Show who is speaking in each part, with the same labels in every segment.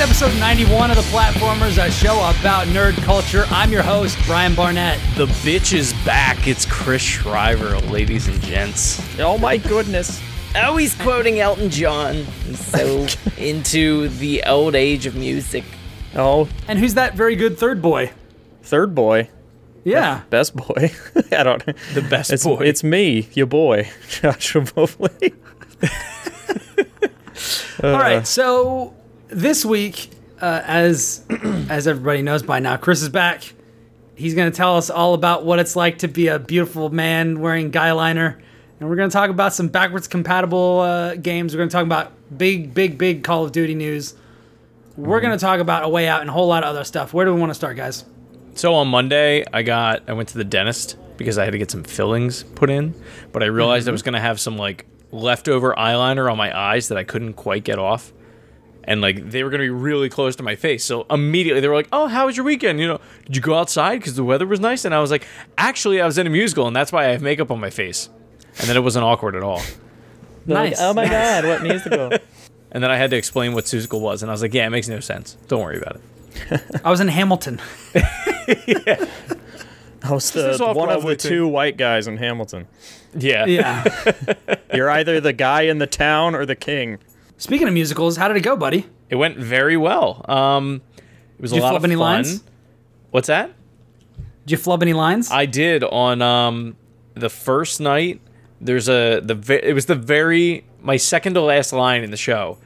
Speaker 1: episode 91 of The Platformers, a show about nerd culture. I'm your host, Brian Barnett.
Speaker 2: The bitch is back. It's Chris Shriver, ladies and gents.
Speaker 3: Oh my goodness. Oh, he's quoting Elton John. He's so into the old age of music.
Speaker 4: Oh,
Speaker 1: And who's that very good third boy?
Speaker 4: third boy,
Speaker 1: Yeah.
Speaker 4: best boy. I don't.
Speaker 2: The best
Speaker 4: It's
Speaker 2: boy.
Speaker 4: it's me, your boy, Joshua Mobley.
Speaker 3: Uh,
Speaker 1: All right, so this week, uh, as as everybody knows by now, Chris is back. He's going to tell us all about what it's like to be a beautiful man wearing guy liner, and we're going to talk about some backwards compatible uh, games. We're going to talk about big, big, big Call of Duty news. We're
Speaker 3: Mm-hmm.
Speaker 1: going to talk about a way out and a whole lot of other stuff. Where do we want to start, guys?
Speaker 2: So on Monday, I got I went to the dentist because I had to get some fillings put in, but I realized I was gonna have some like leftover eyeliner on my eyes that I couldn't quite get off, and like they were gonna be really close to my face. So immediately they were like, "Oh, how was your weekend? You know, did you go outside because the weather was nice?" And I was like, "Actually, I was in a musical, and that's why I have makeup on my face." And then it wasn't awkward at all.
Speaker 1: Nice.
Speaker 4: oh my
Speaker 1: nice.
Speaker 4: god, what musical?
Speaker 2: And then I had to explain what Susical was, and I was like, "Yeah, it makes no sense. Don't worry about it."
Speaker 1: I was in Hamilton.
Speaker 4: I was
Speaker 2: this
Speaker 4: the,
Speaker 2: off
Speaker 4: one of
Speaker 2: Broadway
Speaker 4: the
Speaker 2: thing.
Speaker 4: two white guys in Hamilton.
Speaker 2: Yeah.
Speaker 1: Yeah.
Speaker 4: You're either the guy in the town or the king.
Speaker 1: Speaking of musicals, how did it go, buddy?
Speaker 2: It went very well. Um, it was
Speaker 1: Did you
Speaker 2: a lot
Speaker 1: flub
Speaker 2: of
Speaker 1: any
Speaker 2: fun.
Speaker 1: lines?
Speaker 2: What's that?
Speaker 1: Did you flub any lines?
Speaker 2: I did on um, the first night. There's a the ve- it was the very my second to last line in the show.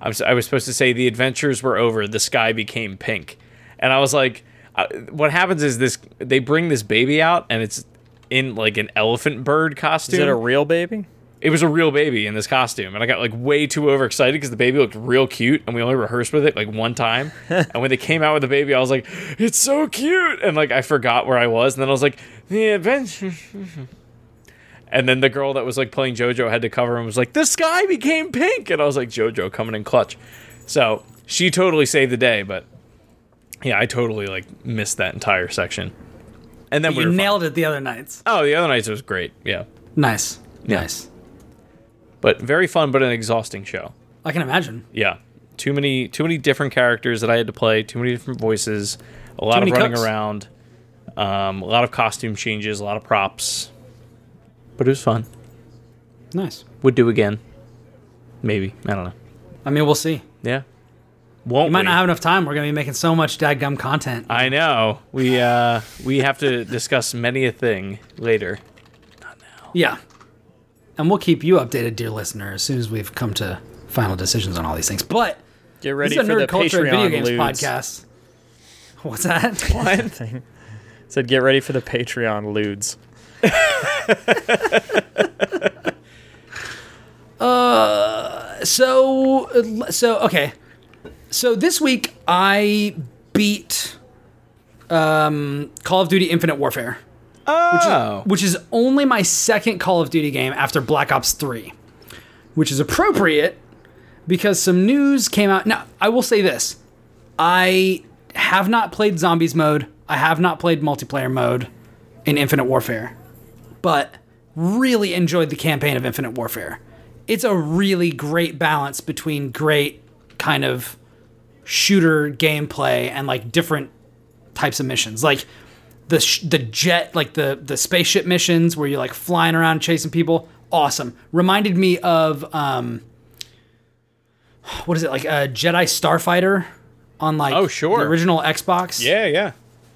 Speaker 2: I was I was supposed to say the adventures were over. The sky became pink, and I was like, I, what happens is this they bring this baby out and it's in like an elephant bird
Speaker 4: Is
Speaker 2: costume.
Speaker 4: it a real baby?
Speaker 2: it was a real baby in this costume and i got like way too overexcited because the baby looked real cute and we only rehearsed with it like one time and when they came out with the baby i was like it's so cute and like i forgot where i was and then i was like the adventure and then the girl that was like playing jojo had to cover and was like the sky became pink and i was like jojo coming in clutch so she totally saved the day but yeah i totally like missed that entire section and then we
Speaker 1: you
Speaker 2: were fine.
Speaker 1: nailed it the other nights.
Speaker 2: oh the other nights it was great yeah
Speaker 1: Nice.
Speaker 2: Yeah.
Speaker 1: Nice.
Speaker 2: but very fun but an exhausting show
Speaker 1: I can imagine.
Speaker 2: Yeah. Too many too many different characters that I had to play, too many different voices, a lot of
Speaker 1: many
Speaker 2: running
Speaker 1: cooks.
Speaker 2: around, um, a lot of costume changes, a lot of props. But it was fun.
Speaker 1: Nice.
Speaker 2: Would do again. Maybe. I don't know.
Speaker 1: I mean, we'll see.
Speaker 2: Yeah. Won't
Speaker 1: We might
Speaker 2: we?
Speaker 1: not have enough time. We're going to be making so much dadgum content.
Speaker 2: I know. We uh we have to discuss many a thing later.
Speaker 1: Yeah. And we'll keep you updated, dear listener, as soon as we've come to final decisions on all these things. But
Speaker 4: Get
Speaker 1: this
Speaker 4: ready
Speaker 1: is a
Speaker 4: for
Speaker 1: nerd
Speaker 4: the
Speaker 1: culture
Speaker 4: Patreon
Speaker 1: and video games
Speaker 4: lewds.
Speaker 1: podcast. What's that?
Speaker 4: Thing. Said get ready for the Patreon lewds.
Speaker 1: so, so okay. So this week I beat um, Call of Duty Infinite Warfare,
Speaker 2: Oh.
Speaker 1: which is only my second Call of Duty game after Black Ops 3, which is appropriate because some news came out. Now, I will say this I have not played Zombies mode, I have not played multiplayer mode in Infinite Warfare, but really enjoyed the campaign of Infinite Warfare. It's a really great balance between great kind of shooter gameplay and like different types of missions. Like the sh- the jet like the the spaceship missions where you're like flying around chasing people awesome reminded me of um what is it like a jedi starfighter on like
Speaker 2: Oh, sure.
Speaker 1: the original xbox
Speaker 2: Yeah, yeah.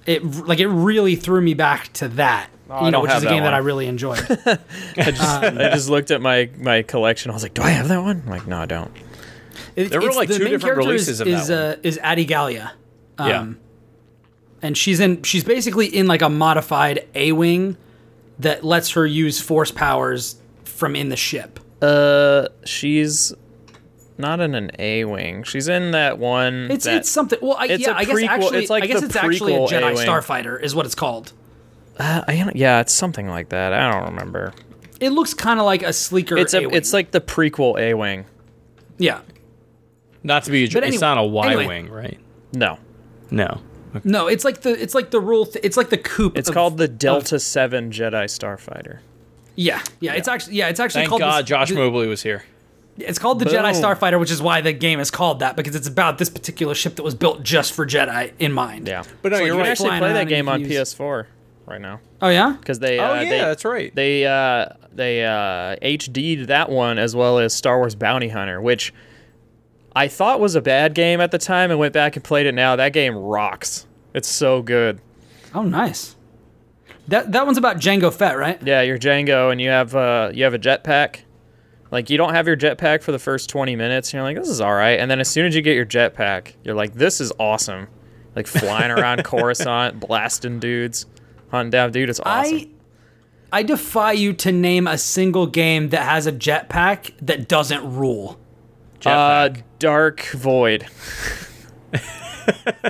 Speaker 1: it r- like it really threw me back to that
Speaker 4: Oh, I
Speaker 1: you know
Speaker 4: don't
Speaker 1: which is a
Speaker 4: have that
Speaker 1: game that
Speaker 4: one.
Speaker 1: i really enjoyed
Speaker 4: I just,
Speaker 1: Uh,
Speaker 4: I just looked at my my collection. I was like, do I have that one? I'm like, no, I don't.
Speaker 1: It-
Speaker 2: There were,
Speaker 1: it's-
Speaker 2: like,
Speaker 1: the
Speaker 2: two
Speaker 1: main
Speaker 2: different
Speaker 1: character is,
Speaker 2: releases of that
Speaker 1: is, uh, is Addie Gallia,
Speaker 2: yeah.
Speaker 1: and she's in. She's basically in like a modified A wing that lets her use force powers from in the ship.
Speaker 4: Uh, she's not in an A wing. She's in that one.
Speaker 1: It's
Speaker 4: that-
Speaker 1: it's something. Well, I,
Speaker 4: it's
Speaker 1: yeah,
Speaker 4: a
Speaker 1: I guess
Speaker 4: prequel-
Speaker 1: actually,
Speaker 4: it's like
Speaker 1: I guess
Speaker 4: the
Speaker 1: it's actually a
Speaker 4: prequel
Speaker 1: Jedi
Speaker 4: A-wing.
Speaker 1: Starfighter is what it's called.
Speaker 4: Uh, I don't- yeah, it's something like that. I don't remember.
Speaker 1: It looks kind of like a sleeker.
Speaker 4: It's a,
Speaker 1: A-wing.
Speaker 4: it's like the prequel A Wing.
Speaker 1: yeah,
Speaker 2: Not to be a,
Speaker 1: But
Speaker 2: it's
Speaker 1: anyway-
Speaker 2: not a Y
Speaker 1: anyway.
Speaker 2: wing, right?
Speaker 4: No,
Speaker 2: No. Okay.
Speaker 1: no, it's like the it's like the rule. Th- it's like the coupe.
Speaker 4: it's
Speaker 1: of-
Speaker 4: called the
Speaker 1: of-
Speaker 4: Delta Seven Jedi Starfighter.
Speaker 1: yeah, yeah, It's actually yeah, it's actually
Speaker 2: Thank
Speaker 1: called.
Speaker 2: God
Speaker 1: this-
Speaker 2: Josh
Speaker 1: the-
Speaker 2: Mobley was here.
Speaker 1: It's called the Jedi
Speaker 4: Boom.
Speaker 1: Starfighter, which is why the game is called that because it's about this particular ship that was built just for Jedi in mind.
Speaker 4: Yeah.
Speaker 2: But no,
Speaker 1: So
Speaker 2: you're
Speaker 4: you
Speaker 1: you're
Speaker 4: can
Speaker 2: right.
Speaker 4: actually
Speaker 1: flying
Speaker 4: play
Speaker 1: around
Speaker 4: that
Speaker 1: and
Speaker 4: game
Speaker 1: you
Speaker 4: on
Speaker 1: use-
Speaker 4: PS4 right now
Speaker 1: Oh yeah.
Speaker 4: because they.
Speaker 2: E Oh
Speaker 4: uh,
Speaker 2: yeah,
Speaker 4: they,
Speaker 2: that's right.
Speaker 4: They uh, they uh, HD'd that one as well as Star Wars Bounty Hunter, which I thought was a bad game at the time, and went back and played it. Now that game rocks. It's so good.
Speaker 1: Oh nice. That that one's about Django Fett, right?
Speaker 4: Yeah, you're Django, and you have uh, you have a jetpack. Like you don't have your jetpack for the first 20 minutes, and you're like, this is all right. And then as soon as you get your jetpack, you're like, this is awesome. Like flying around Coruscant, blasting dudes, hunting down dude. It's awesome.
Speaker 1: I I defy you to name a single game that has a jetpack that doesn't rule.
Speaker 4: Uh, Dark Void.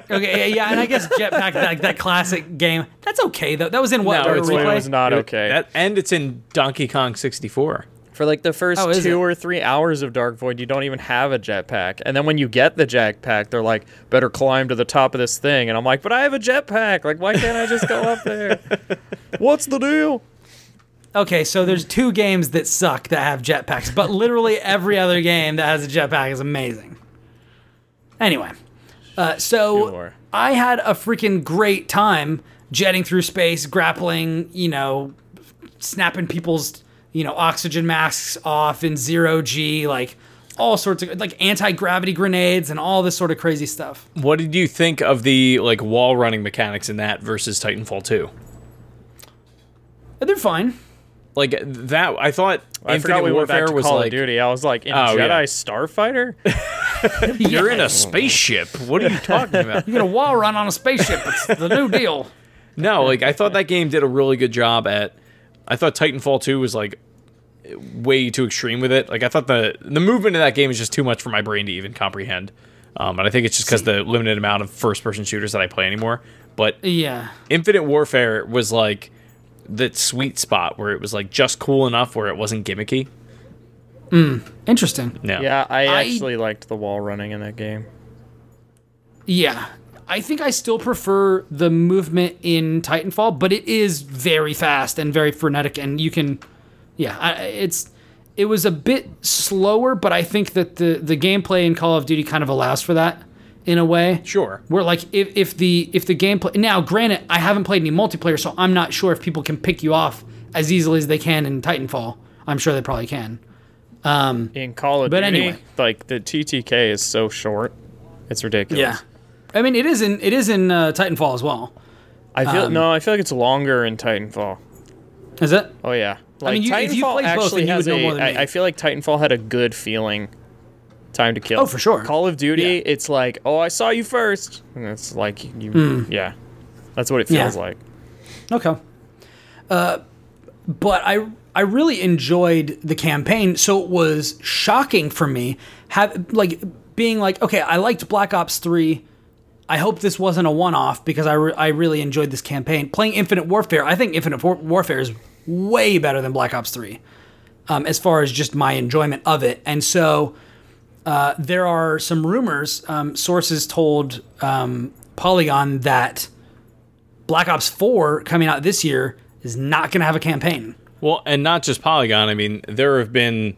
Speaker 1: Okay, yeah, and I guess jetpack that, that classic game. That's okay though. That was in what
Speaker 2: No,
Speaker 1: Or
Speaker 2: it's-
Speaker 1: replay?
Speaker 4: It was not
Speaker 2: It-
Speaker 4: okay.
Speaker 2: That, and it's in Donkey Kong 64.
Speaker 4: For like the first
Speaker 1: Oh,
Speaker 4: two
Speaker 1: is it?
Speaker 4: or three hours of Dark Void, you don't even have a jetpack. And then when you get the jetpack, they're like, better climb to the top of this thing. And I'm like, but I have a jetpack. Like, why can't I just go up there? What's the deal?
Speaker 1: Okay, so there's two games that suck that have jetpacks, but literally every other game that has a jetpack is amazing. Anyway, uh, so
Speaker 4: Sure.
Speaker 1: I had a freaking great time jetting through space, grappling, you know, snapping people's, you know, oxygen masks off in zero G, like all sorts of like anti gravity grenades and all this sort of crazy stuff.
Speaker 2: What did you think of the like wall running mechanics in that versus Titanfall 2?
Speaker 1: But they're fine.
Speaker 2: Like that, I thought
Speaker 4: I forgot
Speaker 2: Infinite
Speaker 4: we went
Speaker 2: Warfare
Speaker 4: back to
Speaker 2: was
Speaker 4: Call
Speaker 2: like
Speaker 4: of Duty. I was like, in
Speaker 2: Oh,
Speaker 4: Jedi
Speaker 2: yeah.
Speaker 4: Starfighter?
Speaker 2: you're in a spaceship. What are you talking about?
Speaker 1: You get a wall run on a spaceship. It's the new deal.
Speaker 2: No, like I thought that game did a really good job at. I thought Titanfall 2 was like way too extreme with it. Like I thought the the movement in that game is just too much for my brain to even comprehend. Um, and I think it's just because the limited amount of first person shooters that I play anymore. But
Speaker 1: Yeah.
Speaker 2: Infinite Warfare was like that sweet spot where it was like just cool enough where it wasn't gimmicky.
Speaker 1: Interesting.
Speaker 2: No.
Speaker 4: yeah, I
Speaker 1: I-
Speaker 4: actually liked the wall running in that game.
Speaker 1: Yeah. I think I still prefer the movement in Titanfall, but it is very fast and very frenetic, and you can, yeah, I, it's it was a bit slower, but I think that the the gameplay in Call of Duty kind of allows for that in a way.
Speaker 2: Sure.
Speaker 1: Where like if, if the if the gameplay now, granted, I haven't played any multiplayer, so I'm not sure if people can pick you off as easily as they can in Titanfall. I'm sure they probably can.
Speaker 4: In Call of
Speaker 1: But
Speaker 4: Duty,
Speaker 1: anyway.
Speaker 4: like, the TTK is so short. It's ridiculous.
Speaker 1: Yeah. I mean, it is in it is in uh, Titanfall as well.
Speaker 4: I feel,
Speaker 1: um,
Speaker 4: no, I feel like it's longer in Titanfall.
Speaker 1: Is it?
Speaker 4: Oh yeah. Like
Speaker 1: mean, you-
Speaker 4: Titanfall
Speaker 1: if you play both,
Speaker 4: actually
Speaker 1: then you would
Speaker 4: has
Speaker 1: know
Speaker 4: a-
Speaker 1: more than me.
Speaker 4: I, I feel like Titanfall had a good feeling. Time to kill.
Speaker 1: Oh, for sure.
Speaker 4: Call of Duty,
Speaker 1: Yeah.
Speaker 4: it's like, oh, I saw you first. And it's like you, yeah, that's what it
Speaker 1: Hmm. Yeah.
Speaker 4: feels like.
Speaker 1: Okay. Uh, but I I really enjoyed the campaign, so it was shocking for me have like being like, okay, I liked Black Ops Three. I hope this wasn't a one-off because I, re- I really enjoyed this campaign. Playing Infinite Warfare, I think Infinite War- Warfare is way better than Black Ops Three, um, as far as just my enjoyment of it. And so, uh, there are some rumors. Um, sources told um, Polygon that Black Ops 4 coming out this year is not going to have a campaign.
Speaker 2: Well, and not just Polygon. I mean, there have been.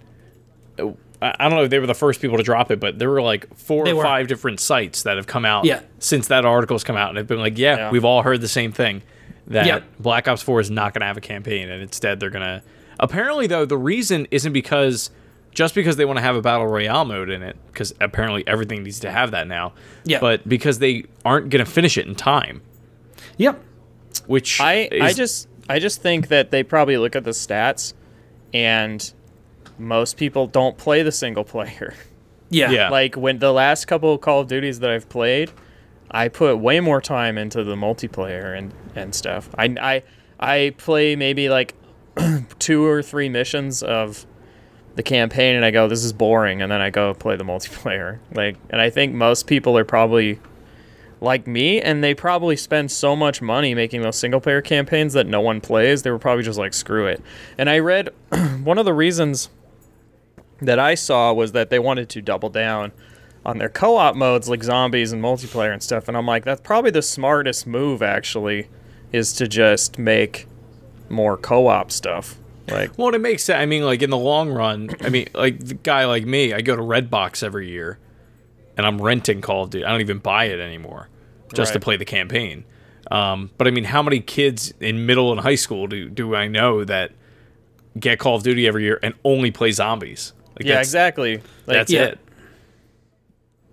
Speaker 2: I I don't know if they were the first people to drop it, but there were like four
Speaker 1: They
Speaker 2: or
Speaker 1: were.
Speaker 2: five different sites that have come out
Speaker 1: Yeah.
Speaker 2: since that article's come out, and have been like, yeah,
Speaker 4: Yeah.
Speaker 2: we've all heard the same thing that
Speaker 1: Yep.
Speaker 2: Black Ops 4 is not going to have a campaign, and instead they're going to. Apparently, though, the reason isn't because just because they want to have a battle royale mode in it, because apparently everything needs to have that now.
Speaker 1: Yeah.
Speaker 2: But because they aren't going to finish it in time,
Speaker 1: Yep.
Speaker 2: which
Speaker 4: I I
Speaker 2: is-
Speaker 4: just I just think that they probably look at the stats, and most people don't play the single player.
Speaker 1: Yeah.
Speaker 2: Yeah.
Speaker 4: like when the last couple of Call of Duties that I've played, I put way more time into the multiplayer and and stuff. I I I play maybe like two or three missions of the campaign and I go this is boring and then I go play the multiplayer. Like and I think most people are probably like me and they probably spend so much money making those single player campaigns that no one plays. They were probably just like screw it. And I read one of the reasons that I saw was that they wanted to double down on their co-op modes like zombies and multiplayer and stuff and I'm like that's probably the smartest move actually is to just make more co-op stuff Like,
Speaker 2: Well, it makes sense. I mean, like in the long run, I mean, like the guy like me, I go to Redbox every year, and I'm renting Call of Duty. I don't even buy it anymore, just to
Speaker 4: Right.
Speaker 2: play the campaign. Um, but I mean, how many kids in middle and high school do do I know that get Call of Duty every year and only play zombies? Like,
Speaker 4: yeah,
Speaker 2: that's,
Speaker 4: exactly. Like,
Speaker 2: That's
Speaker 1: Yeah.
Speaker 2: it.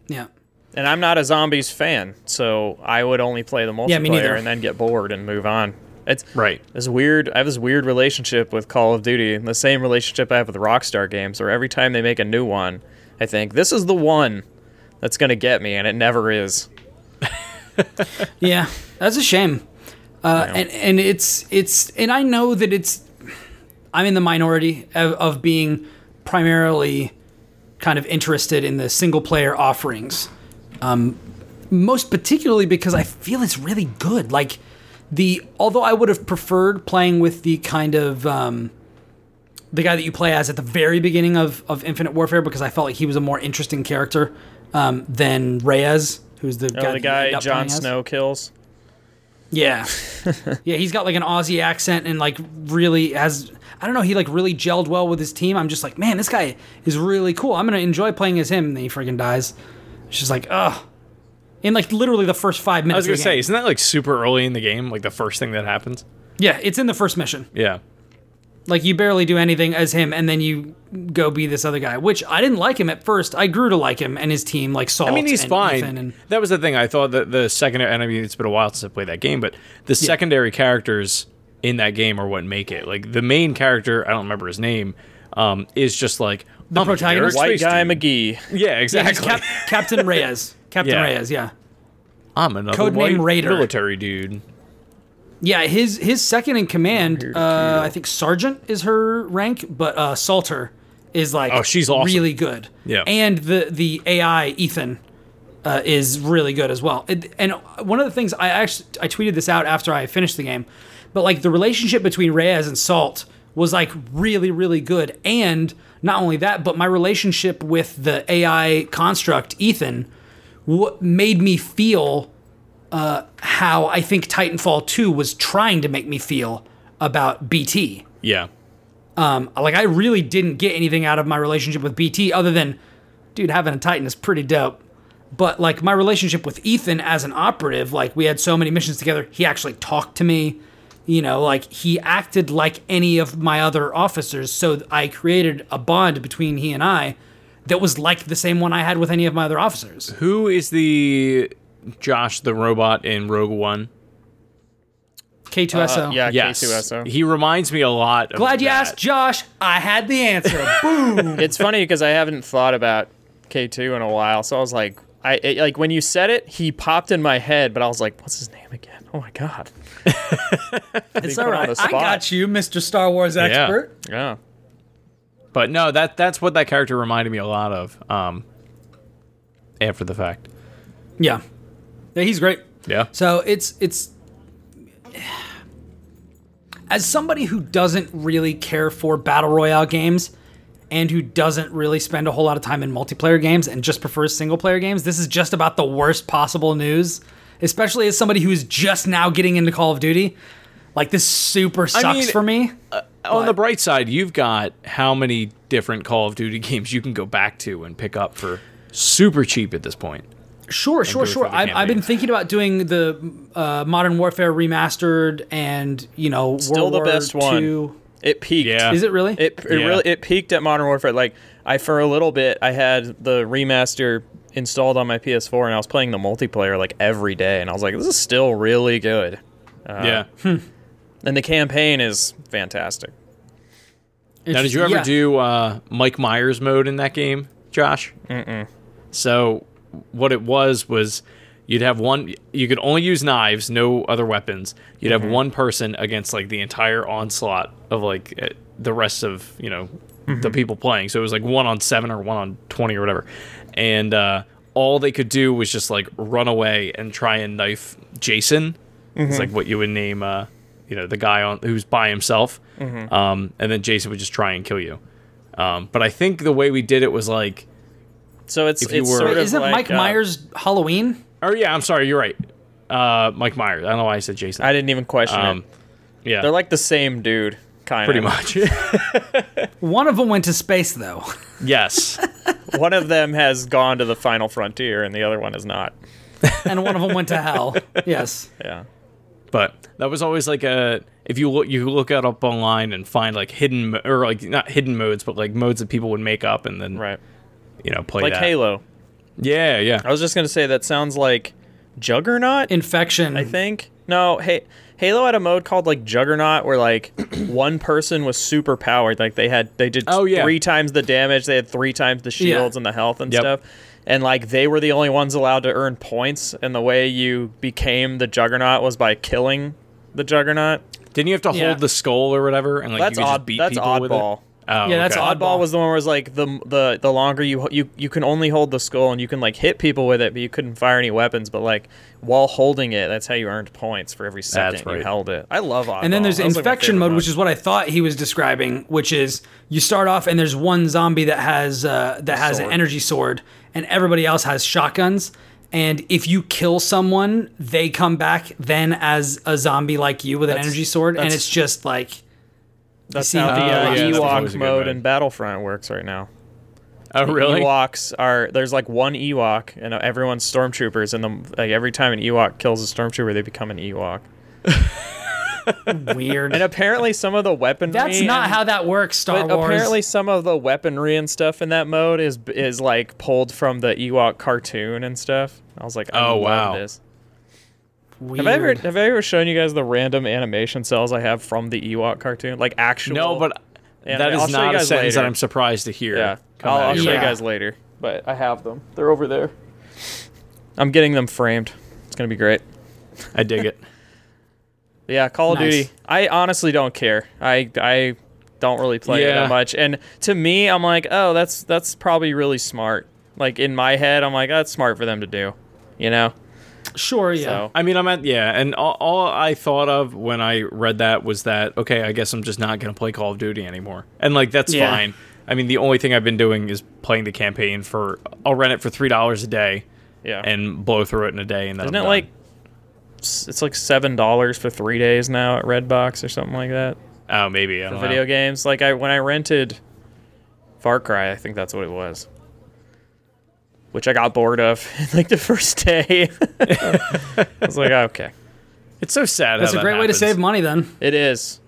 Speaker 1: Yeah.
Speaker 4: and I'm not a zombies fan, so I would only play the multiplayer
Speaker 1: Yeah, me neither.
Speaker 4: and then get bored and move on. It's
Speaker 2: Right.
Speaker 4: This weird. I have this weird relationship with Call of Duty, and the same relationship I have with Rockstar games, where every time they make a new one, I think this is the one that's gonna get me, and it never is.
Speaker 1: Yeah, that's a shame. Uh, and and it's it's and I know that it's I'm in the minority of, of being primarily kind of interested in the single player offerings, um, most particularly because I feel it's really good. Like the although I would have preferred playing with the kind of um, the guy that you play as at the very beginning of, of Infinite Warfare because I felt like he was a more interesting character um, than Reyes, who's the
Speaker 4: Oh,
Speaker 1: guy that
Speaker 4: the
Speaker 1: you end
Speaker 4: guy
Speaker 1: up
Speaker 4: Jon
Speaker 1: playing as.
Speaker 4: Snow kills.
Speaker 1: Yeah. yeah, he's got like an Aussie accent and like really has I don't know, he like really gelled well with his team. I'm just like, man, this guy is really cool. I'm gonna enjoy playing as him and then he freaking dies. It's just like, ugh. In like literally the first five minutes.
Speaker 2: I was gonna
Speaker 1: of the
Speaker 2: say,
Speaker 1: game.
Speaker 2: isn't that like super early in the game? Like the first thing that happens.
Speaker 1: Yeah, it's in the first mission.
Speaker 2: Yeah.
Speaker 1: Like you barely do anything as him and then you go be this other guy, which I didn't like him at first. I grew to like him and his team, like Saul.
Speaker 2: I mean, he's
Speaker 1: and
Speaker 2: fine.
Speaker 1: Ethan and,
Speaker 2: that was the thing. I thought that the secondary, and I mean, it's been a while since I played that game, but the secondary characters in that game are what make it. Like the main character, I don't remember his name, um, is just like the
Speaker 1: protagonist?
Speaker 4: White guy McGee.
Speaker 2: Yeah,
Speaker 1: yeah, he's
Speaker 2: exactly.
Speaker 1: Cap- Captain Reyes. Captain
Speaker 2: Yeah.
Speaker 1: Reyes, yeah.
Speaker 2: I'm another
Speaker 1: Codename
Speaker 2: white
Speaker 1: Raider.
Speaker 2: military dude.
Speaker 1: Yeah, his his second in command, uh, I think sergeant is her rank, but uh, Salter is like
Speaker 2: Oh, she's awesome.
Speaker 1: really good.
Speaker 2: Yeah.
Speaker 1: and the the AI Ethan uh, is really good as well. And- and one of the things I actually I tweeted this out after I finished the game, but like the relationship between Reyes and Salt was like really really good. And not only that, but my relationship with the AI construct Ethan w- made me feel uh, how I think Titanfall 2 was trying to make me feel about BT.
Speaker 2: Yeah,
Speaker 1: Um, like, I really didn't get anything out of my relationship with BT other than, dude, having a Titan is pretty dope. But, like, my relationship with Ethan as an operative, like, we had so many missions together. He actually talked to me. You know, like, he acted like any of my other officers. So I created a bond between he and I that was like the same one I had with any of my other officers.
Speaker 2: who is the Josh the robot in Rogue One?
Speaker 1: K2SO.
Speaker 4: uh, Yeah,
Speaker 2: Yes,
Speaker 4: K2SO.
Speaker 2: he reminds me a lot. Of
Speaker 1: Glad you
Speaker 2: that.
Speaker 1: asked, Josh. I had the answer. Boom.
Speaker 4: it's funny because I haven't thought about K2 in a while, so I was like, I it, like when you said it, he popped in my head, but I was like, what's his name again? Oh my god.
Speaker 1: It's
Speaker 4: put
Speaker 1: all
Speaker 4: on
Speaker 1: right.
Speaker 4: the
Speaker 1: I
Speaker 4: spot.
Speaker 1: got you, Mr. Star Wars expert.
Speaker 4: Yeah.
Speaker 2: But no, that that's what that character reminded me a lot of. Um, after the fact.
Speaker 1: Yeah. Yeah, he's great.
Speaker 2: Yeah.
Speaker 1: So it's it's as somebody who doesn't really care for battle royale games and who doesn't really spend a whole lot of time in multiplayer games and just prefers single player games, this is just about the worst possible news. Especially as somebody who is just now getting into Call of Duty. Like this super sucks
Speaker 2: mean,
Speaker 1: for me.
Speaker 2: on the bright side, you've got how many different Call of Duty games you can go back to and pick up for super cheap at this point.
Speaker 1: Sure, sure,
Speaker 2: go
Speaker 1: sure.
Speaker 2: through the
Speaker 1: I've, I've been
Speaker 2: campaign.
Speaker 1: thinking about doing the uh, Modern Warfare remastered, and you know,
Speaker 4: Still
Speaker 1: World
Speaker 4: the
Speaker 1: War
Speaker 4: best one.
Speaker 1: II.
Speaker 4: It peaked.
Speaker 2: Yeah.
Speaker 1: Is it really?
Speaker 4: It, it
Speaker 2: Yeah.
Speaker 4: really it peaked at Modern Warfare. Like I for a little bit I had the remaster installed on my PS4 and I was playing the multiplayer like every day and I was like, this is still really good.
Speaker 2: yeah.
Speaker 4: And the campaign is fantastic.
Speaker 2: Now, did you ever
Speaker 1: yeah.
Speaker 2: do uh, Mike Myers mode in that game, Josh? Mm-mm. So, what it was was you'd have one. You could only use knives, no other weapons. You'd have one person against like the entire onslaught of like eh, the rest of you know the people playing. So it was like one on seven or one on twenty or whatever, and uh, all they could do was just like run away and try and knife Jason. It's
Speaker 4: Mm-hmm.
Speaker 2: like what you would name, uh, you know, the guy on who's by himself,
Speaker 4: Mm-hmm.
Speaker 2: um, and then Jason would just try and kill you. Um, but I think the way we did it was like,
Speaker 4: So it's
Speaker 2: you
Speaker 4: it's
Speaker 2: were-
Speaker 4: sort
Speaker 2: Wait,
Speaker 4: of
Speaker 1: Isn't
Speaker 4: like,
Speaker 1: Mike
Speaker 4: uh,
Speaker 1: Myers Halloween?
Speaker 2: oh yeah, I'm sorry, you're right, uh, Mike Myers. I don't know why I said Jason.
Speaker 4: I didn't even question
Speaker 2: um,
Speaker 4: it.
Speaker 2: yeah,
Speaker 4: They're like the same dude. kind
Speaker 2: pretty
Speaker 4: of.
Speaker 2: much.
Speaker 1: One of them went to space though.
Speaker 2: yes.
Speaker 4: One of them has gone to the final frontier, and the other one is not.
Speaker 1: and one of them went to hell. Yes.
Speaker 4: Yeah.
Speaker 2: But that was always like a if you look you look it up online and find like hidden mo- or like not hidden modes but like modes that people would make up and then
Speaker 4: Right.
Speaker 2: you know play
Speaker 4: Like
Speaker 2: that.
Speaker 4: Halo.
Speaker 2: Yeah, yeah.
Speaker 4: I was just gonna say that sounds like Juggernaut.
Speaker 1: Infection.
Speaker 4: I think no. Hey, Halo had a mode called like Juggernaut, where like one person was super powered. Like they had they did
Speaker 2: Oh, yeah.
Speaker 4: three times the damage. They had three times the
Speaker 1: Yeah.
Speaker 4: shields and the health and
Speaker 2: Yep.
Speaker 4: stuff. And like they were the only ones allowed to earn points. And the way you became the Juggernaut was by killing the Juggernaut.
Speaker 2: Didn't you have to
Speaker 1: Yeah.
Speaker 2: hold the skull or whatever and like
Speaker 4: That's
Speaker 2: you could
Speaker 4: odd.
Speaker 2: just beat
Speaker 4: that's
Speaker 2: people with it?
Speaker 4: oddball.
Speaker 2: Oh,
Speaker 1: Yeah, that's
Speaker 2: okay.
Speaker 1: odd.
Speaker 4: Oddball was the one where it was like the the the longer you you you can only hold the skull and you can like hit people with it, but you couldn't fire any weapons. But like while holding it, that's how you earned points for every second you
Speaker 2: right.
Speaker 4: held it. I love oddball.
Speaker 1: and then there's
Speaker 4: That was, like, my
Speaker 1: infection
Speaker 4: favorite
Speaker 1: mode, which is what I thought he was describing, which is you start off and there's one zombie that has uh, that has an
Speaker 4: sword.
Speaker 1: energy sword, and everybody else has shotguns. And if you kill someone, they come back then as a zombie like you with an
Speaker 4: That's-
Speaker 1: energy sword, and
Speaker 4: that's-
Speaker 1: it's just like
Speaker 4: That's
Speaker 1: you see
Speaker 4: how
Speaker 1: the-
Speaker 4: the uh,
Speaker 1: Oh, yeah,
Speaker 2: that's always
Speaker 4: Ewok
Speaker 2: a good
Speaker 4: mode
Speaker 2: mode.
Speaker 4: in Battlefront works right now.
Speaker 2: Oh, really?
Speaker 4: Ewoks are there's like one Ewok and uh, everyone's stormtroopers, and the, like every time an Ewok kills a stormtrooper, they become an Ewok.
Speaker 1: weird.
Speaker 4: And apparently, some of the weaponry
Speaker 1: That's not
Speaker 4: and-
Speaker 1: how that works, Star
Speaker 4: But
Speaker 1: Wars.
Speaker 4: apparently, some of the weaponry and stuff in that mode is is like pulled from the Ewok cartoon and stuff. I was like, I
Speaker 2: Oh,
Speaker 4: love
Speaker 2: wow.
Speaker 4: this.
Speaker 1: Weird.
Speaker 4: Have I ever have I ever shown you guys the random animation cells I have from the Ewok cartoon? Like actual.
Speaker 2: No, but
Speaker 4: Yeah,
Speaker 2: that
Speaker 4: I'll
Speaker 2: is
Speaker 4: show you
Speaker 2: not a
Speaker 4: guys
Speaker 2: sentence that
Speaker 4: later.
Speaker 2: I'm surprised to hear.
Speaker 4: yeah,
Speaker 2: come
Speaker 4: I'll,
Speaker 2: out
Speaker 4: I'll
Speaker 2: of
Speaker 4: show
Speaker 2: your
Speaker 4: you
Speaker 1: Yeah.
Speaker 2: mouth.
Speaker 4: guys later. But I have them. They're over there. I'm getting them framed. It's gonna be great.
Speaker 2: I dig it.
Speaker 4: But yeah, Call of
Speaker 1: Nice.
Speaker 4: Duty. I honestly don't care. I I don't really play it
Speaker 2: Yeah.
Speaker 4: that much. And to me, I'm like, oh, that's that's probably really smart. Like in my head, I'm like, that's smart for them to do. You know?
Speaker 1: Sure, yeah.
Speaker 4: So
Speaker 2: I mean, I'm at yeah, and all, all I thought of when I read that was that okay, I guess I'm just not gonna play Call of Duty anymore, and like that's
Speaker 1: Yeah.
Speaker 2: fine. I mean, the only thing I've been doing is playing the campaign for. I'll rent it for three dollars a day
Speaker 4: yeah.
Speaker 2: and blow through it in a day, and then
Speaker 4: Isn't
Speaker 2: I'm
Speaker 4: it
Speaker 2: done.
Speaker 4: like s- it's like seven dollars for three days now at Redbox or something like that?
Speaker 2: oh maybe I don't
Speaker 4: Video
Speaker 2: know.
Speaker 4: games. Like I when I rented Far Cry, I think that's what it was. Which I got bored of like the first day. I was like, okay.
Speaker 2: It's so sad.
Speaker 1: That's
Speaker 2: how
Speaker 1: a
Speaker 2: that
Speaker 1: great way to
Speaker 2: happens.
Speaker 1: save money then.
Speaker 4: It is.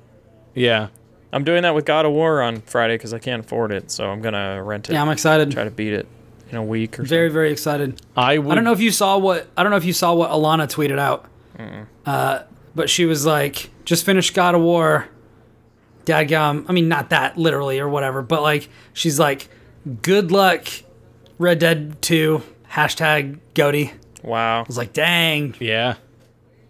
Speaker 2: Yeah,
Speaker 4: I'm doing that with God of War on Friday because I can't afford it, so I'm gonna rent it.
Speaker 1: Yeah, I'm excited.
Speaker 4: try to beat it in a week or
Speaker 1: Very, very excited.
Speaker 2: I would.
Speaker 1: I don't know if you saw what I don't know if you saw what Alana tweeted out. Uh, but she was like, "Just finished God of War." Dadgum. I mean, not that literally or whatever, but like she's like, "Good luck, Red Dead 2." Hashtag Goaty. I
Speaker 4: something. Wow.
Speaker 1: was like, "Dang."
Speaker 2: Yeah,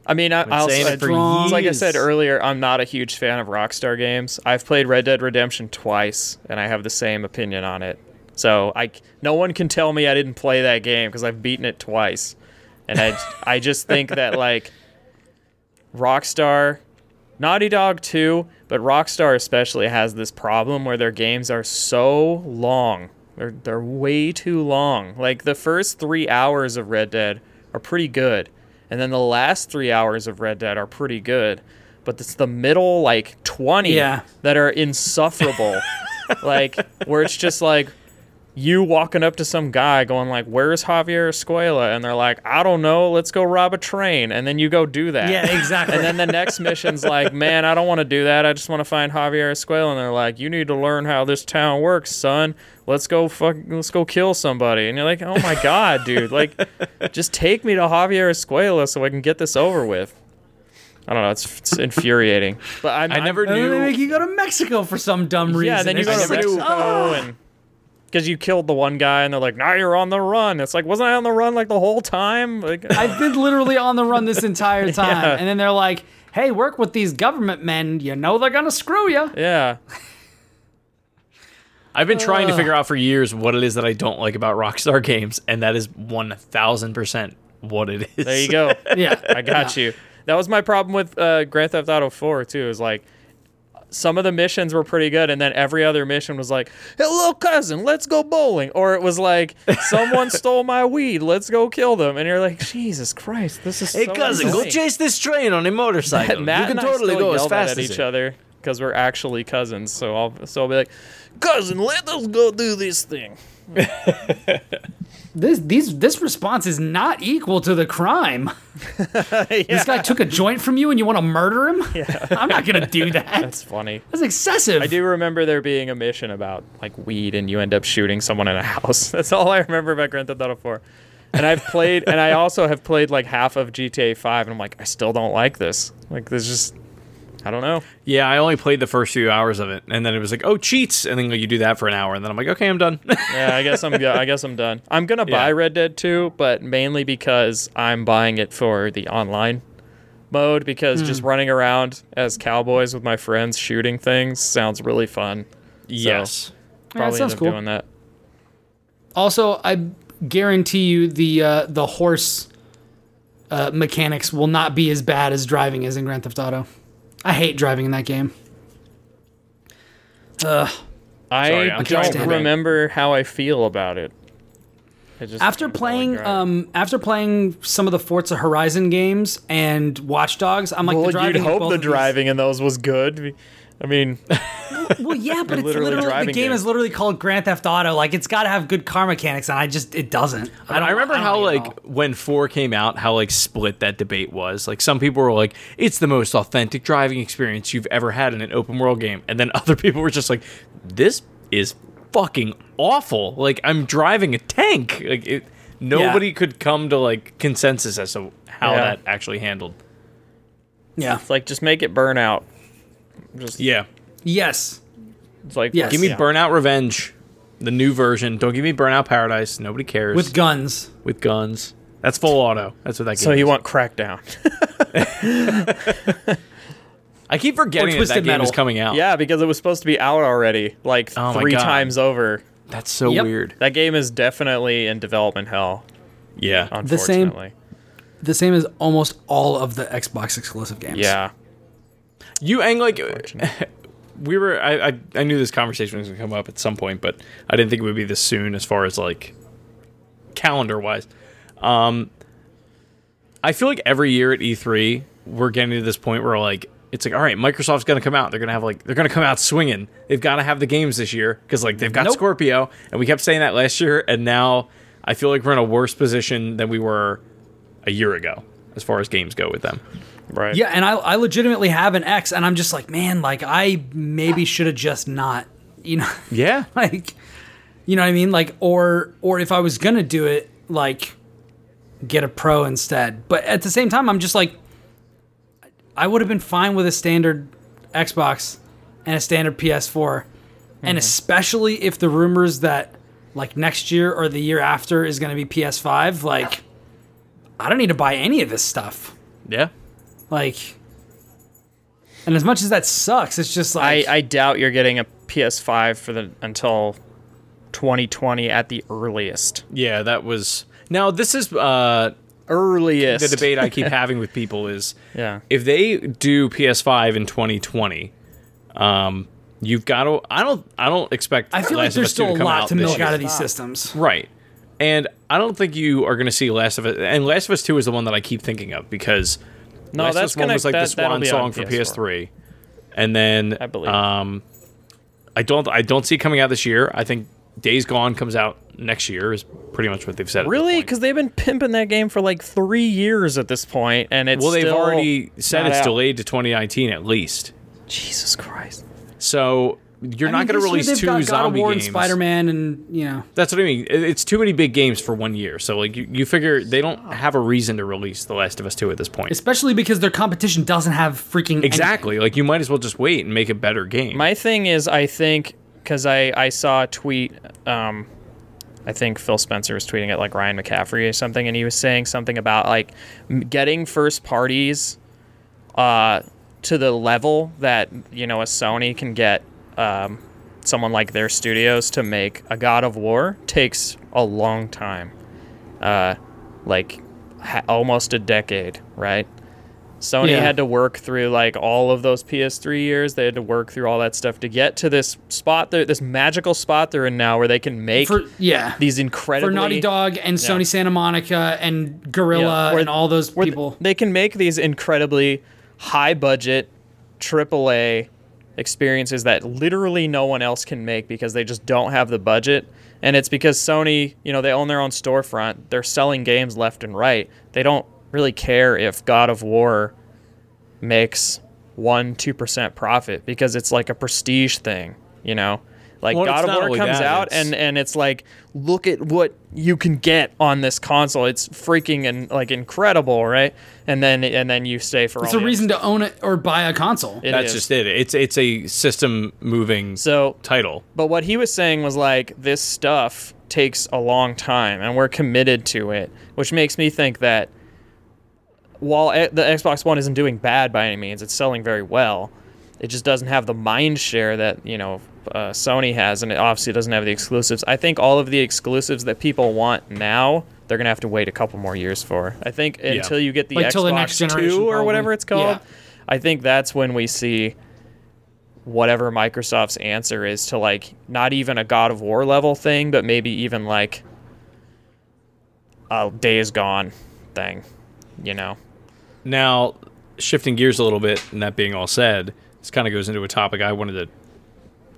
Speaker 4: I mean, I, I'll
Speaker 2: saying
Speaker 4: say
Speaker 2: it for
Speaker 1: Strong.
Speaker 4: like I
Speaker 2: years.
Speaker 4: said earlier, I'm not a huge fan of Rockstar games. I've played Red Dead Redemption twice, and I have the same opinion on it. So I, c- no one can tell me I didn't play that game because I've beaten it twice, and I, I just think that like, Rockstar, Naughty Dog too, but Rockstar especially has this problem where their games are so long. They're they're way too long. Like the first three hours of Red Dead are pretty good, and then the last three hours of Red Dead are pretty good, but it's the middle like twenty
Speaker 1: Yeah.
Speaker 4: that are insufferable. like where it's just like you walking up to some guy going like where's javier escuela and they're like i don't know let's go rob a train and then you go do that
Speaker 1: Yeah, exactly.
Speaker 4: and then the next mission's like, man, I don't want to do that. I just want to find Javier Escuela. And they're like, you need to learn how this town works, son. Let's go fuck. Let's go kill somebody. And you're like, oh my god, dude. Like, just take me to Javier Escuela so I can get this over with. I don't know. It's, it's infuriating. But I'm,
Speaker 2: I
Speaker 4: I'm-
Speaker 2: never
Speaker 1: And then they make
Speaker 2: knew.
Speaker 1: you go to Mexico for some dumb reason.
Speaker 4: yeah. Then you
Speaker 1: It's
Speaker 4: go
Speaker 2: I
Speaker 4: to
Speaker 1: just like,
Speaker 2: never knew.
Speaker 4: Mexico and. Because you killed the one guy, and they're like, "Now you're on the run." It's like, wasn't I on the run like the whole time? Like,
Speaker 1: I've been literally on the run this entire time, and then they're like, "Hey, work with these government men. You know they're gonna screw you."
Speaker 4: yeah.
Speaker 2: I've been trying to
Speaker 1: Ugh.
Speaker 2: figure out for years what it is that I don't like about Rockstar games, and that is one thousand percent what it is.
Speaker 4: There you go.
Speaker 1: Yeah,
Speaker 4: I got you. That was my problem with uh, Grand Theft Auto 4 too. Is like some of the missions were pretty good, and then every other mission was like, "Hello, cousin, let's go bowling," or it was like, "Someone stole my weed, let's go kill them," and you're like, "Jesus Christ, this is."
Speaker 2: Hey
Speaker 4: so
Speaker 2: cousin, go
Speaker 4: annoying."
Speaker 2: chase this train on a motorcycle.
Speaker 4: Matt
Speaker 2: you
Speaker 4: and
Speaker 2: can
Speaker 4: I
Speaker 2: totally
Speaker 4: still
Speaker 2: go as
Speaker 4: yelled
Speaker 2: fast
Speaker 4: at
Speaker 2: as
Speaker 4: each
Speaker 2: it.
Speaker 4: other because we're actually cousins. So I'll so I'll be like, cousin, let us go do this thing.
Speaker 1: This these this response is not equal to the crime. This guy took a joint from you and you want to murder him? I'm not gonna do that.
Speaker 4: That's funny.
Speaker 1: That's excessive.
Speaker 4: I do remember there being a mission about like weed, and you end up shooting someone in a house. That's all I remember about Grand Theft Auto 4. And I've played, and I also have played like half of GTA 5, and I'm like, I still don't like this. Like, there's just, I don't know.
Speaker 2: Yeah, I only played the first few hours of it, and then it was like, oh, cheats, and then you do that for an hour, and then I'm like, okay, I'm done.
Speaker 4: Yeah, I guess I'm. go- I guess I'm done. I'm gonna buy
Speaker 2: Yeah.
Speaker 4: Red Dead 2, but mainly because I'm buying it for the online mode. Because
Speaker 1: Hmm.
Speaker 4: just running around as cowboys with my friends shooting things sounds really fun.
Speaker 2: yes.
Speaker 1: Yeah, that
Speaker 4: Probably
Speaker 1: sounds
Speaker 4: end up
Speaker 1: cool.
Speaker 4: doing that.
Speaker 1: Also, I guarantee you the uh, the horse uh, mechanics will not be as bad as driving is in Grand Theft Auto. I hate driving in that game.
Speaker 2: Sorry,
Speaker 4: I
Speaker 1: trying
Speaker 2: I'm
Speaker 1: to
Speaker 4: don't
Speaker 1: remember.
Speaker 4: remember how I feel about it. I just
Speaker 1: After
Speaker 4: don't
Speaker 1: playing
Speaker 4: like driving.
Speaker 1: um, after playing some of the Forza Horizon games and Watch Dogs, I'm like the
Speaker 4: well,
Speaker 1: driving.
Speaker 4: you'd
Speaker 1: in both
Speaker 4: hope the
Speaker 1: of these-
Speaker 4: driving in those was good. I mean,
Speaker 1: Well, yeah, but it's
Speaker 4: literally
Speaker 1: literally, the
Speaker 4: driving
Speaker 1: game
Speaker 4: it.
Speaker 1: is literally called Grand Theft Auto. Like it's got to have good car mechanics, and I just it doesn't. I, don't,
Speaker 2: I remember
Speaker 1: don't
Speaker 2: how
Speaker 1: even
Speaker 2: like
Speaker 1: know.
Speaker 2: when four came out, how like split that debate was. Like some people were like, "It's the most authentic driving experience you've ever had in an open world game," and then other people were just like, "This is fucking awful." Like I'm driving a tank. Like it, nobody could come to like consensus as to how
Speaker 4: Yeah.
Speaker 2: that actually handled.
Speaker 1: yeah,
Speaker 4: it's like just make it burn out. Just
Speaker 2: Yeah,
Speaker 1: yes,
Speaker 4: it's like
Speaker 1: Yes.
Speaker 2: give me
Speaker 1: Yeah.
Speaker 2: Burnout Revenge, the new version. Don't give me Burnout Paradise. Nobody cares
Speaker 1: with guns.
Speaker 2: with guns. That's full auto. That's what that. Game
Speaker 4: So you
Speaker 2: is.
Speaker 4: want Crackdown?
Speaker 2: I keep forgetting that,
Speaker 1: Twisted
Speaker 2: that game
Speaker 1: Metal.
Speaker 2: is coming out.
Speaker 4: yeah, because it was supposed to be out already, like
Speaker 2: Oh
Speaker 4: three
Speaker 2: my God.
Speaker 4: times over.
Speaker 2: that's so
Speaker 1: Yep.
Speaker 2: weird.
Speaker 4: That game is definitely in development hell.
Speaker 2: Yeah.
Speaker 1: The same-
Speaker 4: Unfortunately,
Speaker 1: The same as almost all of the Xbox exclusive games.
Speaker 4: yeah.
Speaker 2: You and like we were. I, I I knew this conversation was gonna come up at some point, but I didn't think it would be this soon, as far as like calendar wise. Um, I feel like every year at E3 we're getting to this point where like it's like all right, Microsoft's gonna come out. They're gonna have like they're gonna come out swinging. They've got to have the games this year because like they've got
Speaker 1: Nope.
Speaker 2: Scorpio, and we kept saying that last year, and now I feel like we're in a worse position than we were a year ago as far as games go with them.
Speaker 4: Right.
Speaker 1: Yeah, and I, I legitimately have an ex, and I'm just like, man, like I maybe should have just not, you know,
Speaker 2: Yeah.
Speaker 1: like, you know what I mean, like, or or if I was gonna do it, like, get a pro instead. But at the same time, I'm just like, I would have been fine with a standard Xbox and a standard PS4,
Speaker 2: Mm-hmm.
Speaker 1: and especially if the rumors that like next year or the year after is gonna be PS5, like, I don't need to buy any of this stuff.
Speaker 2: Yeah.
Speaker 1: Like, and as much as that sucks, it's just
Speaker 4: I,
Speaker 1: like
Speaker 4: I doubt you're getting a PS5 for the until 2020 at the earliest.
Speaker 2: Yeah, that was. Now this is uh,
Speaker 4: Earliest.
Speaker 2: the debate I keep having with people is
Speaker 4: Yeah.
Speaker 2: if they do PS5 in 2020, um, you've got to. I don't. I don't expect.
Speaker 1: I, feel like
Speaker 2: Last of
Speaker 1: there's
Speaker 2: Us 2
Speaker 1: still a
Speaker 2: come
Speaker 1: lot
Speaker 2: out
Speaker 1: to
Speaker 2: this
Speaker 1: milk
Speaker 2: year.
Speaker 1: out of these systems.
Speaker 2: Right. And I don't think you are going to see Last of Us. And Last of Us 2 is the one that I keep thinking of because
Speaker 4: No,
Speaker 2: Last of
Speaker 4: that's
Speaker 2: Us 1
Speaker 4: gonna-
Speaker 2: was like
Speaker 4: that-
Speaker 2: the
Speaker 4: that'll
Speaker 2: swan
Speaker 4: be
Speaker 2: song
Speaker 4: on
Speaker 2: for
Speaker 4: PS4.
Speaker 2: PS3. And then
Speaker 4: I believe.
Speaker 2: um I don't I don't see it coming out this year. I think Days Gone comes out next year is pretty much what they've said. at this
Speaker 4: Really?
Speaker 2: point.
Speaker 4: Because they've been pimping that game for like three years at this point, and it's
Speaker 2: Well, they've
Speaker 4: still
Speaker 2: already said
Speaker 4: not
Speaker 2: it's
Speaker 4: out.
Speaker 2: delayed to 2019 at least.
Speaker 4: Jesus Christ!
Speaker 2: So you're
Speaker 1: I
Speaker 2: not
Speaker 1: mean,
Speaker 2: going to
Speaker 1: this year
Speaker 2: release
Speaker 1: they've
Speaker 2: two
Speaker 1: got God of
Speaker 2: zombie
Speaker 1: War
Speaker 2: games.
Speaker 1: and Spider-Man, and you know,
Speaker 2: That's what I mean. It- It's too many big games for one year. So like you, you figure they don't have a reason to release The Last of Us 2 at this point.
Speaker 1: especially because their competition doesn't have freaking
Speaker 2: exactly. Like you might as well just wait and make a better game.
Speaker 4: My thing is, I think because I I saw a tweet. Um, I think Phil Spencer was tweeting at like Ryan McCaffrey or something, and he was saying something about like m- getting first parties uh, to the level that you know a Sony can get um, someone like their studios to make a God of War takes a long time, uh, like ha- almost a decade, right? Sony
Speaker 1: Yeah.
Speaker 4: had to work through like all of those PS3 years. They had to work through all that stuff to get to this spot, they're, this magical spot they're in now, where they can make
Speaker 1: For, yeah,
Speaker 4: these
Speaker 1: for
Speaker 4: incredibly
Speaker 1: Naughty Dog and
Speaker 4: Yeah.
Speaker 1: Sony Santa Monica and Gorilla
Speaker 4: Yeah. Or-
Speaker 1: and all those
Speaker 4: where th-
Speaker 1: people.
Speaker 4: they can make these incredibly high budget AAA experiences that literally no one else can make because they just don't have the budget. And it's because Sony, you know, they own their own storefront. They're selling games left and right. They don't really care if God of War makes 1 2% profit because it's like a prestige thing, you know. Like
Speaker 2: Well, it's
Speaker 4: God
Speaker 2: not
Speaker 4: of War
Speaker 2: only
Speaker 4: comes
Speaker 2: that,
Speaker 4: out
Speaker 2: it's-
Speaker 4: and and it's like look at what you can get on this console. It's freaking and like incredible, right? And then and then you stay for
Speaker 1: It's
Speaker 4: all
Speaker 1: a
Speaker 4: the-
Speaker 1: reason to own it or buy a console.
Speaker 4: It
Speaker 2: That's
Speaker 4: is.
Speaker 2: just it. It's it's a system moving
Speaker 4: So
Speaker 2: title.
Speaker 4: But what he was saying was like this stuff takes a long time, and we're committed to it, which makes me think that while e- the Xbox One isn't doing bad by any means, it's selling very well. It just doesn't have the mind share that you know uh, Sony has, and it obviously doesn't have the exclusives. I think all of the exclusives that people want now, they're gonna have to wait a couple more years for. I think until you get the
Speaker 1: Like, till
Speaker 4: Xbox
Speaker 1: the next generation,
Speaker 4: Two or
Speaker 1: probably.
Speaker 4: whatever it's called.
Speaker 1: Yeah.
Speaker 4: I think that's when we see whatever Microsoft's answer is to like not even a God of War level thing, but maybe even like a Days Gone thing, you know.
Speaker 2: Now, shifting gears a little bit, and that being all said, this kind of goes into a topic I wanted to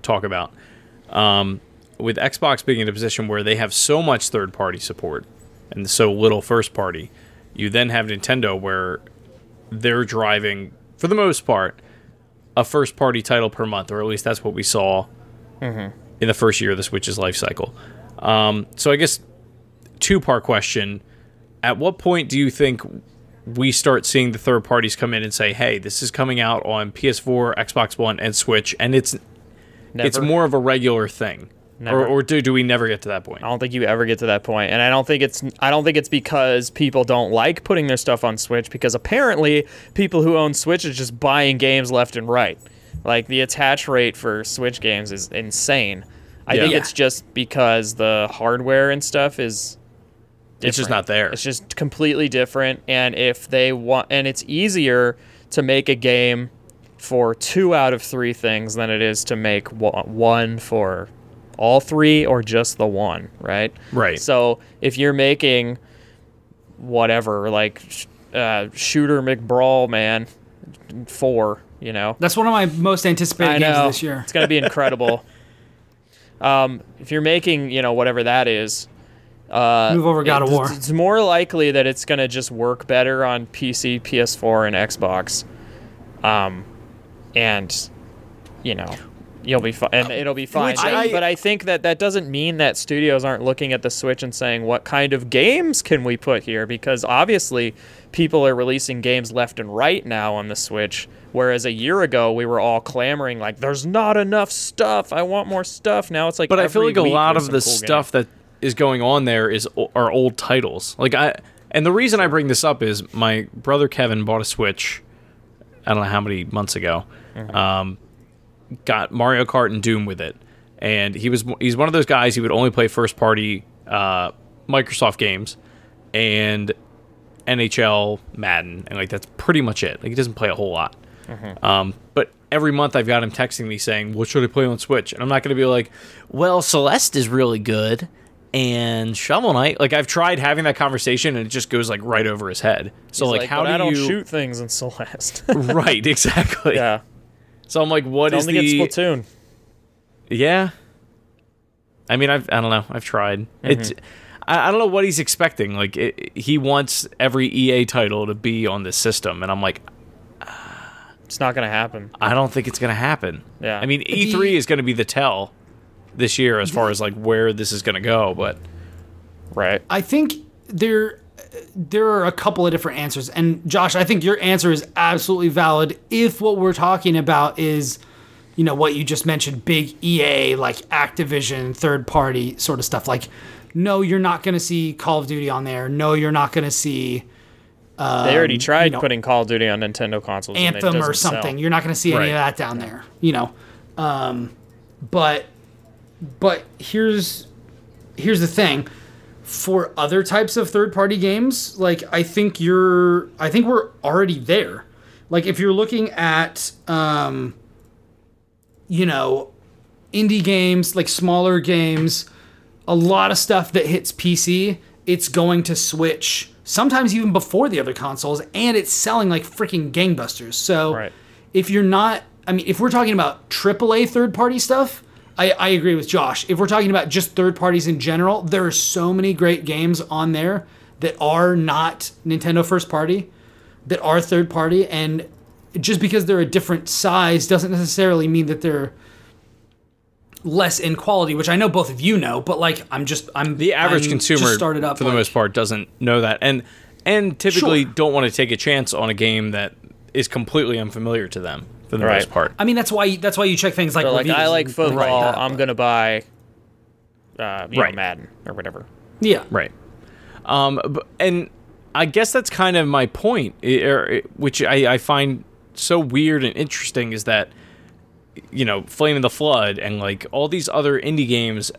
Speaker 2: talk about. Um, with Xbox being in a position where they have so much third party support and so little first party, you then have Nintendo where they're driving, for the most part, a first party title per month, or at least that's what we saw in the first year of the Switch's life cycle. Um, so, I guess, two part question. At what point do you think we start seeing the third parties come in and say, "Hey, this is coming out on PS4, Xbox One, and Switch," and it's
Speaker 4: Never.
Speaker 2: it's more of a regular thing,
Speaker 4: Never.
Speaker 2: or, or do do we never get to that point?
Speaker 4: I don't think you ever get to that point, and I don't think it's I don't think it's because people don't like putting their stuff on Switch because apparently people who own Switch is just buying games left and right. Like the attach rate for Switch games is insane. I
Speaker 2: Yeah.
Speaker 4: think
Speaker 2: Yeah.
Speaker 4: it's just because the hardware and stuff is
Speaker 2: It's just
Speaker 4: different.
Speaker 2: not there.
Speaker 4: It's just completely different. And if they want, and it's easier to make a game for two out of three things than it is to make wa- one for all three or just the one, right?
Speaker 2: Right.
Speaker 4: So if you're making whatever, like sh- uh, Shooter McBrawl, man, four, you know,
Speaker 1: That's one of my most anticipated games this year.
Speaker 4: it's gonna be incredible. um, if you're making, you know, whatever that is, uh,
Speaker 1: Move over God of
Speaker 4: it's,
Speaker 1: War.
Speaker 4: It's more likely that it's gonna just work better on PC, PS4, and Xbox. Um, and you know, you'll be fine, and it'll be fine.
Speaker 2: Which
Speaker 4: But-
Speaker 2: I-
Speaker 4: but I think that that doesn't mean that studios aren't looking at the Switch and saying, what kind of games can we put here? Because obviously, people are releasing games left and right now on the Switch. Whereas a year ago, we were all clamoring, like, there's not enough stuff. I want more stuff. Now it's like,
Speaker 2: but I feel
Speaker 4: every
Speaker 2: like a
Speaker 4: week
Speaker 2: lot
Speaker 4: there's
Speaker 2: of the
Speaker 4: some cool game.
Speaker 2: stuff that is going on there is o- are old titles. Like I, and the reason I bring this up is my brother Kevin bought a Switch. I don't know how many months ago.
Speaker 4: Mm-hmm.
Speaker 2: Um, got Mario Kart and Doom with it, and he was he's one of those guys who would only play first party uh, Microsoft games, and NHL, Madden, and like that's pretty much it. Like he doesn't play a whole lot.
Speaker 4: Mm-hmm.
Speaker 2: Um, but every month I've got him texting me saying, "What should I play on Switch?" And I'm not going to be like, "Well, Celeste is really good." And Shovel Knight, like I've tried having that conversation, and it just goes like right over his head. So
Speaker 4: It's
Speaker 2: like, how
Speaker 4: but
Speaker 2: do
Speaker 4: I don't
Speaker 2: you
Speaker 4: shoot things in Celeste?
Speaker 2: right? Exactly.
Speaker 4: yeah.
Speaker 2: So I'm like, what
Speaker 4: Tell
Speaker 2: is
Speaker 4: them to get
Speaker 2: the
Speaker 4: Splatoon.
Speaker 2: yeah? I mean, I've I don't know. I've tried. It's
Speaker 1: Mm-hmm.
Speaker 2: I, I don't know what he's expecting. Like it, it- he wants every EA title to be on this system, and I'm like,
Speaker 4: It's not going to happen.
Speaker 2: I don't think it's going to happen.
Speaker 4: Yeah.
Speaker 2: I mean, E3 is going to be the tell this year as far as like where this is going to go, but
Speaker 4: Right.
Speaker 2: Uh,
Speaker 1: I think there there are a couple of different answers, and Josh, I think your answer is absolutely valid if what we're talking about is. You know what you just mentioned, big EA like Activision, third party sort of stuff. Like, no, you're not going to see Call of Duty on there. No, you're not going to see
Speaker 4: They
Speaker 2: um,
Speaker 4: already tried
Speaker 1: know,
Speaker 4: putting Call of Duty on Nintendo consoles. and it
Speaker 1: Anthem or
Speaker 4: doesn't sell.
Speaker 1: something. You're not going to see any
Speaker 2: Right.
Speaker 1: of that down there, you know. Um, but but here's here's the thing. For other types of third-party games, like I think you're, I think we're already there. Like if you're looking at, um, you know, indie games, like smaller games, a lot of stuff that hits PC, it's going to Switch, sometimes even before the other consoles, and it's selling like freaking gangbusters. So
Speaker 4: Right.
Speaker 1: if you're not I mean, if we're talking about AAA third party stuff, I, I agree with Josh. If we're talking about just third parties in general, there are so many great games on there that are not Nintendo first party, that are third party, and just because they're a different size doesn't necessarily mean that they're less in quality, which I know both of you know, but like I'm just I'm
Speaker 2: the average
Speaker 1: I'm
Speaker 2: consumer
Speaker 1: just started up
Speaker 2: for the
Speaker 1: like-
Speaker 2: most part doesn't know that and and typically
Speaker 1: Sure.
Speaker 2: don't want to take a chance on a game that is completely unfamiliar to them for the
Speaker 4: Right.
Speaker 2: most part
Speaker 1: I mean that's why that's why you check things like
Speaker 4: They're like,
Speaker 1: reviews
Speaker 4: I like
Speaker 1: and things
Speaker 4: football.
Speaker 1: that,
Speaker 4: I'm
Speaker 1: but-
Speaker 4: gonna buy, uh, you
Speaker 2: Right.
Speaker 4: know, Madden or whatever.
Speaker 1: yeah
Speaker 2: right um b- and i guess that's kind of my point i- er, i- which I, I find so weird and interesting is that you know flame in the flood and like all these other indie games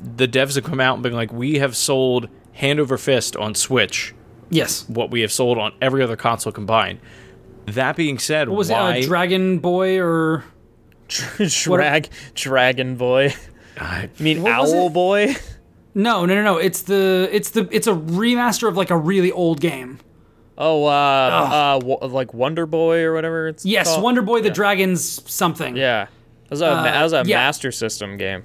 Speaker 2: the devs have come out and been like we have sold hand over fist on switch
Speaker 1: yes.
Speaker 2: what we have sold on every other console combined. That being said,
Speaker 1: What was
Speaker 2: why
Speaker 1: it uh, Dragon Boy or
Speaker 4: Drag, Dragon Boy. I mean,
Speaker 1: What was
Speaker 4: Owl
Speaker 1: it?
Speaker 4: Boy.
Speaker 1: No, no, no, no. It's the it's the it's a remaster of like a really old game.
Speaker 4: Oh, uh, uh, wo- like Wonder Boy or whatever it's
Speaker 1: Yes,
Speaker 4: called.
Speaker 1: Wonder Boy the Dragon's something.
Speaker 4: Oh, Yeah, that was a, that was a
Speaker 1: yeah.
Speaker 4: Master System game.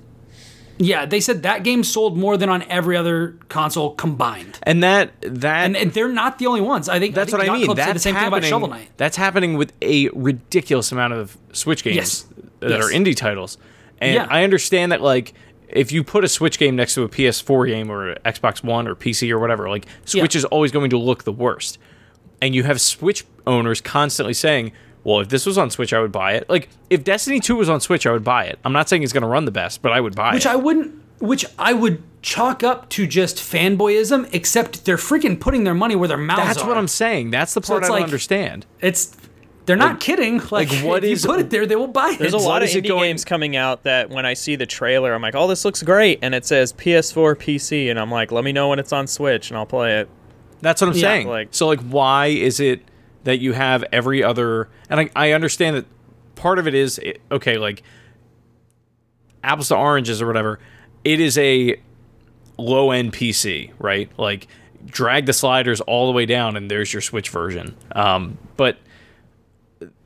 Speaker 1: Yeah, they said that game sold more than on every other console combined.
Speaker 2: and that that
Speaker 1: And, and they're not the only ones. I think
Speaker 2: that's
Speaker 1: I think
Speaker 2: what I
Speaker 1: Yacht
Speaker 2: mean.
Speaker 1: Club
Speaker 2: That's
Speaker 1: said the same thing
Speaker 2: happening.
Speaker 1: about Shovel Knight.
Speaker 2: That's happening with a ridiculous amount of Switch games
Speaker 1: Yes.
Speaker 2: that
Speaker 1: Yes.
Speaker 2: are indie titles, and
Speaker 1: Yeah.
Speaker 2: I understand that like. If you put a Switch game next to a PS4 game or a Xbox One or PC or whatever, like Switch
Speaker 1: Yeah.
Speaker 2: is always going to look the worst. And you have Switch owners constantly saying, "Well, if this was on Switch, I would buy it." Like if Destiny 2 was on Switch, I would buy it. I'm not saying it's going to run the best, but I would buy
Speaker 1: Which
Speaker 2: it.
Speaker 1: I wouldn't which I would chalk up to just fanboyism, except they're freaking putting their money where their mouths
Speaker 2: That's
Speaker 1: are.
Speaker 2: what I'm saying. That's the part
Speaker 1: it's
Speaker 2: I don't
Speaker 1: like-
Speaker 2: understand.
Speaker 1: It's they're not kidding. Like,
Speaker 2: what
Speaker 1: if
Speaker 2: is-
Speaker 1: you put it there, they will buy it.
Speaker 4: There's a lot of
Speaker 2: is it
Speaker 4: indie
Speaker 2: going-
Speaker 4: games coming out that when I see the trailer, I'm like, "Oh, this looks great," and it says PS4, PC, and I'm like, "Let me know when it's on Switch, and I'll play it."
Speaker 2: That's what I'm saying.
Speaker 4: like-
Speaker 2: so like, why is it that you have every other? And I, I understand that part of it is it, okay, like apples to oranges or whatever. It is a low end PC, right? Like drag the sliders all the way down, and there's your Switch version. Um, but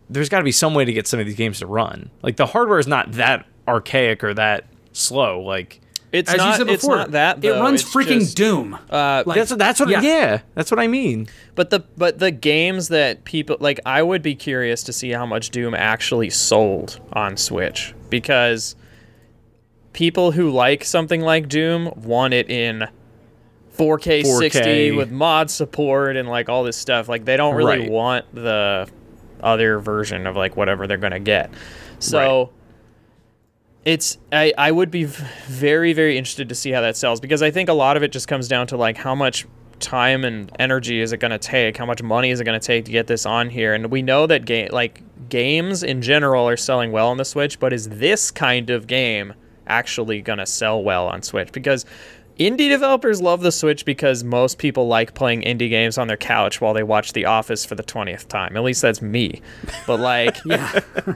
Speaker 2: there's got to be some way to get some of these games to run. Like the hardware is not that archaic or that slow. Like
Speaker 4: It's
Speaker 1: As
Speaker 4: not.
Speaker 1: you said
Speaker 4: it's
Speaker 1: before,
Speaker 4: not that.
Speaker 1: it
Speaker 4: though,
Speaker 1: runs
Speaker 4: it's
Speaker 1: freaking
Speaker 4: just-
Speaker 1: Doom. Uh,
Speaker 2: that's that's what
Speaker 1: yeah.
Speaker 2: yeah that's what I mean.
Speaker 4: But the but the games that people like, I would be curious to see how much Doom actually sold on Switch because people who like something like Doom want it in 4K,
Speaker 2: 4K.
Speaker 4: 60 with mod support and like all this stuff. Like they don't really
Speaker 2: Right.
Speaker 4: want the other version of like whatever they're gonna get. So. It's I, I would be v- very very interested to see how that sells because I think a lot of it just comes down to like how much time and energy is it going to take how much money is it going to take to get this on here and we know that game like games in general are selling well on the Switch but is this kind of game actually going to sell well on Switch because indie developers love the Switch because most people like playing indie games on their couch while they watch The Office for the 20th time at least that's me but like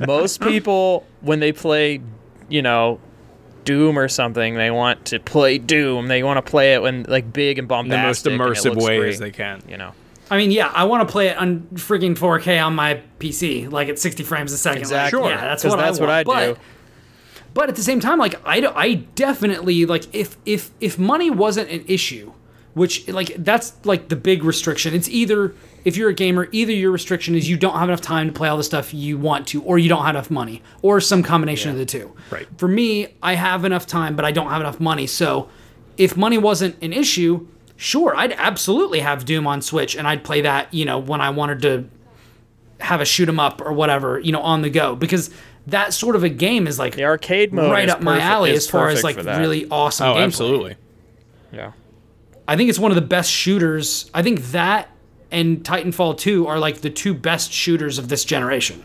Speaker 4: most people when they play you know doom or something they want to play doom they want to play it when like big and
Speaker 2: the most
Speaker 4: bombastic and it
Speaker 2: immersive
Speaker 4: looks
Speaker 2: way
Speaker 4: great,
Speaker 2: as they can.
Speaker 4: you know
Speaker 1: I mean, yeah, I want to play it on freaking 4K on my PC, like at 60 frames a second.
Speaker 4: Exactly.
Speaker 1: Like,
Speaker 4: Sure.
Speaker 1: yeah, that's
Speaker 4: 'Cause
Speaker 1: what
Speaker 4: that's
Speaker 1: I
Speaker 4: what
Speaker 1: want.
Speaker 4: I do.
Speaker 1: But, but at the same time, like I, do- I definitely like if if if money wasn't an issue, which like that's like the big restriction. It's either if you're a gamer, either your restriction is you don't have enough time to play all the stuff you want to, or you don't have enough money, or some combination of the two.
Speaker 2: Right.
Speaker 1: For me, I have enough time, but I don't have enough money. So if money wasn't an issue, sure, I'd absolutely have Doom on Switch and I'd play that, you know, when I wanted to have a shoot 'em up or whatever, you know, on the go. Because that sort of a game is like
Speaker 4: the arcade mode
Speaker 1: right
Speaker 4: is
Speaker 1: up my
Speaker 4: perfect-
Speaker 1: alley
Speaker 4: is
Speaker 1: as far as
Speaker 4: perfect
Speaker 1: like
Speaker 4: for that.
Speaker 1: really awesome
Speaker 2: Oh,
Speaker 1: gameplay.
Speaker 2: absolutely.
Speaker 4: yeah
Speaker 1: I think it's one of the best shooters. I think that and Titanfall 2 are like the two best shooters of this generation.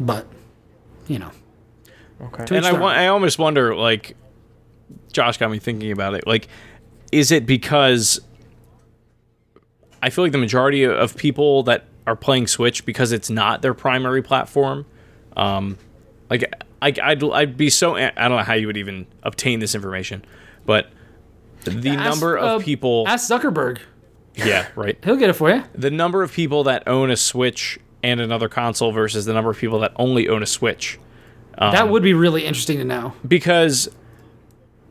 Speaker 1: But you know.
Speaker 4: Okay.
Speaker 1: To
Speaker 2: and
Speaker 1: each
Speaker 2: I,
Speaker 1: their
Speaker 2: wa-
Speaker 1: own.
Speaker 2: I almost wonder like josh got me thinking about it like is it because i feel like the majority of people that are playing switch because it's not their primary platform um like I, I'd, I'd be so i don't know how you would even obtain this information but the
Speaker 1: Ask,
Speaker 2: number of
Speaker 1: uh,
Speaker 2: people
Speaker 1: Ask Zuckerberg.
Speaker 2: yeah right
Speaker 1: He'll get it for you.
Speaker 2: the number of people that own a switch and another console versus the number of people that only own a Switch. Um,
Speaker 1: That would be really interesting to know.
Speaker 2: because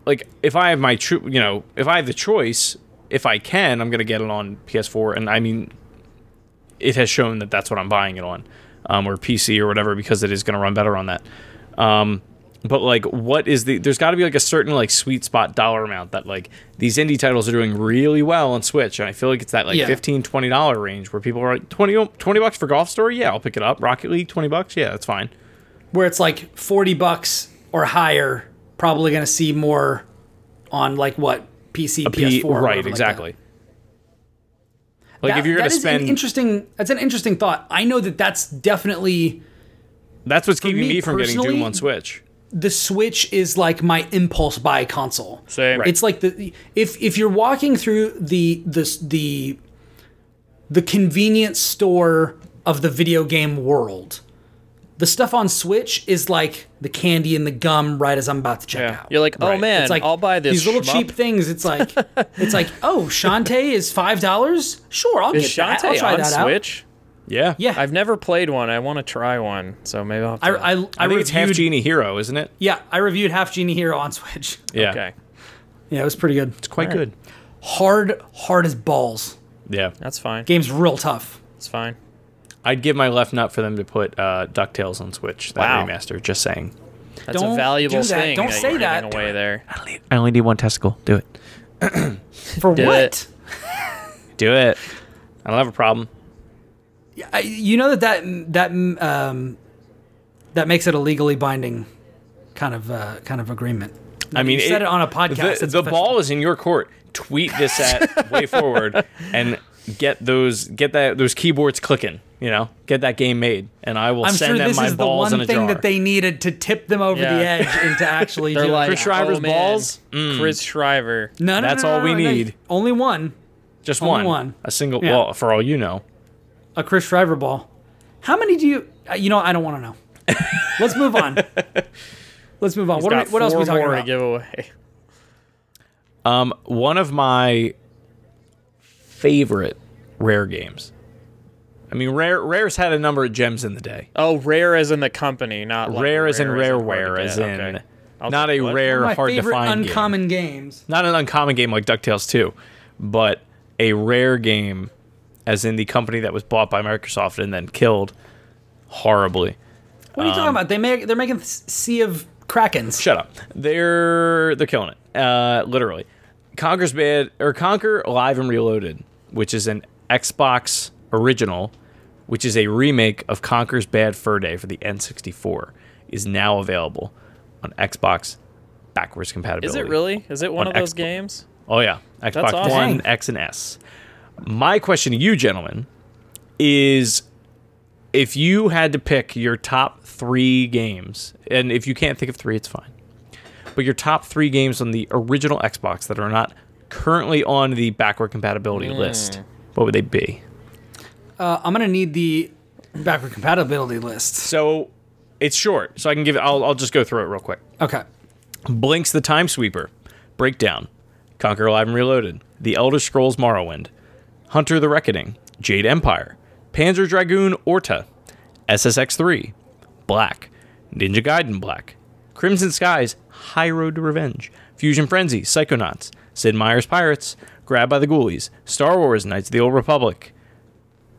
Speaker 2: like if I have my tru- you know if I have the choice, if I can, I'm gonna get it on PS4, and I mean, it has shown that that's what I'm buying it on, um, or PC or whatever because it is gonna run better on that. Um, but like, what is the? There's got to be like a certain like sweet spot dollar amount that like these indie titles are doing really well on Switch, and I feel like it's that like
Speaker 1: Yeah.
Speaker 2: 15 20 dollar range where people are like 20 20 bucks for Golf Story, yeah, I'll pick it up. Rocket League 20 bucks, yeah, that's fine.
Speaker 1: Where it's like 40 bucks or higher, probably going to see more on like what PC,
Speaker 2: P-
Speaker 1: PS4, or whatever
Speaker 2: right,
Speaker 1: like that.
Speaker 2: exactly. Like
Speaker 1: That-
Speaker 2: if you're
Speaker 1: that
Speaker 2: gonna
Speaker 1: is an
Speaker 2: spend,
Speaker 1: interesting, that's an interesting thought. I know that that's definitely
Speaker 2: that's what's keeping
Speaker 1: me
Speaker 2: me, from getting Doom
Speaker 1: personally-
Speaker 2: on Switch.
Speaker 1: the Switch is like my impulse buy console.
Speaker 4: Same.
Speaker 1: It's like the if if you're walking through the the the the convenience store of the video game world, the stuff on Switch is like the candy and the gum right as I'm about to check
Speaker 4: Yeah.
Speaker 1: out.
Speaker 4: You're like, oh
Speaker 2: Right.
Speaker 4: man,
Speaker 1: It's like
Speaker 4: I'll buy this.
Speaker 1: These little
Speaker 4: shmup.
Speaker 1: cheap things. It's like it's like oh, Shantae is five dollars. Sure, I'll
Speaker 4: Is
Speaker 1: get that. I'll
Speaker 4: Shantae
Speaker 1: try
Speaker 4: on
Speaker 1: that out.
Speaker 4: Switch?
Speaker 2: Yeah,
Speaker 1: Yeah,
Speaker 4: I've never played one. I want to try one, so maybe I'll. Have to,
Speaker 1: I I, I,
Speaker 2: I, think
Speaker 1: reviewed,
Speaker 2: it's half genie hero, isn't it?
Speaker 1: Yeah, I reviewed Half Genie Hero on Switch.
Speaker 2: Yeah,
Speaker 4: okay,
Speaker 1: Yeah, it was pretty good.
Speaker 2: it's quite good.
Speaker 1: hard, hard as balls.
Speaker 2: Yeah,
Speaker 4: that's fine.
Speaker 1: Game's real tough.
Speaker 4: It's fine.
Speaker 2: I'd give my left nut for them to put uh, Ducktales on Switch. That
Speaker 4: Wow.
Speaker 2: remaster. Just saying.
Speaker 4: That's
Speaker 1: Don't
Speaker 4: a valuable
Speaker 1: do that.
Speaker 4: thing.
Speaker 1: Don't
Speaker 4: that
Speaker 1: say
Speaker 4: you're
Speaker 1: that.
Speaker 4: giving Away there.
Speaker 2: I only need one testicle. Do it.
Speaker 1: For
Speaker 4: Do
Speaker 1: what?
Speaker 4: it.
Speaker 2: Do it. I don't have a problem.
Speaker 1: I, you know that that that um, that makes it a legally binding kind of uh, kind of agreement.
Speaker 2: I mean,
Speaker 1: you said it on a podcast,
Speaker 2: The,
Speaker 1: it's
Speaker 2: the
Speaker 1: official.
Speaker 2: ball is in your court. Tweet this at Way Forward and get those get that those keyboards clicking. You know, get that game made, and I will
Speaker 1: I'm
Speaker 2: send
Speaker 1: sure
Speaker 2: them
Speaker 1: this
Speaker 2: my
Speaker 1: is the
Speaker 2: balls in
Speaker 1: one
Speaker 2: a
Speaker 1: thing
Speaker 2: jar.
Speaker 1: that they needed to tip them over the
Speaker 4: Yeah.
Speaker 1: edge into actually.
Speaker 4: They're
Speaker 1: doing
Speaker 4: like
Speaker 2: Chris Shriver's
Speaker 4: oh, man,
Speaker 2: balls? Mm.
Speaker 4: Chris Shriver.
Speaker 1: no, no, no,
Speaker 2: that's
Speaker 1: no,
Speaker 2: all we
Speaker 1: no, no,
Speaker 2: need.
Speaker 1: Only one,
Speaker 2: Just
Speaker 1: Only
Speaker 2: one,
Speaker 1: one.
Speaker 2: a single.
Speaker 1: Yeah.
Speaker 2: Well, for all you know,
Speaker 1: a Chris Shriver ball. How many do you? uh, You know, I don't want to know. Let's move on. Let's move on. What, are
Speaker 4: Got
Speaker 1: we, what else are
Speaker 4: four
Speaker 1: we talking
Speaker 4: more
Speaker 1: about?
Speaker 4: to give away?
Speaker 2: um, one of my favorite rare games. I mean, rare. Rare's had a number of gems in the day.
Speaker 4: Oh, rare as in the company, not like
Speaker 2: Rare as in
Speaker 4: hard to
Speaker 2: rareware, as
Speaker 4: get.
Speaker 2: in
Speaker 4: Okay. I'll-
Speaker 2: not a
Speaker 4: what?
Speaker 2: rare,
Speaker 1: My
Speaker 2: hard to
Speaker 1: favorite
Speaker 2: find game.
Speaker 1: uncommon games.
Speaker 2: not an uncommon game like DuckTales 2, but a rare game, as in the company that was bought by Microsoft and then killed horribly.
Speaker 1: What are you talking about? They make they're making s- Sea of Krakens.
Speaker 2: Shut up. They're they're killing it. Uh, literally. Conquer's Bad or Conquer Live and Reloaded, which is an Xbox original, which is a remake of Conquer's Bad Fur Day for the N64, is now available on Xbox backwards
Speaker 4: Is
Speaker 2: compatibility.
Speaker 4: it really? Is it one
Speaker 2: On
Speaker 4: of those
Speaker 2: Xbox.
Speaker 4: games?
Speaker 2: Oh yeah, Xbox
Speaker 4: awesome.
Speaker 2: One, X, and S. My question to you, gentlemen, is if you had to pick your top three games, and if you can't think of three, it's fine. But your top three games on the original Xbox that are not currently on the backward compatibility list, what would they be?
Speaker 1: Uh, I'm gonna need the backward compatibility list.
Speaker 2: So it's short, so I can give. I'll I'll just go through it real quick.
Speaker 1: Okay.
Speaker 2: Blinks the Time Sweeper, Breakdown, Conquer Alive and Reloaded, The Elder Scrolls Morrowind, Hunter the Reckoning, Jade Empire, Panzer Dragoon Orta, SSX 3, Black, Ninja Gaiden Black, Crimson Skies, High Road to Revenge, Fusion Frenzy, Psychonauts, Sid Meier's Pirates, Grab by the Ghoulies, Star Wars Knights of the Old Republic,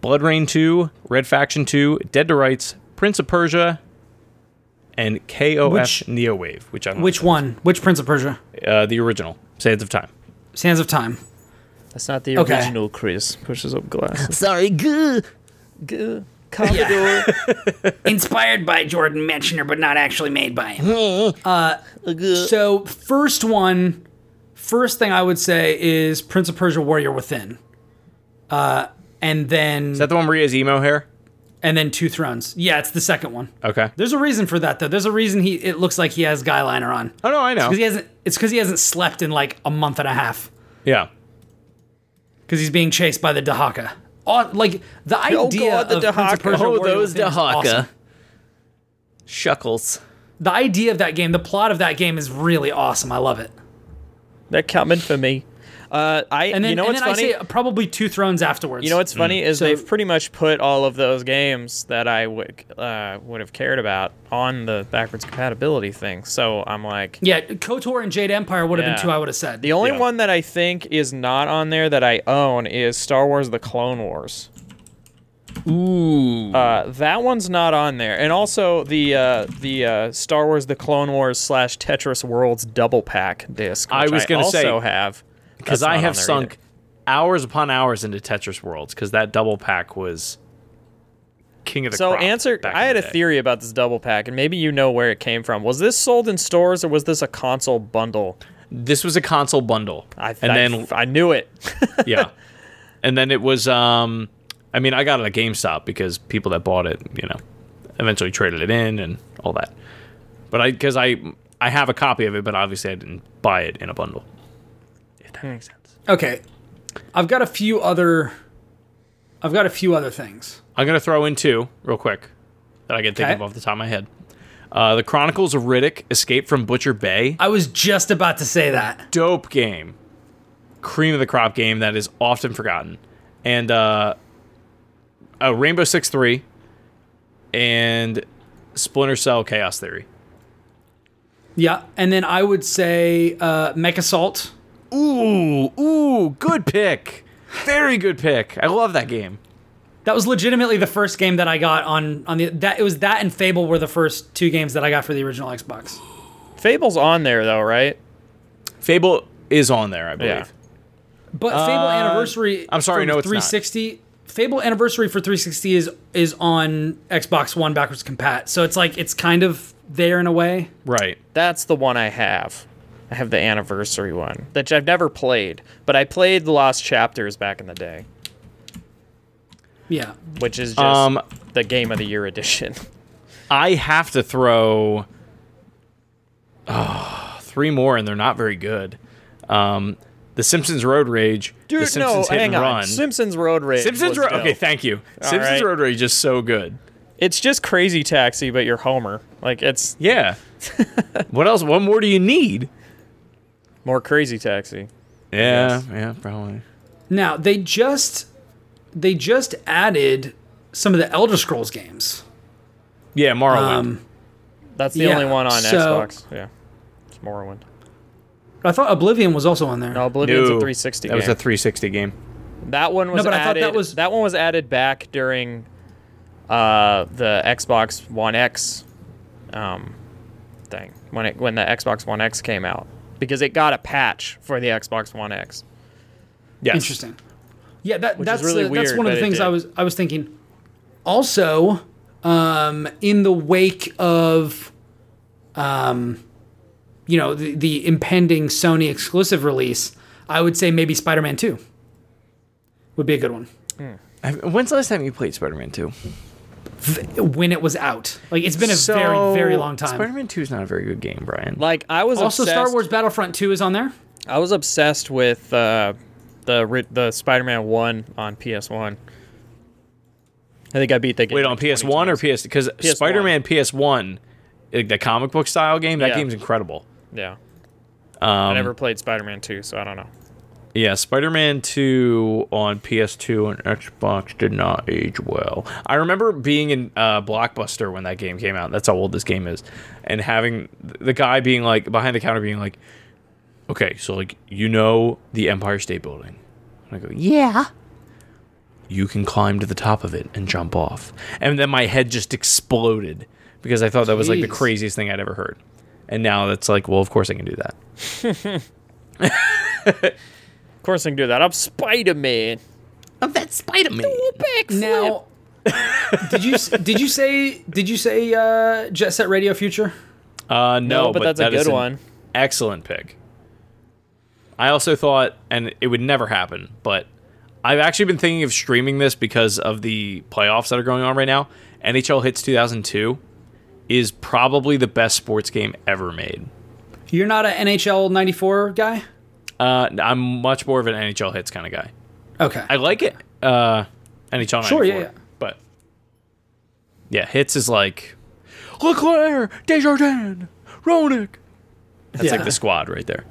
Speaker 2: Blood Rain 2, Red Faction 2, Dead to Rights, Prince of Persia, and KOF
Speaker 1: Which-
Speaker 2: Neo Wave, which I don't know
Speaker 1: Which one? Which Prince of Persia?
Speaker 2: uh, the original Sands of Time.
Speaker 1: Sands of Time.
Speaker 4: That's not the
Speaker 1: Okay.
Speaker 4: original Chris. Pushes up glasses.
Speaker 3: Sorry, goo, goo. Commodore,
Speaker 1: Inspired by Jordan Mentioner, but not actually made by him.
Speaker 3: goo.
Speaker 1: Uh, So first one, first thing I would say is Prince of Persia: Warrior Within, uh, and then
Speaker 2: Is that the one where he has emo hair?
Speaker 1: and then Two Thrones. Yeah, it's the second one.
Speaker 2: Okay.
Speaker 1: There's a reason for that though. There's a reason he it looks like he has guy liner on.
Speaker 2: Oh no, I know.
Speaker 1: Because he hasn't. It's because he hasn't slept in like a month and a half.
Speaker 2: yeah.
Speaker 1: because he's being chased by the Dahaka. Aw- like the idea
Speaker 4: God, the
Speaker 1: of Prince of
Speaker 4: Dahaka.
Speaker 1: Persia
Speaker 4: Oh,
Speaker 1: Warrior
Speaker 4: those
Speaker 1: Within is awesome.
Speaker 2: Shuckles.
Speaker 1: The idea of that game, the plot of that game is really awesome. I love it.
Speaker 4: They're coming for me. Uh, I
Speaker 1: And then,
Speaker 4: you know
Speaker 1: and
Speaker 4: what's
Speaker 1: then I
Speaker 4: funny?
Speaker 1: say probably two thrones afterwards.
Speaker 4: You know
Speaker 2: Mm.
Speaker 4: what's funny is
Speaker 1: So-
Speaker 4: they've pretty much put all of those games that I would uh, would have cared about on the backwards compatibility thing. So I'm like,
Speaker 1: Yeah, KOTOR and Jade Empire would have
Speaker 4: Yeah.
Speaker 1: been two I would have said.
Speaker 4: the only
Speaker 2: Yeah.
Speaker 4: one that I think is not on there that I own is Star Wars: The Clone Wars.
Speaker 3: Ooh.
Speaker 4: Uh, that one's not on there, and also the uh, the uh, Star Wars: The Clone Wars slash Tetris Worlds double pack disc.
Speaker 2: I
Speaker 4: which
Speaker 2: was gonna
Speaker 4: also
Speaker 2: say,
Speaker 4: have
Speaker 2: because
Speaker 4: That's
Speaker 2: I
Speaker 4: not
Speaker 2: have
Speaker 4: on there
Speaker 2: sunk
Speaker 4: either.
Speaker 2: hours upon hours into Tetris Worlds because that double pack was king of the
Speaker 4: So
Speaker 2: crop
Speaker 4: answer.
Speaker 2: back in
Speaker 4: I had
Speaker 2: the
Speaker 4: a
Speaker 2: day.
Speaker 4: theory about this double pack, and maybe you know where it came from. Was this sold in stores, or was this a console bundle?
Speaker 2: This was a console bundle,
Speaker 4: I,
Speaker 2: and
Speaker 4: I-
Speaker 2: then
Speaker 4: I knew it.
Speaker 2: yeah, and then it was. Um, I mean, I got it at GameStop because people that bought it, you know, eventually traded it in and all that. But I because I I have a copy of it, but obviously I didn't buy it in a bundle. If that makes sense.
Speaker 1: Okay. I've got a few other I've got a few other things.
Speaker 2: I'm gonna throw in two real quick that I can think
Speaker 1: Okay.
Speaker 2: of off the top of my head. Uh, the Chronicles of Riddick: Escape from Butcher Bay.
Speaker 1: I was just about to say that.
Speaker 2: dope game, cream of the crop game that is often forgotten, and uh, uh, Rainbow Six Three, and Splinter Cell Chaos Theory.
Speaker 1: Yeah, and then I would say uh Mech Assault.
Speaker 2: Ooh, ooh, good pick, very good pick. I love that game.
Speaker 1: That was legitimately the first game that I got on on the that it was that and Fable were the first two games that I got for the original Xbox.
Speaker 4: Fable's on there though, right?
Speaker 2: Fable is on there, I believe.
Speaker 4: Yeah.
Speaker 1: But Fable Anniversary
Speaker 2: Uh, I'm sorry,
Speaker 1: for
Speaker 2: no, it's not.
Speaker 1: 360 Fable Anniversary for 360 is is on Xbox One backwards compat. So it's like it's kind of there in a way.
Speaker 2: Right.
Speaker 4: That's the one I have. I have the anniversary one that I've never played, but I played the Lost Chapters back in the day,
Speaker 1: Yeah.
Speaker 4: which is just
Speaker 2: Um,
Speaker 4: the Game of the Year edition.
Speaker 2: I have to throw oh, three more, and they're not very good. Um, the Simpsons Road Rage, The Simpsons Hit and Run,
Speaker 4: Simpsons Road Rage.
Speaker 2: Simpsons
Speaker 4: was
Speaker 2: Road.
Speaker 4: dope.
Speaker 2: Okay, thank you. Simpsons
Speaker 4: right.
Speaker 2: Road Rage is so good.
Speaker 4: it's just Crazy Taxi, but you're Homer. Like it's
Speaker 2: Yeah. what else? What more do you need?
Speaker 4: more Crazy Taxi.
Speaker 2: Yeah. Yeah. Probably.
Speaker 1: Now they just they just added some of the Elder Scrolls games.
Speaker 2: Yeah. Morrowind.
Speaker 1: Um,
Speaker 4: That's the
Speaker 1: Yeah,
Speaker 4: only one on
Speaker 1: so-
Speaker 4: Xbox. Yeah, it's Morrowind.
Speaker 1: I thought Oblivion was also on there.
Speaker 4: No, Oblivion's a 360
Speaker 2: That was
Speaker 4: game.
Speaker 2: a 360 game.
Speaker 4: That one was
Speaker 1: but I thought
Speaker 4: added.
Speaker 1: that
Speaker 4: That,
Speaker 1: was-
Speaker 4: one was added back during uh, the Xbox One X um, thing when it when the Xbox One X came out because it got a patch for the Xbox One X.
Speaker 2: Yes.
Speaker 1: Interesting. Yeah, that
Speaker 4: Which is
Speaker 1: that's
Speaker 4: really
Speaker 1: the- that's
Speaker 4: weird,
Speaker 1: one of
Speaker 4: but
Speaker 1: the
Speaker 4: it
Speaker 1: things I
Speaker 4: did.
Speaker 1: was I was thinking. Also, um, in the wake of, um, you know, the, the impending Sony exclusive release, I would say maybe Spider-Man Two would be a good one
Speaker 2: I- When's the last time you played Spider-Man 2?
Speaker 1: when it was out. Like it's been a very very long time.
Speaker 2: Spider-Man 2 is not a very good game, Brian.
Speaker 4: Like I was
Speaker 1: also,
Speaker 4: obsessed,
Speaker 1: Star Wars Battlefront Two is on there.
Speaker 4: I was obsessed with uh, the ri- the Spider Man One on PS One. I think I beat that game.
Speaker 2: Wait
Speaker 4: like
Speaker 2: on
Speaker 4: 20
Speaker 2: PS1 or
Speaker 4: times.
Speaker 2: PS? Because
Speaker 4: PS1.
Speaker 2: Spider-Man PS1, like the comic book style game, that
Speaker 4: Yeah.
Speaker 2: game's incredible.
Speaker 4: Yeah,
Speaker 2: Um,
Speaker 4: I never played Spider Man Two, so I don't know.
Speaker 2: Yeah, Spider Man 2 on PS2 and Xbox did not age well. I remember being in uh, Blockbuster when that game came out. That's how old this game is. And having the guy being like, behind the counter, being like, okay, so like, you know the Empire State Building. And I go, yeah. You can climb to the top of it and jump off. And then my head just exploded because I thought that was like the
Speaker 1: Jeez.
Speaker 2: craziest thing I'd ever heard. And now that's like, well, of course I can do that.
Speaker 4: Of course, I can do that. I'm Spider Man.
Speaker 2: I'm that Spider Man.
Speaker 1: Now, did you did you say did you say uh, Jet Set Radio Future?
Speaker 2: Uh, no,
Speaker 4: but that's a
Speaker 2: that is
Speaker 4: good
Speaker 2: an
Speaker 4: one.
Speaker 2: Excellent pick. I also thought, and it would never happen, but I've actually been thinking of streaming this because of the playoffs that are going on right now. NHL Hits 2002 is probably the best sports game ever made.
Speaker 1: You're not an NHL '94 guy.
Speaker 2: Uh, I'm much more of an NHL Hits kind of guy.
Speaker 1: Okay.
Speaker 2: I like it. Uh, NHL 94.
Speaker 1: Sure, yeah, yeah.
Speaker 2: But yeah, Hits is like Leclaire, Desjardins, Ronick. That's
Speaker 1: Yeah.
Speaker 2: like the squad right there.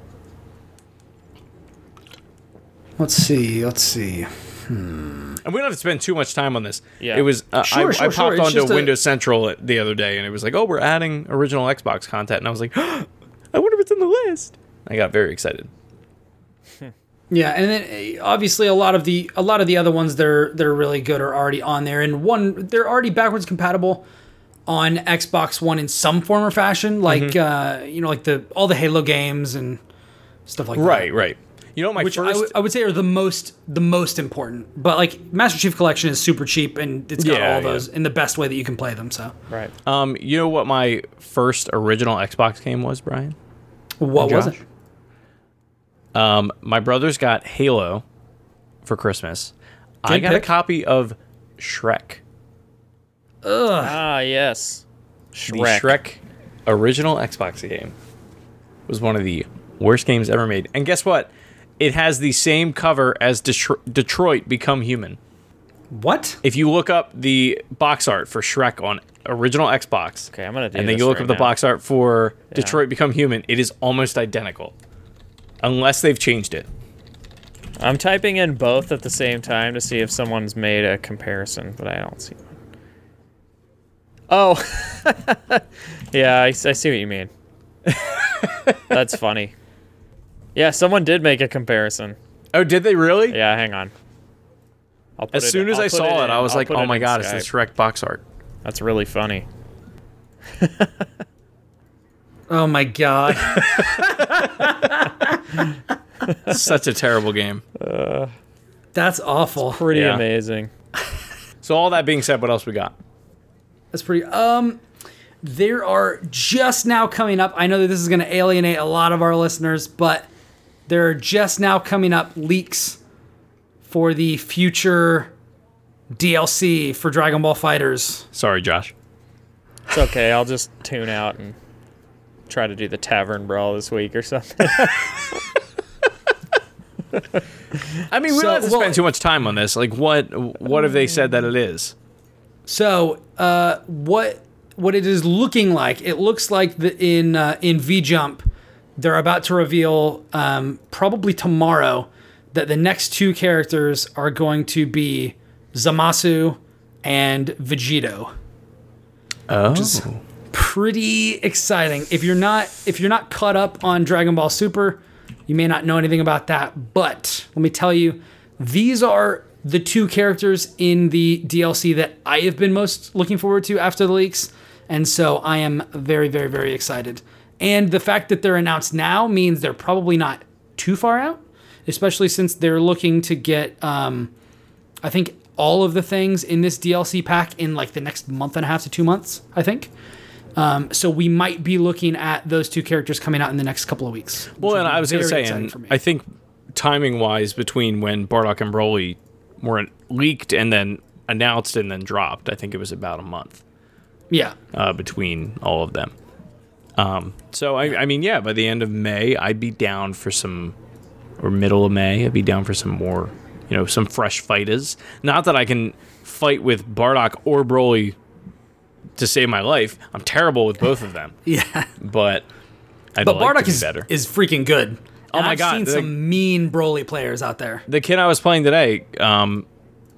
Speaker 1: Let's see. Let's see.
Speaker 2: And we don't have to spend too much time on this.
Speaker 4: Yeah.
Speaker 2: It was uh,
Speaker 1: Sure,
Speaker 2: I,
Speaker 1: sure,
Speaker 2: I
Speaker 1: sure.
Speaker 2: popped
Speaker 1: It's just
Speaker 2: onto
Speaker 1: a-
Speaker 2: Windows Central the other day and it was like, "Oh, we're adding original Xbox content." And I was like, "I wonder if it's in the list." I got very excited.
Speaker 1: Yeah, and then eh, obviously a lot of the a lot of the other ones that are that are really good are already on there, and one they're already backwards compatible on Xbox One in some form or fashion, like
Speaker 2: Mm-hmm.
Speaker 1: uh, you know, like the all the Halo games and stuff like
Speaker 2: Right,
Speaker 1: that.
Speaker 2: right. You know, my
Speaker 1: Which I
Speaker 2: first
Speaker 1: would- I would say are the most the most important, but like Master Chief Collection is super cheap and it's got
Speaker 2: Yeah,
Speaker 1: all
Speaker 2: yeah.
Speaker 1: those in the best way that you can play them. So
Speaker 4: Right.
Speaker 2: um you know what my first original Xbox game was, Brian?
Speaker 1: what was it?
Speaker 2: Josh? Um my brothers got Halo for Christmas. I
Speaker 1: Good
Speaker 2: got a
Speaker 1: pick.
Speaker 2: copy of Shrek.
Speaker 4: Ah, yes.
Speaker 2: The
Speaker 4: Shrek.
Speaker 2: Shrek. original Xbox game was one of the worst games ever made. And guess what? It has the same cover as Detro- Detroit Become Human.
Speaker 1: What?
Speaker 2: If you look up the box art for Shrek on original Xbox,
Speaker 4: Okay, I'm gonna do
Speaker 2: and then
Speaker 4: this
Speaker 2: you look
Speaker 4: right
Speaker 2: up the
Speaker 4: now.
Speaker 2: box art for Detroit Become Human, it is almost identical, unless they've changed it.
Speaker 4: I'm typing in both at the same time to see if someone's made a comparison, but I don't see one. Oh, yeah, I, s- I see what you mean. That's funny. Yeah, someone did make a comparison.
Speaker 2: Oh, did they really?
Speaker 4: Yeah, hang on. I'll put
Speaker 2: As
Speaker 4: it-
Speaker 2: soon as
Speaker 4: I'll
Speaker 2: I
Speaker 4: put
Speaker 2: saw it,
Speaker 4: in-
Speaker 2: I was
Speaker 4: I'll
Speaker 2: like,
Speaker 4: put
Speaker 2: "Oh
Speaker 4: it
Speaker 2: my
Speaker 4: in
Speaker 2: god,
Speaker 4: Skype.
Speaker 2: it's the Shrek box art."
Speaker 4: That's really funny.
Speaker 1: Oh my god!
Speaker 2: Such a terrible game.
Speaker 1: That's awful.
Speaker 4: Pretty
Speaker 2: Yeah.
Speaker 4: amazing.
Speaker 2: So, all that being said, what else we got?
Speaker 1: That's pretty. Um, there are just now coming up. I know that this is going to alienate a lot of our listeners, but there are just now coming up leaks for the future DLC for Dragon Ball Fighters.
Speaker 2: Sorry, Josh.
Speaker 4: It's okay. I'll just tune out and try to do the tavern brawl this week or something.
Speaker 2: I mean, we
Speaker 1: So-
Speaker 2: don't have to
Speaker 1: well-
Speaker 2: spend too much time on this. Like, what what have they said that it is?
Speaker 1: So, uh, what what it is looking like? It looks like the, in uh, in V Jump, they're about to reveal um, probably tomorrow that the next two characters are going to be Zamasu and Vegito.
Speaker 2: Oh,
Speaker 1: Pretty exciting. If you're not if you're not caught up on Dragon Ball Super, you may not know anything about that. But let me tell you, these are the two characters in the DLC that I have been most looking forward to after the leaks. And so I am very, very, very excited. And the fact that they're announced now means they're probably not too far out, especially since they're looking to get, um, I think, all of the things in this DLC pack in like the next month and a half to two months, I think. Um, so we might be looking at those two characters coming out in the next couple of weeks. which
Speaker 2: well,
Speaker 1: will
Speaker 2: and
Speaker 1: be
Speaker 2: I was going to
Speaker 1: very
Speaker 2: say,
Speaker 1: exciting
Speaker 2: and
Speaker 1: for me.
Speaker 2: I think timing wise, between when Bardock and Broly were leaked and then announced and then dropped, I think it was about a month
Speaker 1: yeah.
Speaker 2: uh, between all of them. Um, so I, I mean, yeah, by the end of May, I'd be down for some, or middle of May, I'd be down for some more, you know, some fresh fighters. Not that I can fight with Bardock or Broly to save my life. I'm terrible with both of them.
Speaker 1: Yeah.
Speaker 2: but I'd
Speaker 1: But
Speaker 2: like to
Speaker 1: Bardock
Speaker 2: be
Speaker 1: is
Speaker 2: better.
Speaker 1: is freaking good. Oh
Speaker 2: my
Speaker 1: I've
Speaker 2: God,
Speaker 1: Seen
Speaker 2: the-
Speaker 1: some mean Broly players out there.
Speaker 2: the kid I was playing today, um,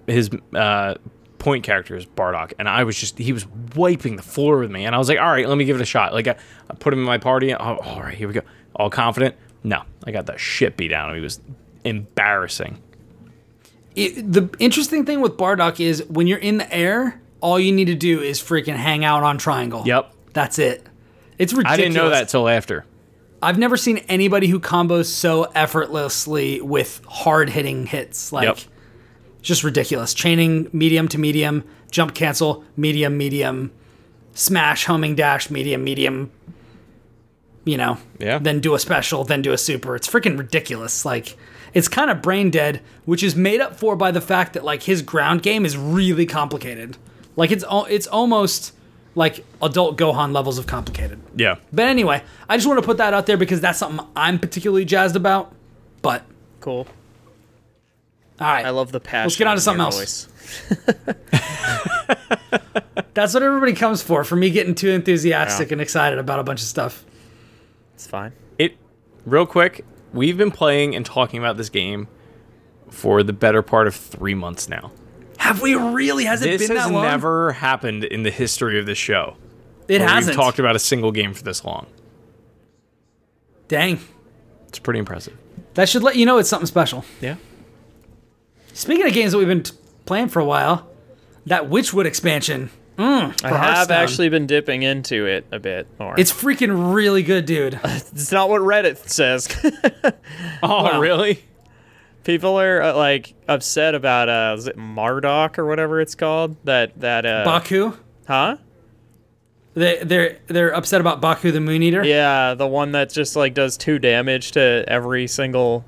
Speaker 2: his uh, point character is Bardock, and I was just he was wiping the floor with me, and I was like, all right, let me give it a shot. Like I, I put him in my party. Oh, all right, here we go. All confident. No, I got the shit beat out of me. It was embarrassing.
Speaker 1: It, the interesting thing with Bardock is when you're in the air, all you need to do is freaking hang out on triangle.
Speaker 2: Yep.
Speaker 1: That's it. It's ridiculous.
Speaker 2: I didn't know that till after.
Speaker 1: I've never seen anybody who combos so effortlessly with hard hitting hits. Like,
Speaker 2: Yep.
Speaker 1: just ridiculous. Chaining medium to medium, jump cancel, medium, medium, smash, homing dash, medium, medium. You know,
Speaker 2: Yeah.
Speaker 1: Then do a special, then do a super. It's freaking ridiculous. Like, it's kind of brain dead, which is made up for by the fact that like his ground game is really complicated. Like it's al- it's almost like adult Gohan levels of complicated.
Speaker 2: Yeah.
Speaker 1: But anyway, I just want to put that out there because that's something I'm particularly jazzed about. But
Speaker 4: cool.
Speaker 1: all right,
Speaker 4: I love the passion.
Speaker 1: Let's get on to
Speaker 4: in
Speaker 1: something
Speaker 4: your
Speaker 1: else.
Speaker 4: voice.
Speaker 1: that's what everybody comes for for me getting too enthusiastic
Speaker 4: Yeah.
Speaker 1: and excited about a bunch of stuff.
Speaker 4: It's fine.
Speaker 2: It real quick. We've been playing and talking about this game for the better part of three months now.
Speaker 1: Have we really? Has it
Speaker 2: This
Speaker 1: been
Speaker 2: has
Speaker 1: that long?
Speaker 2: never happened in the history of this show.
Speaker 1: it
Speaker 2: where
Speaker 1: hasn't.
Speaker 2: We've talked about a single game for this long.
Speaker 1: Dang,
Speaker 2: It's pretty impressive.
Speaker 1: that should let you know it's something special.
Speaker 2: Yeah.
Speaker 1: Speaking of games that we've been t- playing for a while, that Witchwood expansion. Mm, for
Speaker 4: I have
Speaker 1: Hearthstone.
Speaker 4: actually been dipping into it a bit more.
Speaker 1: It's freaking really good, dude.
Speaker 4: it's not what Reddit says.
Speaker 2: Oh, really?
Speaker 4: People are uh, like upset about uh, is it Mardok or whatever it's called that that uh,
Speaker 1: Baku.
Speaker 4: huh?
Speaker 1: They, they're they're upset about Baku the Moon Eater.
Speaker 4: Yeah, the one that just like does two damage to every single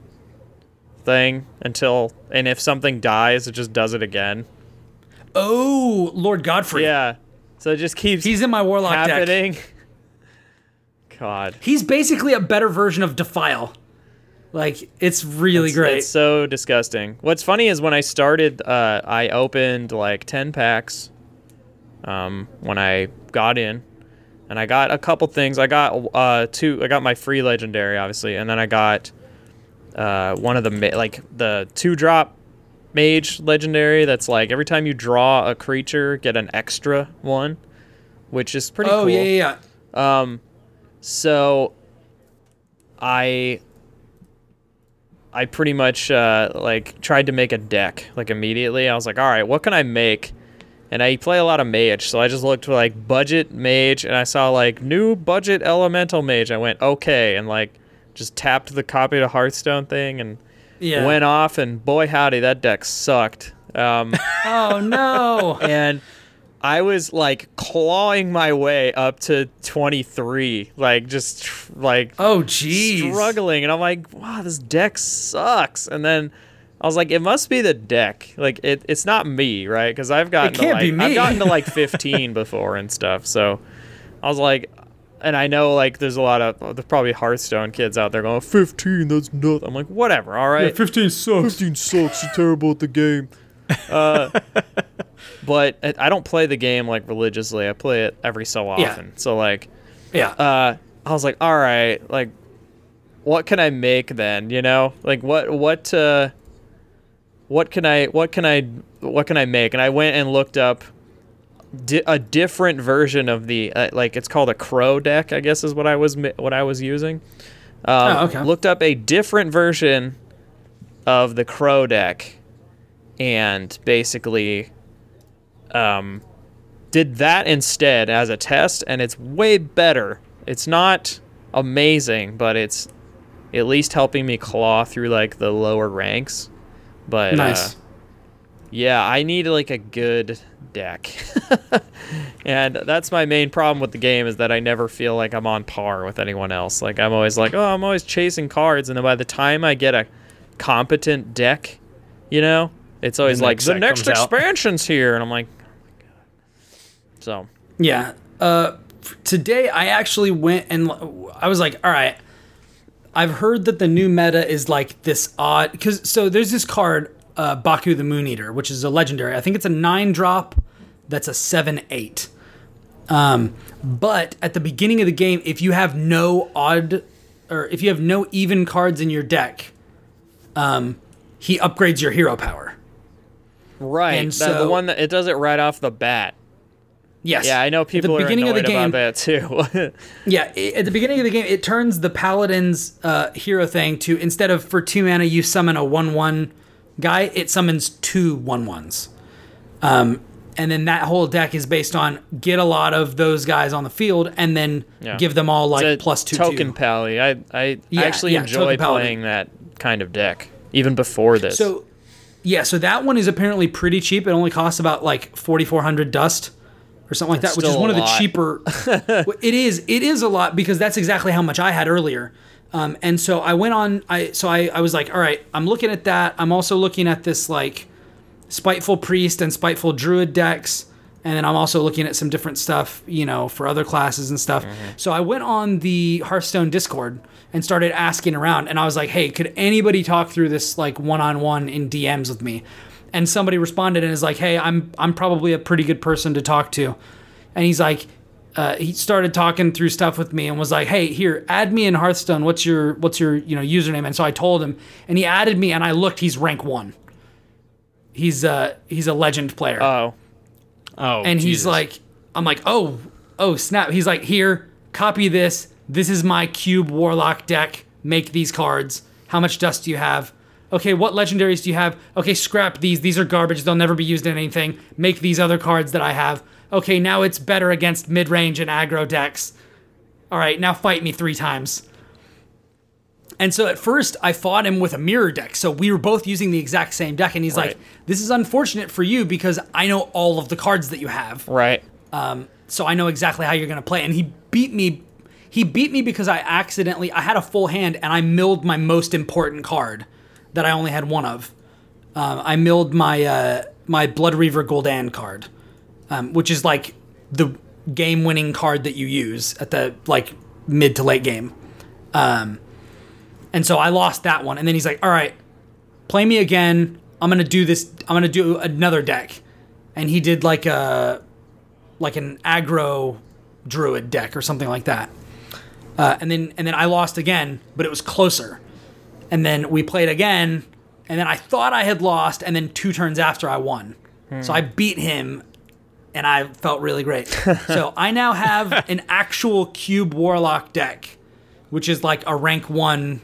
Speaker 4: thing until and if something dies, it just does it again.
Speaker 1: Oh, Lord Godfrey.
Speaker 4: Yeah, so it just keeps
Speaker 1: He's in my Warlock deck.
Speaker 4: happening. God,
Speaker 1: He's basically a better version of Defile. Like it's really
Speaker 4: It's-
Speaker 1: great.
Speaker 4: It's so disgusting. What's funny is when I started, uh, I opened like ten packs. Um, when I got in, and I got a couple things. I got uh two. I got my free legendary, obviously, and then I got uh one of the ma- like the two drop mage legendary. That's like every time you draw a creature, get an extra one, which is pretty.
Speaker 1: oh
Speaker 4: cool.
Speaker 1: yeah, yeah, yeah.
Speaker 4: So I I pretty much uh, like tried to make a deck like immediately. I was like, all right, what can I make? And I play a lot of mage, so I just looked for like budget mage, and I saw like new budget elemental mage. I went okay, and like just tapped the copy to Hearthstone thing and
Speaker 1: Yeah.
Speaker 4: went off. And boy howdy, that deck sucked. Um,
Speaker 1: oh no.
Speaker 4: and I was like clawing my way up to 23, like just tr- like
Speaker 1: Oh jeez.
Speaker 4: struggling, and I'm like, wow, this deck sucks. And then I was like, it must be the deck, like it, it's not me, right? Because I've gotten
Speaker 1: can't
Speaker 4: to
Speaker 1: be
Speaker 4: like I've
Speaker 1: me.
Speaker 4: gotten to like 15 before and stuff. So I was like. And I know, like, there's a lot of uh, there's probably Hearthstone kids out there going, 15, that's nothing. I'm like, whatever, all right.
Speaker 1: 15 sucks.
Speaker 4: 15 sucks. You're terrible at the game. Uh, but I- I don't play the game like religiously. I play it every so often.
Speaker 1: Yeah.
Speaker 4: So like,
Speaker 1: Yeah.
Speaker 4: uh, I was like, all right, like, what can I make then? You know, like what what uh, what can I what can I what can I make? And I went and looked up di- a different version of the uh, like it's called a crow deck, I guess is what I was mi- what I was using. Um,
Speaker 1: Oh, okay.
Speaker 4: Looked up a different version of the crow deck, and basically, um, did that instead as a test, and it's way better. It's not amazing, but it's at least helping me claw through like the lower ranks. But uh,
Speaker 1: nice.
Speaker 4: yeah, I need like a good deck. and that's my main problem with the game is that I never feel like I'm on par with anyone else. Like I'm always like, "Oh, I'm always chasing cards." And then by the time I get a competent deck, you know, it's always
Speaker 2: The
Speaker 4: like
Speaker 2: next
Speaker 4: the
Speaker 2: deck
Speaker 4: next
Speaker 2: comes out."
Speaker 4: expansion's here and I'm like, "Oh my god." So,
Speaker 1: Yeah. Uh, f- today I actually went and l- I was like, all right, I've heard that the new meta is like this odd because so there's this card, uh, Baku the Moon Eater, which is a legendary. I think it's a nine drop. That's a seven eight. Um, but at the beginning of the game, if you have no odd or if you have no even cards in your deck, um, he upgrades your hero power.
Speaker 4: right,
Speaker 1: And
Speaker 4: that- the
Speaker 1: so-
Speaker 4: one that it does it right off the bat.
Speaker 1: Yes.
Speaker 4: Yeah, I know people
Speaker 1: at the beginning
Speaker 4: are
Speaker 1: of
Speaker 4: annoyed
Speaker 1: the game,
Speaker 4: about that too.
Speaker 1: Yeah, i at the beginning of the game, it turns the paladin's uh, hero thing to instead of for two mana you summon a one-one guy, it summons two one-ones, um, and then that whole deck is based on get a lot of those guys on the field and then
Speaker 4: Yeah.
Speaker 1: give them all like
Speaker 4: the
Speaker 1: plus two
Speaker 4: token
Speaker 1: two.
Speaker 4: pally. I I
Speaker 1: Yeah,
Speaker 4: actually
Speaker 1: yeah,
Speaker 4: enjoy
Speaker 1: token pally.
Speaker 4: playing that kind of deck even before this.
Speaker 1: So, yeah, so that one is apparently pretty cheap. It only costs about like forty four hundred dust or something like that, which is
Speaker 4: still
Speaker 1: one
Speaker 4: a
Speaker 1: of the
Speaker 4: lot.
Speaker 1: cheaper. Well, it is. It is a lot because that's exactly how much I had earlier. Um, and so I went on. I so I, I was like, all right, I'm looking at that. I'm also looking at this like spiteful priest and spiteful druid decks. And then I'm also looking at some different stuff, you know, for other classes and stuff. So I went on the Hearthstone Discord and started asking around. And I was like, hey, could anybody talk through this like one on one in DMs with me? And somebody responded and is like, hey, I'm I'm probably a pretty good person to talk to. And he's like, uh, he started talking through stuff with me and was like, "Hey, here, add me in Hearthstone. What's your what's your you know username?" And so I told him, and he added me, and I looked. He's rank one. He's uh he's a legend player,
Speaker 4: Oh,
Speaker 2: Oh,
Speaker 1: and he's
Speaker 2: Jesus.
Speaker 1: like, "I'm like, oh oh snap." He's like, "Here, copy this. This is my cube warlock deck. Make these cards. How much dust do you have?" Okay, what legendaries do you have? Okay, scrap these. These are garbage. They'll never be used in anything. Make these other cards that I have. Okay, now it's better against mid range and aggro decks. All right, now fight me three times. And so at first, I fought him with a mirror deck. So we were both using the exact same deck. And he's like,
Speaker 4: Right.
Speaker 1: This is unfortunate for you because I know all of the cards that you have.
Speaker 4: right.
Speaker 1: So I know exactly how you're going to play. And he beat me. He beat me because I accidentally, I had a full hand and I milled my most important card that I only had one of. Um, I milled my, uh, my Blood Reaver Gul'dan card, um, which is like the game winning card that you use at the like mid to late game. Um, And so I lost that one. And then he's like, all right, play me again. I'm gonna do this. I'm gonna do another deck. And he did like a like an aggro druid deck or something like that. Uh, and then and then I lost again, but it was closer. And then we played again. And then I thought I had lost. And then two turns after, I won. So I beat him. And I felt really great. so I now have an actual cube warlock deck, which is like a rank one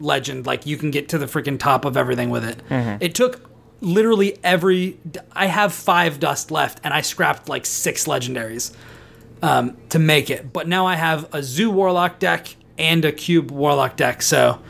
Speaker 1: legend. Like you can get to the freaking top of everything with it. It took literally every. I have five dust left, and I scrapped like six legendaries um, to make it. But now I have a zoo warlock deck and a cube warlock deck. So uh,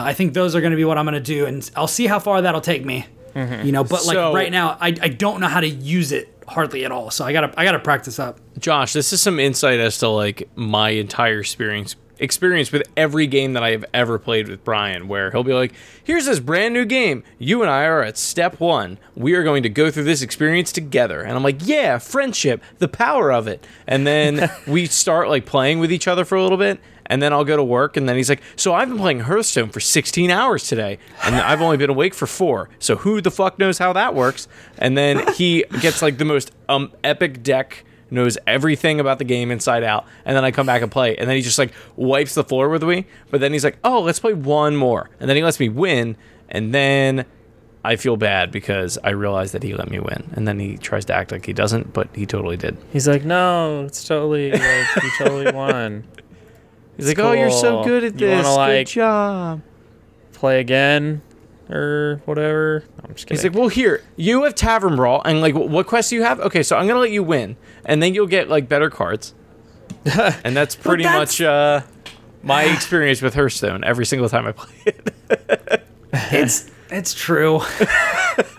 Speaker 1: I think those are going to be what I'm going to do, and I'll see how far that'll take me. You know, but like
Speaker 2: So-
Speaker 1: right now, I, I don't know how to use it hardly at all. So I gotta I gotta practice up.
Speaker 2: Josh, this is some insight as to like my entire experience experience with every game that I have ever played with Brian, where he'll be like, "Here's this brand new game. You and I are at step one. We are going to go through this experience together." And I'm like, "Yeah, friendship, the power of it." And then we start like playing with each other for a little bit. And then I'll go to work, and then he's like, "So I've been playing Hearthstone for 16 hours today, and I've only been awake for four. So who the fuck knows how that works?" And then he gets like the most um epic deck knows everything about the game inside out. And then I come back and play. And then he just like wipes the floor with me. But then he's like, oh, let's play one more. And then he lets me win. And then I feel bad because I realize that he let me win. And then he tries to act like he doesn't, but he totally did.
Speaker 4: He's like, no, it's totally like you totally won.
Speaker 2: He's like, oh, you're so
Speaker 4: cool.
Speaker 2: good at
Speaker 4: You wanna,
Speaker 2: this. Good
Speaker 4: like-
Speaker 2: job.
Speaker 4: Play again, or whatever. No, I'm just kidding.
Speaker 2: He's like, well, here, you have Tavern Brawl. And like, what quest do you have? Okay, so I'm going to let you win. And then you'll get like better cards. and that's pretty
Speaker 1: that's-
Speaker 2: much uh, my experience with Hearthstone every single time I play it.
Speaker 1: It's it's true.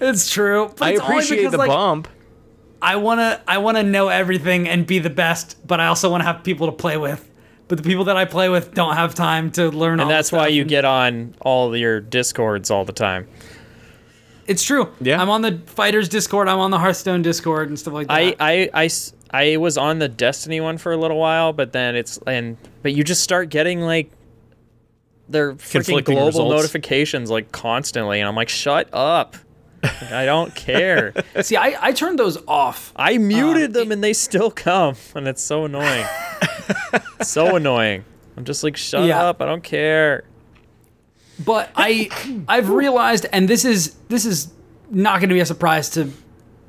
Speaker 1: it's true. But
Speaker 2: I
Speaker 1: it's only
Speaker 2: appreciate
Speaker 1: because,
Speaker 2: the
Speaker 1: like,
Speaker 2: bump.
Speaker 1: I wanna I wanna know everything and be the best, but I also wanna have people to play with. But the people that I play with don't have time to learn. all
Speaker 4: and that's
Speaker 1: the stuff.
Speaker 4: why you get on all your discords all the time.
Speaker 1: It's true.
Speaker 2: Yeah.
Speaker 1: I'm on the fighters Discord. I'm on the Hearthstone Discord and stuff like that.
Speaker 4: I, I, I s- I was on the Destiny one for a little while, but then it's and but you just start getting like their freaking
Speaker 2: Conflicting
Speaker 4: global
Speaker 2: results.
Speaker 4: notifications like constantly, and I'm like, shut up. Like, I don't care.
Speaker 1: see. I, I turned those off.
Speaker 4: I muted
Speaker 2: Uh,
Speaker 4: them and they still come, and it's so annoying. so annoying. I'm just like, shut
Speaker 1: Yeah.
Speaker 4: up. I don't care.
Speaker 1: but I I've realized, and this is this is not going to be a surprise to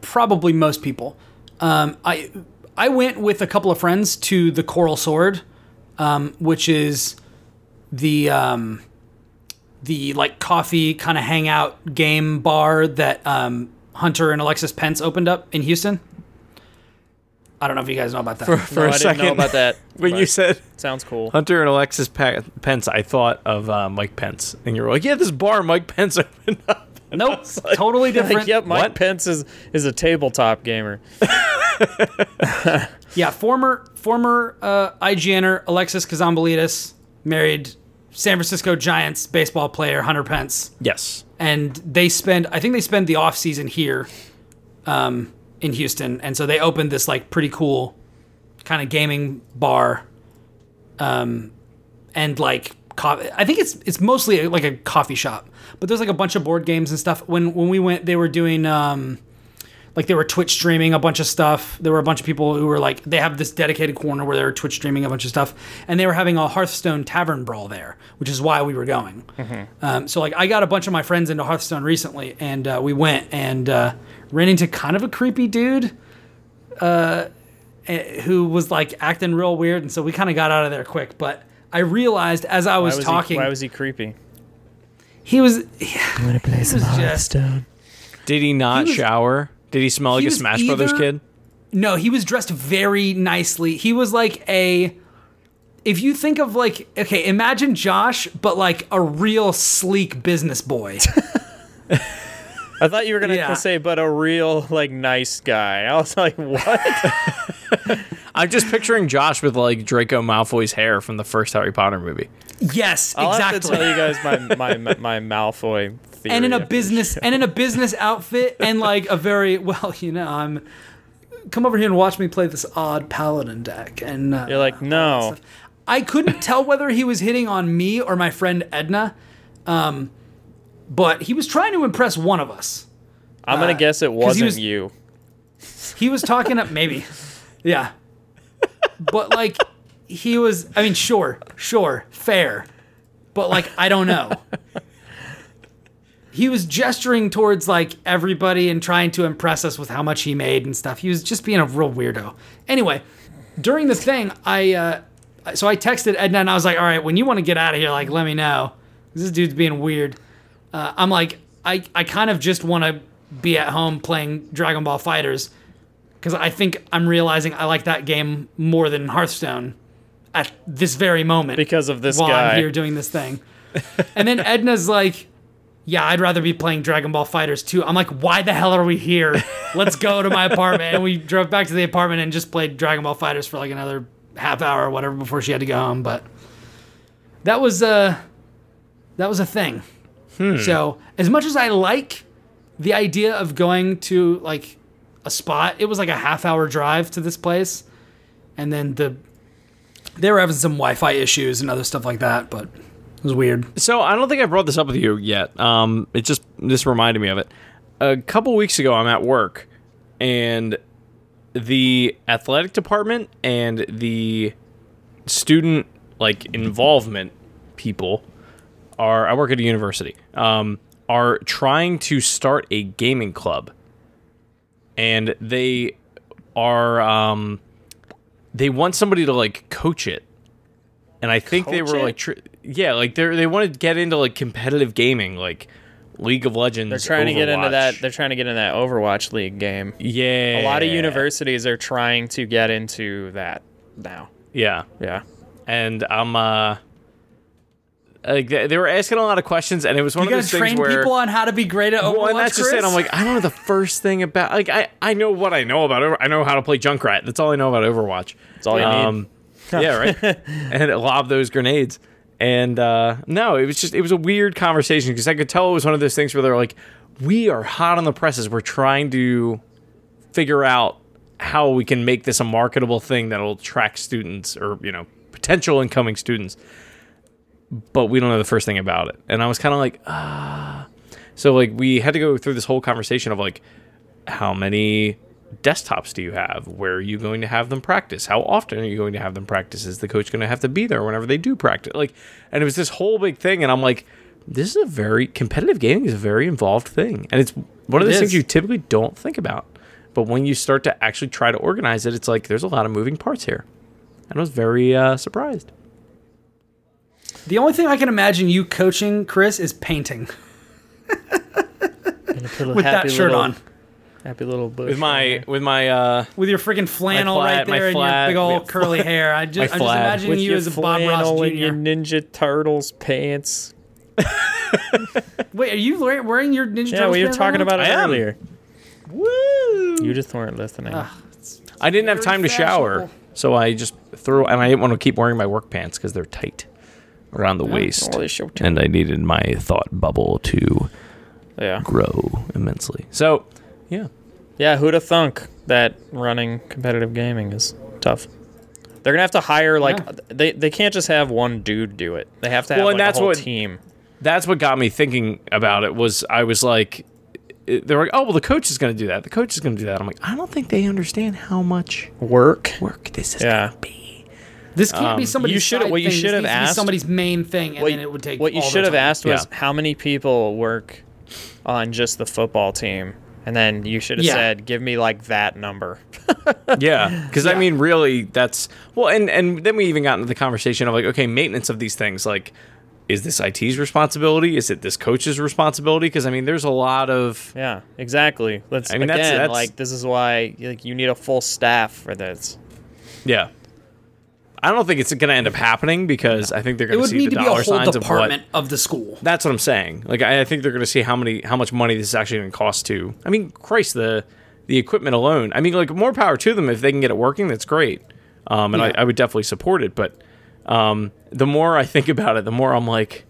Speaker 1: probably most people. Um, I I went with a couple of friends to the Coral Sword, um, which is the um, the like coffee kind of hangout game bar that um, Hunter and Alexis Pence opened up in Houston. I don't know if you guys know about that.
Speaker 2: For
Speaker 4: No,
Speaker 2: a
Speaker 4: I didn't
Speaker 2: second,
Speaker 4: know about that.
Speaker 2: when you
Speaker 4: but
Speaker 2: said
Speaker 4: sounds cool.
Speaker 2: Hunter and Alexis Pe- Pence, I thought of uh, Mike Pence, and you were like, "Yeah, this bar Mike Pence opened up."
Speaker 1: nope, totally different.
Speaker 4: Like, yep, Mike
Speaker 2: What?
Speaker 4: Pence is, is a tabletop gamer.
Speaker 1: Yeah, former former uh, IGNer Alexis Kazambalidis married San Francisco Giants baseball player Hunter Pence,
Speaker 2: Yes,
Speaker 1: and they spend I think they spend the off season here, um, in Houston, and so they opened this like pretty cool kind of gaming bar, um, and like co- I think it's it's mostly like a coffee shop, but there's like a bunch of board games and stuff. When when we went, they were doing um, Like they were Twitch streaming a bunch of stuff. There were a bunch of people who were like they have this dedicated corner where they were Twitch streaming a bunch of stuff, and they were having a Hearthstone tavern brawl there, which is why we were going.
Speaker 4: Mm-hmm.
Speaker 1: Um, so like I got a bunch of my friends into Hearthstone recently, and uh, we went and uh, ran into kind of a creepy dude uh, eh, who was like acting real weird, and so we kind of got out of there quick. But I realized as I
Speaker 4: Why
Speaker 1: was,
Speaker 4: was
Speaker 1: talking,
Speaker 4: He, why was he creepy?
Speaker 1: he was he
Speaker 5: I'm gonna play some
Speaker 1: was just
Speaker 5: Hearthstone.
Speaker 2: Did he not
Speaker 1: was-
Speaker 2: shower? Did he smell like
Speaker 1: he
Speaker 2: a
Speaker 1: was
Speaker 2: Smash Brothers
Speaker 1: either-
Speaker 2: kid?
Speaker 1: no, he was dressed very nicely. He was like a if you think of like okay, imagine Josh, but like a real sleek business boy.
Speaker 4: I thought you were gonna
Speaker 1: Yeah.
Speaker 4: say, but a real like nice guy. I was like, what?
Speaker 2: I'm just picturing Josh with like Draco Malfoy's hair from the first Harry Potter movie.
Speaker 1: yes,
Speaker 4: I'll have to
Speaker 1: exactly.
Speaker 4: tell you guys my my my Malfoy theory.
Speaker 1: and in a
Speaker 4: after the
Speaker 1: business and in a business outfit and like a very well, you know, I'm come over here and watch me play this odd paladin deck and uh,
Speaker 4: You're like, no.
Speaker 1: I couldn't tell whether he was hitting on me or my friend Edna, um, but he was trying to impress one of us.
Speaker 4: I'm gonna guess it
Speaker 1: uh, 'cause he
Speaker 4: wasn't
Speaker 1: was-
Speaker 4: you.
Speaker 1: He was talking up maybe, yeah, but like he was. I mean, sure, sure, fair, but like I don't know. He was gesturing towards like everybody and trying to impress us with how much he made and stuff. He was just being a real weirdo. Anyway, during the thing, I uh, so I texted Edna and I was like, "All right, when you want to get out of here, like let me know." 'Cause This dude's being weird. Uh, I'm like, I I kind of just want to be at home playing Dragon Ball Fighters because I think I'm realizing I like that game more than Hearthstone at this very moment
Speaker 4: Because of this
Speaker 1: while
Speaker 4: guy.
Speaker 1: I'm here doing this thing. and then Edna's like, "Yeah, I'd rather be playing Dragon Ball Fighters too." I'm like, "Why the hell are we here? Let's go to my apartment." And we drove back to the apartment and just played Dragon Ball Fighters for like another half hour or whatever before she had to go home. But that was uh that was a thing.
Speaker 4: Hmm.
Speaker 1: So as much as I like the idea of going to like a spot, it was like a half hour drive to this place, and then the they were having some Wi-Fi issues and other stuff like that, but it was weird.
Speaker 2: So I don't think I brought this up with you yet. Um, it just this reminded me of it. A couple weeks ago, I'm at work, and the athletic department and the student like involvement people are. I work at a university. Um, are trying to start a gaming club, and they are. Um, they want somebody to like coach it, and I think they
Speaker 4: Coach
Speaker 2: were
Speaker 4: it?
Speaker 2: like tr- yeah, like they they want to get into like competitive gaming, like League of Legends.
Speaker 4: They're trying to get into that.
Speaker 2: Overwatch.
Speaker 4: They're trying to get in that Overwatch League game.
Speaker 2: yeah,
Speaker 4: A lot of universities are trying to get into that now.
Speaker 2: Yeah,
Speaker 4: Yeah.
Speaker 2: and I'm uh, like they they were asking a lot of questions, and it was one
Speaker 1: You
Speaker 2: of
Speaker 1: gotta
Speaker 2: those things
Speaker 1: train
Speaker 2: where.
Speaker 1: people on how to be great at Overwatch.
Speaker 2: well, and that's just it.
Speaker 1: Chris?
Speaker 2: I'm like, I don't know the first thing about like I, I know what I know about. Over- I know how to play Junkrat. That's all I know about Overwatch. That's
Speaker 4: all you need.
Speaker 2: yeah, right. and it lob those grenades. And uh, no, it was just it was a weird conversation because I could tell it was one of those things where they're like, we are hot on the presses. We're trying to figure out how we can make this a marketable thing that'll attract students or you know potential incoming students. But we don't know the first thing about it. And I was kind of like, ah. So like we had to go through this whole conversation of like, how many desktops do you have? Where are you going to have them practice? How often are you going to have them practice? Is the coach going to have to be there whenever they do practice? Like, and it was this whole big thing, and I'm like, this is a very competitive gaming is a very involved thing, and it's one of
Speaker 1: It
Speaker 2: those things
Speaker 1: is.
Speaker 2: you typically don't think about. But when you start to actually try to organize it, it's like there's a lot of moving parts here, and I was very uh, surprised.
Speaker 1: the only thing I can imagine you coaching Chris is painting with that shirt on,
Speaker 4: Happy little bush.
Speaker 2: With my with my uh,
Speaker 1: with your freaking flannel
Speaker 2: flat-
Speaker 1: right
Speaker 2: my
Speaker 1: there
Speaker 2: flat-
Speaker 1: and your big old
Speaker 2: my-
Speaker 1: curly hair. I just,
Speaker 2: my
Speaker 1: I'm just
Speaker 2: flat.
Speaker 1: imagining
Speaker 4: with
Speaker 1: you
Speaker 4: your
Speaker 1: as a Bob Ross
Speaker 4: flannel
Speaker 1: Jr.
Speaker 4: and your Ninja Turtles pants.
Speaker 1: Wait, are you wearing wearing your Ninja
Speaker 4: Yeah,
Speaker 1: Turtles
Speaker 4: we were
Speaker 1: pants
Speaker 4: talking
Speaker 1: right now?
Speaker 4: about it
Speaker 2: I am.
Speaker 4: earlier.
Speaker 2: woo.
Speaker 4: You just weren't listening.
Speaker 2: I didn't have
Speaker 1: Very
Speaker 2: time to shower,
Speaker 1: fashionable.
Speaker 2: so I just threw, and I didn't want to keep wearing my work pants because they're tight around the waist,
Speaker 4: Holy shit.
Speaker 2: and I needed my thought bubble to
Speaker 4: Yeah.
Speaker 2: grow immensely. So, yeah,
Speaker 4: Yeah, who'da thunk that running competitive gaming is tough. They're gonna have to hire like
Speaker 1: Yeah.
Speaker 4: they, they can't just have one dude do it. They have to have
Speaker 2: Well,
Speaker 4: like,
Speaker 2: and that's
Speaker 4: a whole
Speaker 2: what-
Speaker 4: team.
Speaker 2: that's what got me thinking about it. Was I was like, it- they're like, oh well, the coach is going to do that. The coach is going to do that. I'm like, I don't think they understand how much
Speaker 4: Work.
Speaker 2: work this is.
Speaker 4: Yeah.
Speaker 1: This can't
Speaker 2: Um,
Speaker 1: be somebody's.
Speaker 4: you should-
Speaker 1: side
Speaker 4: what you
Speaker 1: thing. This
Speaker 4: should have
Speaker 1: needs to be
Speaker 4: asked-
Speaker 1: somebody's main thing, and
Speaker 4: what,
Speaker 1: then it would take.
Speaker 4: what you
Speaker 1: all their
Speaker 4: should have
Speaker 1: time.
Speaker 4: asked was
Speaker 2: Yeah.
Speaker 4: how many people work on just the football team, and then you should have
Speaker 1: Yeah.
Speaker 4: said, "Give me like that number."
Speaker 2: Yeah, because I mean, really, that's well, and and then we even got into the conversation of like, okay, maintenance of these things, like, is this IT's responsibility? Is it this coach's responsibility? Because I mean, there's a lot of
Speaker 4: yeah, exactly. Let's
Speaker 2: I mean,
Speaker 4: again,
Speaker 2: that's- that's-
Speaker 4: like this is why like you need a full staff for this.
Speaker 2: yeah. I don't think it's going to end up happening because I think they're
Speaker 1: It
Speaker 2: going to
Speaker 1: would
Speaker 2: see
Speaker 1: need to
Speaker 2: the
Speaker 1: be a
Speaker 2: dollar
Speaker 1: whole
Speaker 2: signs of what
Speaker 1: department of the school.
Speaker 2: That's what I'm saying. Like I, I think they're going to see how many how much money this is actually going to cost to. I mean, Christ, the the equipment alone. I mean, like more power to them if they can get it working. That's great. Um, and I, I would definitely support it. But um, the more I think about it, the more I'm like,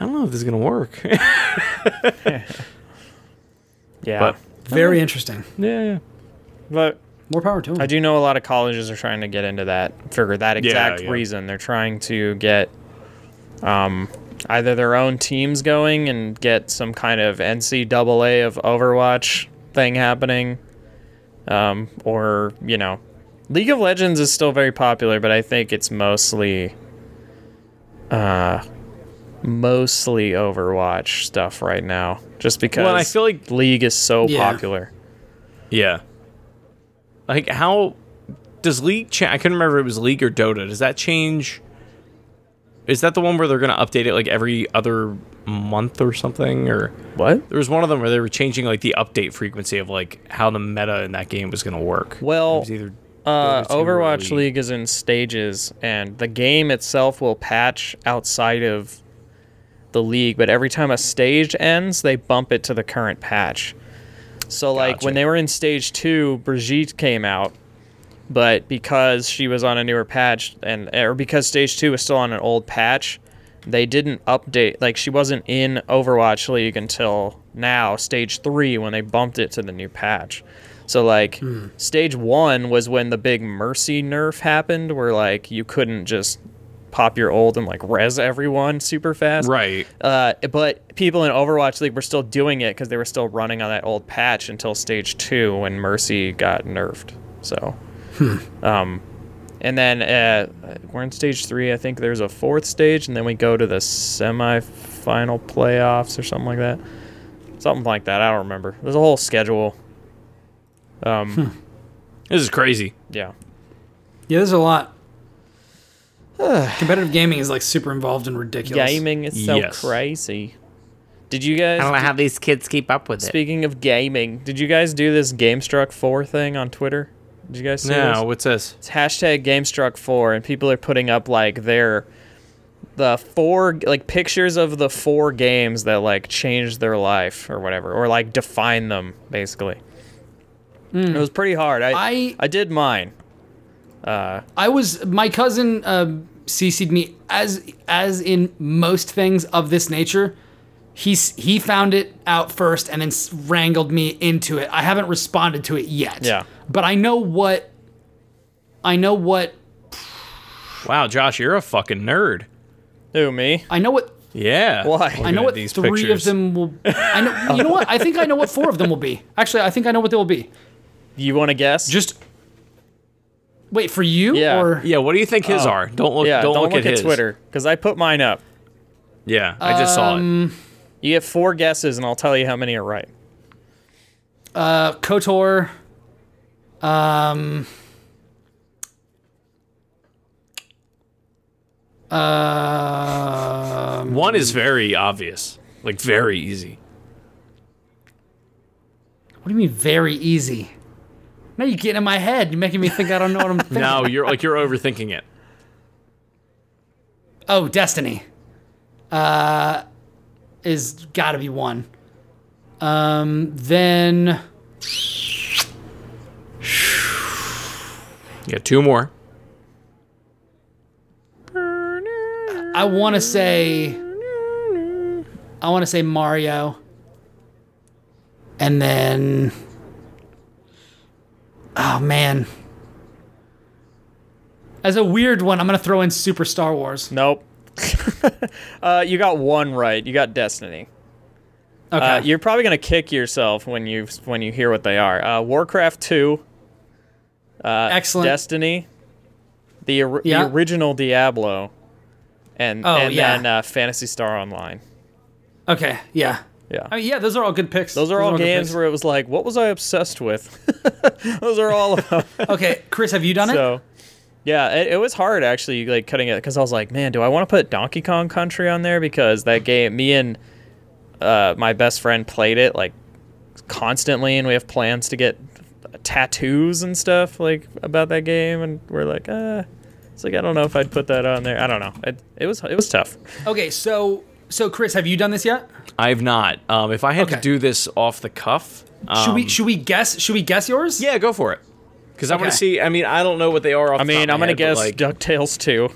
Speaker 2: I don't know if this is going to work.
Speaker 4: Yeah,
Speaker 2: but
Speaker 1: Very interesting.
Speaker 2: yeah,
Speaker 4: but
Speaker 1: More power to him.
Speaker 4: I do know a lot of colleges are trying to get into that for that exact
Speaker 2: yeah.
Speaker 4: reason. They're trying to get um, either their own teams going and get some kind of NCAA of Overwatch thing happening, um, or you know, League of Legends is still very popular, but I think it's mostly. Uh, mostly Overwatch stuff right now, just because
Speaker 2: I feel like-
Speaker 4: League is so
Speaker 1: Yeah.
Speaker 4: popular.
Speaker 2: yeah. Like how does League? Cha- I couldn't remember if it was League or Dota. Does that change? Is that the one where they're going to update it like every other month or something or?
Speaker 4: What?
Speaker 2: There was one of them where they were changing like the update frequency of like how the meta in that game was going to work.
Speaker 4: Well,
Speaker 2: It was either
Speaker 4: Uh,
Speaker 2: Dota 2 or
Speaker 4: Overwatch League is in stages, and the game itself will patch outside of the league. But every time a stage ends, they bump it to the current patch. So, like
Speaker 2: Gotcha.
Speaker 4: when they were in stage two, Brigitte came out, but because she was on a newer patch, and or because stage two was still on an old patch, they didn't update. Like she wasn't in Overwatch League until now, stage three, when they bumped it to the new patch. So like
Speaker 2: Hmm.
Speaker 4: stage one was when the big mercy nerf happened, where like you couldn't just pop your old and like res everyone super fast.
Speaker 2: Right.
Speaker 4: Uh, but people in Overwatch League were still doing it because they were still running on that old patch until stage two when Mercy got nerfed. So,
Speaker 2: Hmm.
Speaker 4: um, and then uh, we're in stage three. I think there's a fourth stage, and then we go to the semi-final playoffs or something like that. Something like that. I don't remember. There's a whole schedule. Um,
Speaker 2: This is crazy.
Speaker 4: yeah.
Speaker 1: yeah, there's a lot. Competitive gaming is like super involved and ridiculous.
Speaker 4: Gaming is so
Speaker 2: Yes.
Speaker 4: crazy. Did you guys?
Speaker 3: know how these kids keep up with it.
Speaker 4: Speaking of gaming, did you guys do this GameStruck 4 thing on Twitter? Did you guys see
Speaker 2: No,
Speaker 4: this?
Speaker 2: what's this?
Speaker 4: It's hashtag GameStruck 4, and people are putting up like their the four like pictures of the four games that like changed their life or whatever, or like define them basically.
Speaker 2: Hmm.
Speaker 4: It was pretty hard. I
Speaker 1: I-
Speaker 4: I, did mine.
Speaker 1: I was my cousin uh, cc'd me as as in most things of this nature. He's he found it out first and then s- wrangled me into it. I haven't responded to it yet.
Speaker 4: Yeah.
Speaker 1: but I know what I know what
Speaker 2: Wow, Josh, you're a fucking nerd.
Speaker 4: Who me?
Speaker 1: I know what
Speaker 2: Yeah.
Speaker 4: Why?
Speaker 2: Looking
Speaker 1: I know
Speaker 2: at
Speaker 1: what three of them will. I know you know what I think I know what four of them will be. Actually, I think I know what they will be.
Speaker 4: You want to guess?
Speaker 1: Just wait for you
Speaker 4: Yeah.
Speaker 1: or
Speaker 2: Yeah, what do you think his are? Don't look.
Speaker 4: Oh. yeah.
Speaker 2: don't, look, at,
Speaker 4: at,
Speaker 2: his.
Speaker 4: Twitter because I put mine up.
Speaker 2: Yeah, I just saw
Speaker 1: Um,
Speaker 2: it.
Speaker 4: You get four guesses, and I'll tell you how many are right.
Speaker 1: uh, Kotor. Um. Uh,
Speaker 2: One is very obvious, like very easy.
Speaker 1: what do you mean very easy? Now you're getting in my head. You're making me think I don't know what I'm thinking.
Speaker 2: No, you're like you're overthinking it.
Speaker 1: Oh, Destiny. Uh, is gotta be one. Um, then
Speaker 2: Yeah, two more.
Speaker 1: I want to say, I want to say Mario. And then, oh man. As a weird one, I'm gonna throw in Super Star Wars.
Speaker 4: Nope. uh, you got one right. You got Destiny.
Speaker 1: Okay.
Speaker 4: Uh, you're probably gonna kick yourself when you when you hear what they are. Uh, Warcraft Two,
Speaker 1: Excellent.
Speaker 4: Destiny, the, or-
Speaker 1: Yeah.
Speaker 4: the original Diablo, and
Speaker 1: Oh,
Speaker 4: and
Speaker 1: yeah.
Speaker 4: then uh, Fantasy Star Online.
Speaker 1: okay. Yeah.
Speaker 4: Yeah.
Speaker 1: I mean, yeah, those are all good picks.
Speaker 4: Those are all
Speaker 1: good
Speaker 4: games
Speaker 1: picks.
Speaker 4: where it was like, what was I obsessed with? Those are all of them.
Speaker 1: okay, Chris, have you done it?
Speaker 4: so, yeah, it, it was hard actually, like cutting it because I was like, man, do I want to put Donkey Kong Country on there? Because that game, me and uh, my best friend played it like constantly, and we have plans to get tattoos and stuff like about that game, and we're like, uh, it's like I don't know if I'd put that on there. I don't know. It, it was it was tough.
Speaker 1: Okay, so so Chris, have you done this yet?
Speaker 2: I've not. Um, if I had to
Speaker 1: Okay.
Speaker 2: do this off the cuff, um,
Speaker 1: Should we should we guess should we guess yours?
Speaker 2: Yeah, go for it. Because I want
Speaker 1: Okay.
Speaker 2: to see. I mean, I don't know what they are. Off
Speaker 4: I mean, I'm gonna guess
Speaker 2: Like,
Speaker 4: Ducktales two.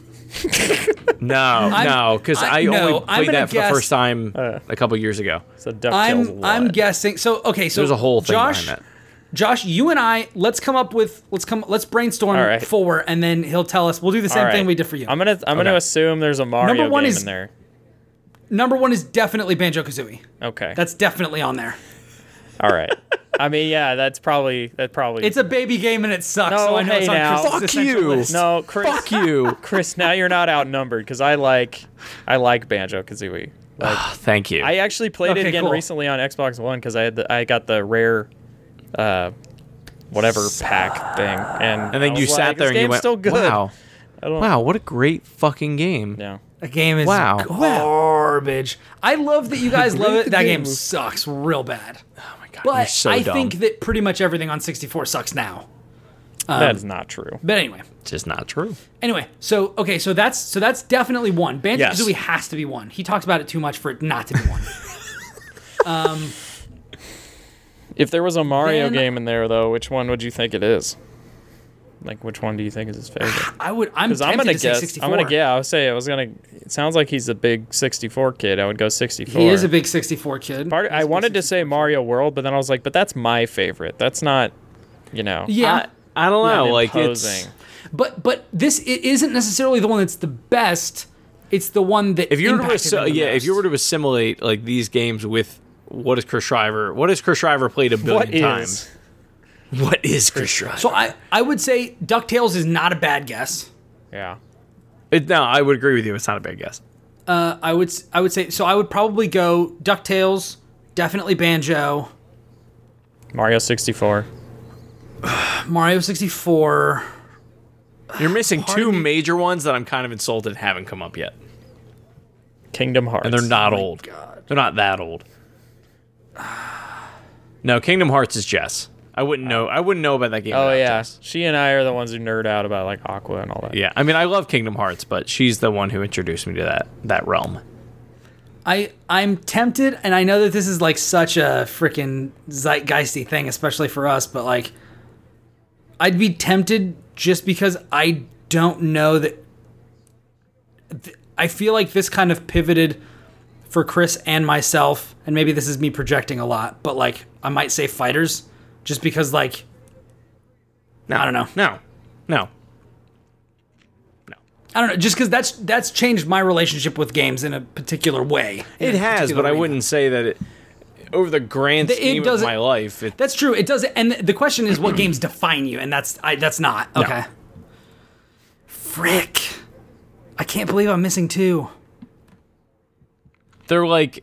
Speaker 2: no, no, because
Speaker 1: I-
Speaker 2: I,
Speaker 1: no,
Speaker 2: only
Speaker 1: I'm
Speaker 2: played
Speaker 1: gonna
Speaker 2: that for
Speaker 1: guess-
Speaker 2: the first time a couple years ago.
Speaker 4: Uh, So Ducktales.
Speaker 1: I'm I'm
Speaker 4: one.
Speaker 1: guessing. So okay, so
Speaker 2: There's a whole thing
Speaker 1: Josh,
Speaker 2: behind that.
Speaker 1: Josh, you and I, let's come up with let's come let's brainstorm
Speaker 4: All right.
Speaker 1: four, and then he'll tell us. We'll do the same
Speaker 4: All
Speaker 1: thing
Speaker 4: right.
Speaker 1: we did for you.
Speaker 4: I'm gonna I'm gonna
Speaker 2: Okay.
Speaker 4: assume there's a Mario
Speaker 1: Number one
Speaker 4: game
Speaker 1: is-
Speaker 4: in there.
Speaker 1: Number one is definitely Banjo Kazooie.
Speaker 4: Okay.
Speaker 1: That's definitely on there.
Speaker 4: all right. I mean, yeah, that's probably that probably.
Speaker 1: It's a baby game and it sucks. so
Speaker 4: No,
Speaker 1: I know it's
Speaker 4: hey,
Speaker 1: on
Speaker 4: now.
Speaker 1: Chris's
Speaker 2: Fuck
Speaker 1: essential
Speaker 2: you.
Speaker 1: list.
Speaker 4: no, Chris.
Speaker 2: Fuck you.
Speaker 4: Chris, now you're not outnumbered because I like I like Banjo Kazooie.
Speaker 2: Ah, Thank you.
Speaker 4: I actually played it
Speaker 1: Okay,
Speaker 4: again
Speaker 1: cool.
Speaker 4: recently on Xbox One because I had the, I got the rare, uh, whatever pack thing, and
Speaker 2: and then
Speaker 4: I
Speaker 2: you
Speaker 4: was
Speaker 2: sat
Speaker 4: like,
Speaker 2: there
Speaker 4: this
Speaker 2: and you
Speaker 4: game's
Speaker 2: went,
Speaker 4: still good.
Speaker 2: "Wow,
Speaker 4: I don't,
Speaker 2: wow, what a great fucking game."
Speaker 4: Yeah.
Speaker 1: The game is
Speaker 2: Wow.
Speaker 1: garbage. I love that you guys love it. That game
Speaker 4: game.
Speaker 1: sucks real bad.
Speaker 2: Oh my god,
Speaker 1: But
Speaker 2: you're so
Speaker 1: I
Speaker 2: dumb.
Speaker 1: think that pretty much everything on 64 sucks now.
Speaker 2: Um,
Speaker 4: that is not true.
Speaker 1: But anyway.
Speaker 2: it's just not true.
Speaker 1: Anyway, so okay, so that's so that's definitely one. Banjo Kazooie
Speaker 2: Yes.
Speaker 1: has to be one. He talks about it too much for it not to be one.
Speaker 4: If there was a Mario
Speaker 1: Then-
Speaker 4: game in there though, which one would you think it is? Like, which one do you think is his favorite?
Speaker 1: I would. I'm
Speaker 4: Because I'm
Speaker 1: tempted
Speaker 4: gonna
Speaker 1: to
Speaker 4: guess.
Speaker 1: say 64.
Speaker 4: I'm gonna yeah. I would say I was gonna. It sounds like he's a big 64 kid. I would go 64.
Speaker 1: He is a big 64 kid.
Speaker 4: Part, I
Speaker 1: He's a big
Speaker 4: wanted
Speaker 1: 64.
Speaker 4: to say Mario World, but then I was like, but that's my favorite. That's not, you know.
Speaker 1: Yeah,
Speaker 2: I, I don't know.
Speaker 4: not
Speaker 2: like it's
Speaker 4: imposing.
Speaker 1: but but this it isn't necessarily the one that's the best. It's the one that
Speaker 2: if you were to
Speaker 1: impacted
Speaker 2: assi-
Speaker 1: him the
Speaker 2: yeah, if you
Speaker 1: most.
Speaker 2: were to assimilate like these games with what is Chris Shriver? What has Chris Shriver played a billion
Speaker 4: What is?
Speaker 2: times? What is Chris Shriver?
Speaker 1: so I I would say Ducktales is not a bad guess.
Speaker 4: Yeah.
Speaker 2: It, no, I would agree with you. It's not a bad guess.
Speaker 1: Uh, I would s- I would say so. I would probably go Ducktales, definitely Banjo,
Speaker 4: Mario 64.
Speaker 1: Mario 64.
Speaker 2: You're missing two
Speaker 1: me-
Speaker 2: major ones that I'm kind of insulted haven't come up yet,
Speaker 4: Kingdom Hearts.
Speaker 2: and they're not old. They're not that old. No, Kingdom Hearts is Jess. I wouldn't know. I wouldn't know about that game.
Speaker 4: Oh
Speaker 2: without
Speaker 4: yeah.
Speaker 2: Jess.
Speaker 4: She and I are the ones who nerd out about like Aqua and all that.
Speaker 2: Yeah, I mean, I love Kingdom Hearts, but she's the one who introduced me to that that realm.
Speaker 1: I I'm tempted, and I know that this is like such a freaking zeitgeisty thing, especially for us. But like, I'd be tempted just because I don't know that. th- I feel like this kind of pivoted for Chris and myself, and maybe this is me projecting a lot, but like I might say fighters, just because like
Speaker 2: No,
Speaker 1: I don't know.
Speaker 2: No, no.
Speaker 1: I don't know, just because that's that's changed my relationship with games in a particular way. in
Speaker 2: It
Speaker 1: a
Speaker 2: has,
Speaker 1: particular
Speaker 2: but I
Speaker 1: arena.
Speaker 2: wouldn't say that it. Over the grand
Speaker 1: The- it
Speaker 2: scheme of
Speaker 1: doesn't-
Speaker 2: my life, it,
Speaker 1: That's true. It does. And the question is, what games define you? And that's I, that's not okay. Frick! I can't believe I'm missing two.
Speaker 2: they're like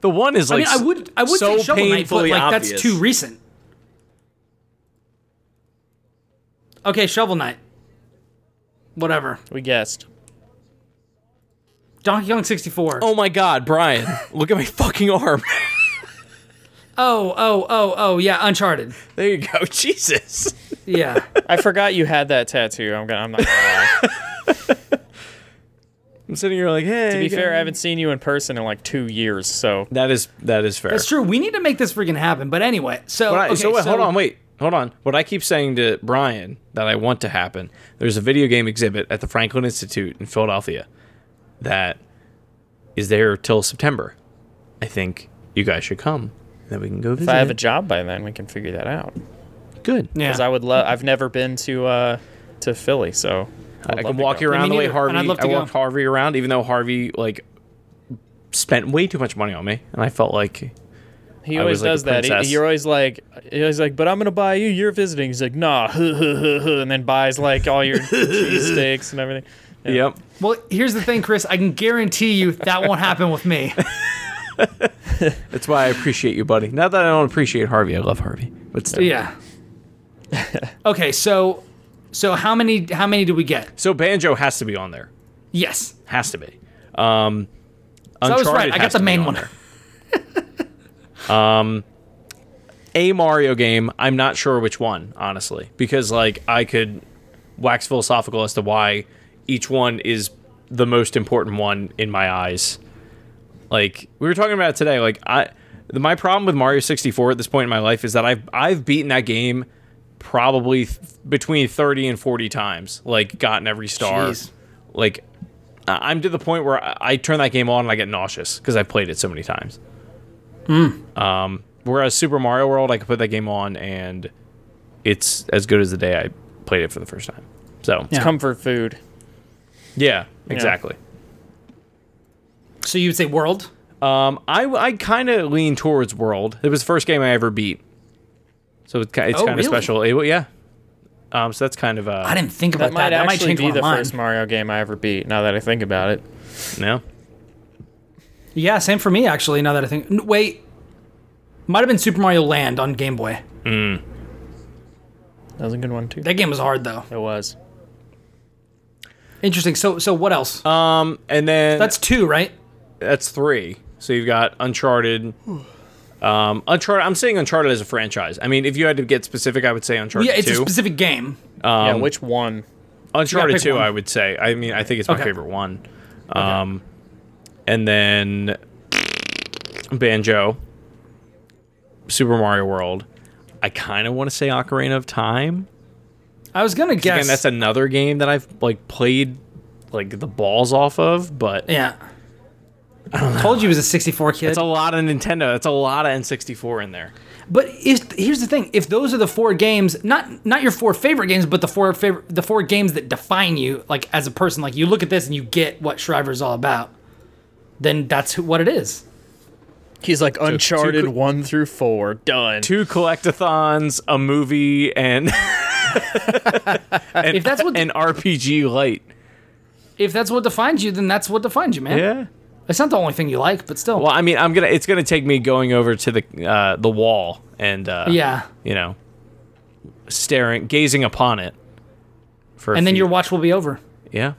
Speaker 2: the one is
Speaker 1: I
Speaker 2: like
Speaker 1: mean, I would I would
Speaker 2: so
Speaker 1: say Shovel Knight, but
Speaker 2: painfully
Speaker 1: like
Speaker 2: obvious.
Speaker 1: that's too recent. Okay, Shovel Knight. Whatever.
Speaker 4: We guessed.
Speaker 1: Donkey Kong 64. Oh,
Speaker 2: Oh my God, Brian! look at my fucking arm.
Speaker 1: oh, oh, oh, yeah, Uncharted.
Speaker 2: there you go, Jesus.
Speaker 1: Yeah.
Speaker 4: I forgot you had that tattoo. I'm gonna. I'm not gonna lie.
Speaker 2: I'm sitting here like, hey.
Speaker 4: to be fair, I haven't seen you in person in like two years. So
Speaker 2: That is that is fair.
Speaker 1: that's true. We need to make this freaking happen. But anyway, so
Speaker 2: What I-
Speaker 1: okay,
Speaker 2: so wait,
Speaker 1: so-
Speaker 2: hold on, wait, hold on. What I keep saying to Brian that I want to happen, there's a video game exhibit at the Franklin Institute in Philadelphia that is there till September. I think you guys should come. and Then we can go visit.
Speaker 4: if I have a job by then, we can figure that out.
Speaker 2: good.
Speaker 1: Yeah.
Speaker 4: Because I would love. I've never been to uh to Philly, so
Speaker 2: I
Speaker 4: love
Speaker 2: can
Speaker 4: to
Speaker 2: walk
Speaker 4: go.
Speaker 2: you around
Speaker 1: Me
Speaker 2: the way
Speaker 1: neither, and
Speaker 2: Harvey.
Speaker 1: I'd love to
Speaker 2: I
Speaker 1: go.
Speaker 2: walked Harvey around, even though Harvey like spent way too much money on me, and I felt like
Speaker 4: He
Speaker 2: I was
Speaker 4: always
Speaker 2: like a
Speaker 4: does that. He-
Speaker 2: princess.
Speaker 4: He, you're always like, he's always like, but I'm gonna buy you. You're visiting. He's like, nah, and then buys like all your cheese steaks and everything.
Speaker 2: yep.
Speaker 1: Well, here's the thing, Chris. I can guarantee you that won't happen with me.
Speaker 2: That's why I appreciate you, buddy. Not that I don't appreciate Harvey, I love Harvey, but still.
Speaker 1: Yeah. Okay, so so how many how many do we get?
Speaker 2: So banjo has to be on there.
Speaker 1: Yes.
Speaker 2: Has to be. Um,
Speaker 1: I was
Speaker 2: Uncharted
Speaker 1: right. I got
Speaker 2: has
Speaker 1: the
Speaker 2: to be
Speaker 1: main
Speaker 2: on
Speaker 1: one.
Speaker 2: there. A Mario game. I'm not sure which one, honestly, because like I could wax philosophical as to why each one is the most important one in my eyes. Like we were talking about it today. Like I, the, my problem with Mario 64 at this point in my life is that I've I've beaten that game probably th- between 30 and 40 times. Like gotten every star.
Speaker 1: Jeez.
Speaker 2: Like I- I'm to the point where I, I turn that game on and I get nauseous because I've played it so many times.
Speaker 1: Hmm.
Speaker 2: Um, whereas Super Mario World, I could put that game on and it's as good as the day I played it for the first time. So
Speaker 1: Yeah.
Speaker 4: Comfort food.
Speaker 2: yeah, exactly.
Speaker 1: So you would say world?
Speaker 2: Um, I I kind of lean towards World. It was the first game I ever beat, so it's, ki- it's
Speaker 1: Oh,
Speaker 2: kind of
Speaker 1: really?
Speaker 2: special. It- well, yeah. Um, so that's kind of uh,
Speaker 1: I didn't think about
Speaker 4: That
Speaker 1: that.
Speaker 4: might
Speaker 1: that might
Speaker 4: actually
Speaker 1: change
Speaker 4: be
Speaker 1: my
Speaker 4: the
Speaker 1: mind.
Speaker 4: first Mario game I ever beat. Now that I think about it,
Speaker 2: no.
Speaker 1: Yeah, same for me actually. Now that I think, N- wait, might have been Super Mario Land on Game Boy.
Speaker 4: that was a good one too.
Speaker 1: That game was hard though.
Speaker 4: It was.
Speaker 1: Interesting. So, so what else?
Speaker 2: Um, and then
Speaker 1: That's two, right?
Speaker 2: that's three. So you've got Uncharted. Um, Uncharted. I'm saying Uncharted as a franchise. I mean, if you had to get specific, I would say Uncharted
Speaker 1: Yeah, it's a
Speaker 2: Two.
Speaker 1: specific game.
Speaker 4: yeah, which one?
Speaker 1: Yeah,
Speaker 2: Uncharted
Speaker 1: pick
Speaker 2: Two,
Speaker 1: one.
Speaker 2: I would say. I mean, I think it's my
Speaker 1: Okay.
Speaker 2: favorite one. Um, and then Banjo, Super Mario World. I kind of want to say Ocarina of Time.
Speaker 1: I was gonna guess.
Speaker 2: Again, that's another game that I've like played like the balls off of, but
Speaker 1: yeah. I told you it was a 64 kid.
Speaker 2: it's a lot of Nintendo. That's a lot of N64 in there.
Speaker 1: but if, here's the thing: if those are the four games, not not your four favorite games, but the four favorite, the four games that define you, like as a person, like you look at this and you get what Shriver's all about, then that's who, what it is.
Speaker 4: He's like Uncharted
Speaker 2: two-
Speaker 4: one through four. Done.
Speaker 2: Two collectathons, a movie, and and
Speaker 1: If that's what
Speaker 2: an RPG light.
Speaker 1: if that's what defines you, then that's what defines you, man.
Speaker 2: Yeah.
Speaker 1: It's not the only thing you like, but still.
Speaker 2: Well, I mean, I'm gonna. It's gonna take me going over to the uh, the wall and uh,
Speaker 1: yeah.
Speaker 2: you know, staring, gazing upon it. For a
Speaker 1: And then
Speaker 2: few-
Speaker 1: your watch will be over.
Speaker 2: yeah.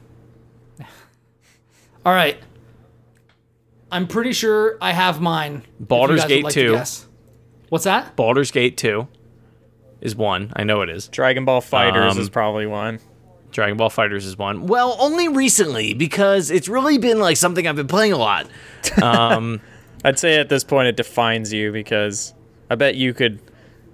Speaker 1: All right. I'm pretty sure I have mine. if you
Speaker 2: Baldur's
Speaker 1: guys would
Speaker 2: Gate
Speaker 1: to
Speaker 2: 2.
Speaker 1: guess. What's that?
Speaker 2: Baldur's Gate Two is one. I know it is.
Speaker 4: Dragon Ball Fighters
Speaker 2: Um,
Speaker 4: is probably one.
Speaker 2: Dragon Ball Fighters is one. Well, only recently because it's really been like something I've been playing a lot.
Speaker 4: I'd say at this point it defines you because I bet you could,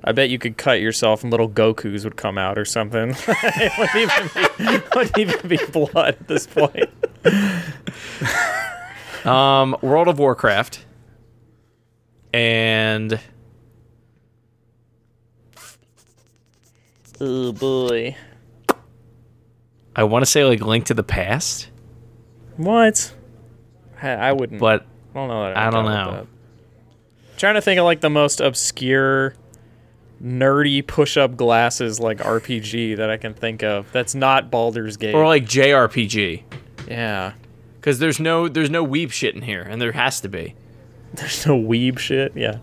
Speaker 4: I bet you could cut yourself and little Goku's would come out or something. it wouldn't even, be, wouldn't even be blood at this point.
Speaker 2: Um, World of Warcraft and
Speaker 3: Oh boy.
Speaker 2: I want to say like Link to the Past,
Speaker 4: What? I, I wouldn't.
Speaker 2: but
Speaker 4: I don't know. That
Speaker 2: I
Speaker 4: would
Speaker 2: don't
Speaker 4: go with
Speaker 2: know.
Speaker 4: that. Trying to think of like the most obscure, nerdy push-up glasses like RPG that I can think of. That's not Baldur's Gate.
Speaker 2: or like JRPG
Speaker 4: yeah.
Speaker 2: because there's no there's no weep shit in here, and there has to be.
Speaker 4: There's no weeb shit. Yeah.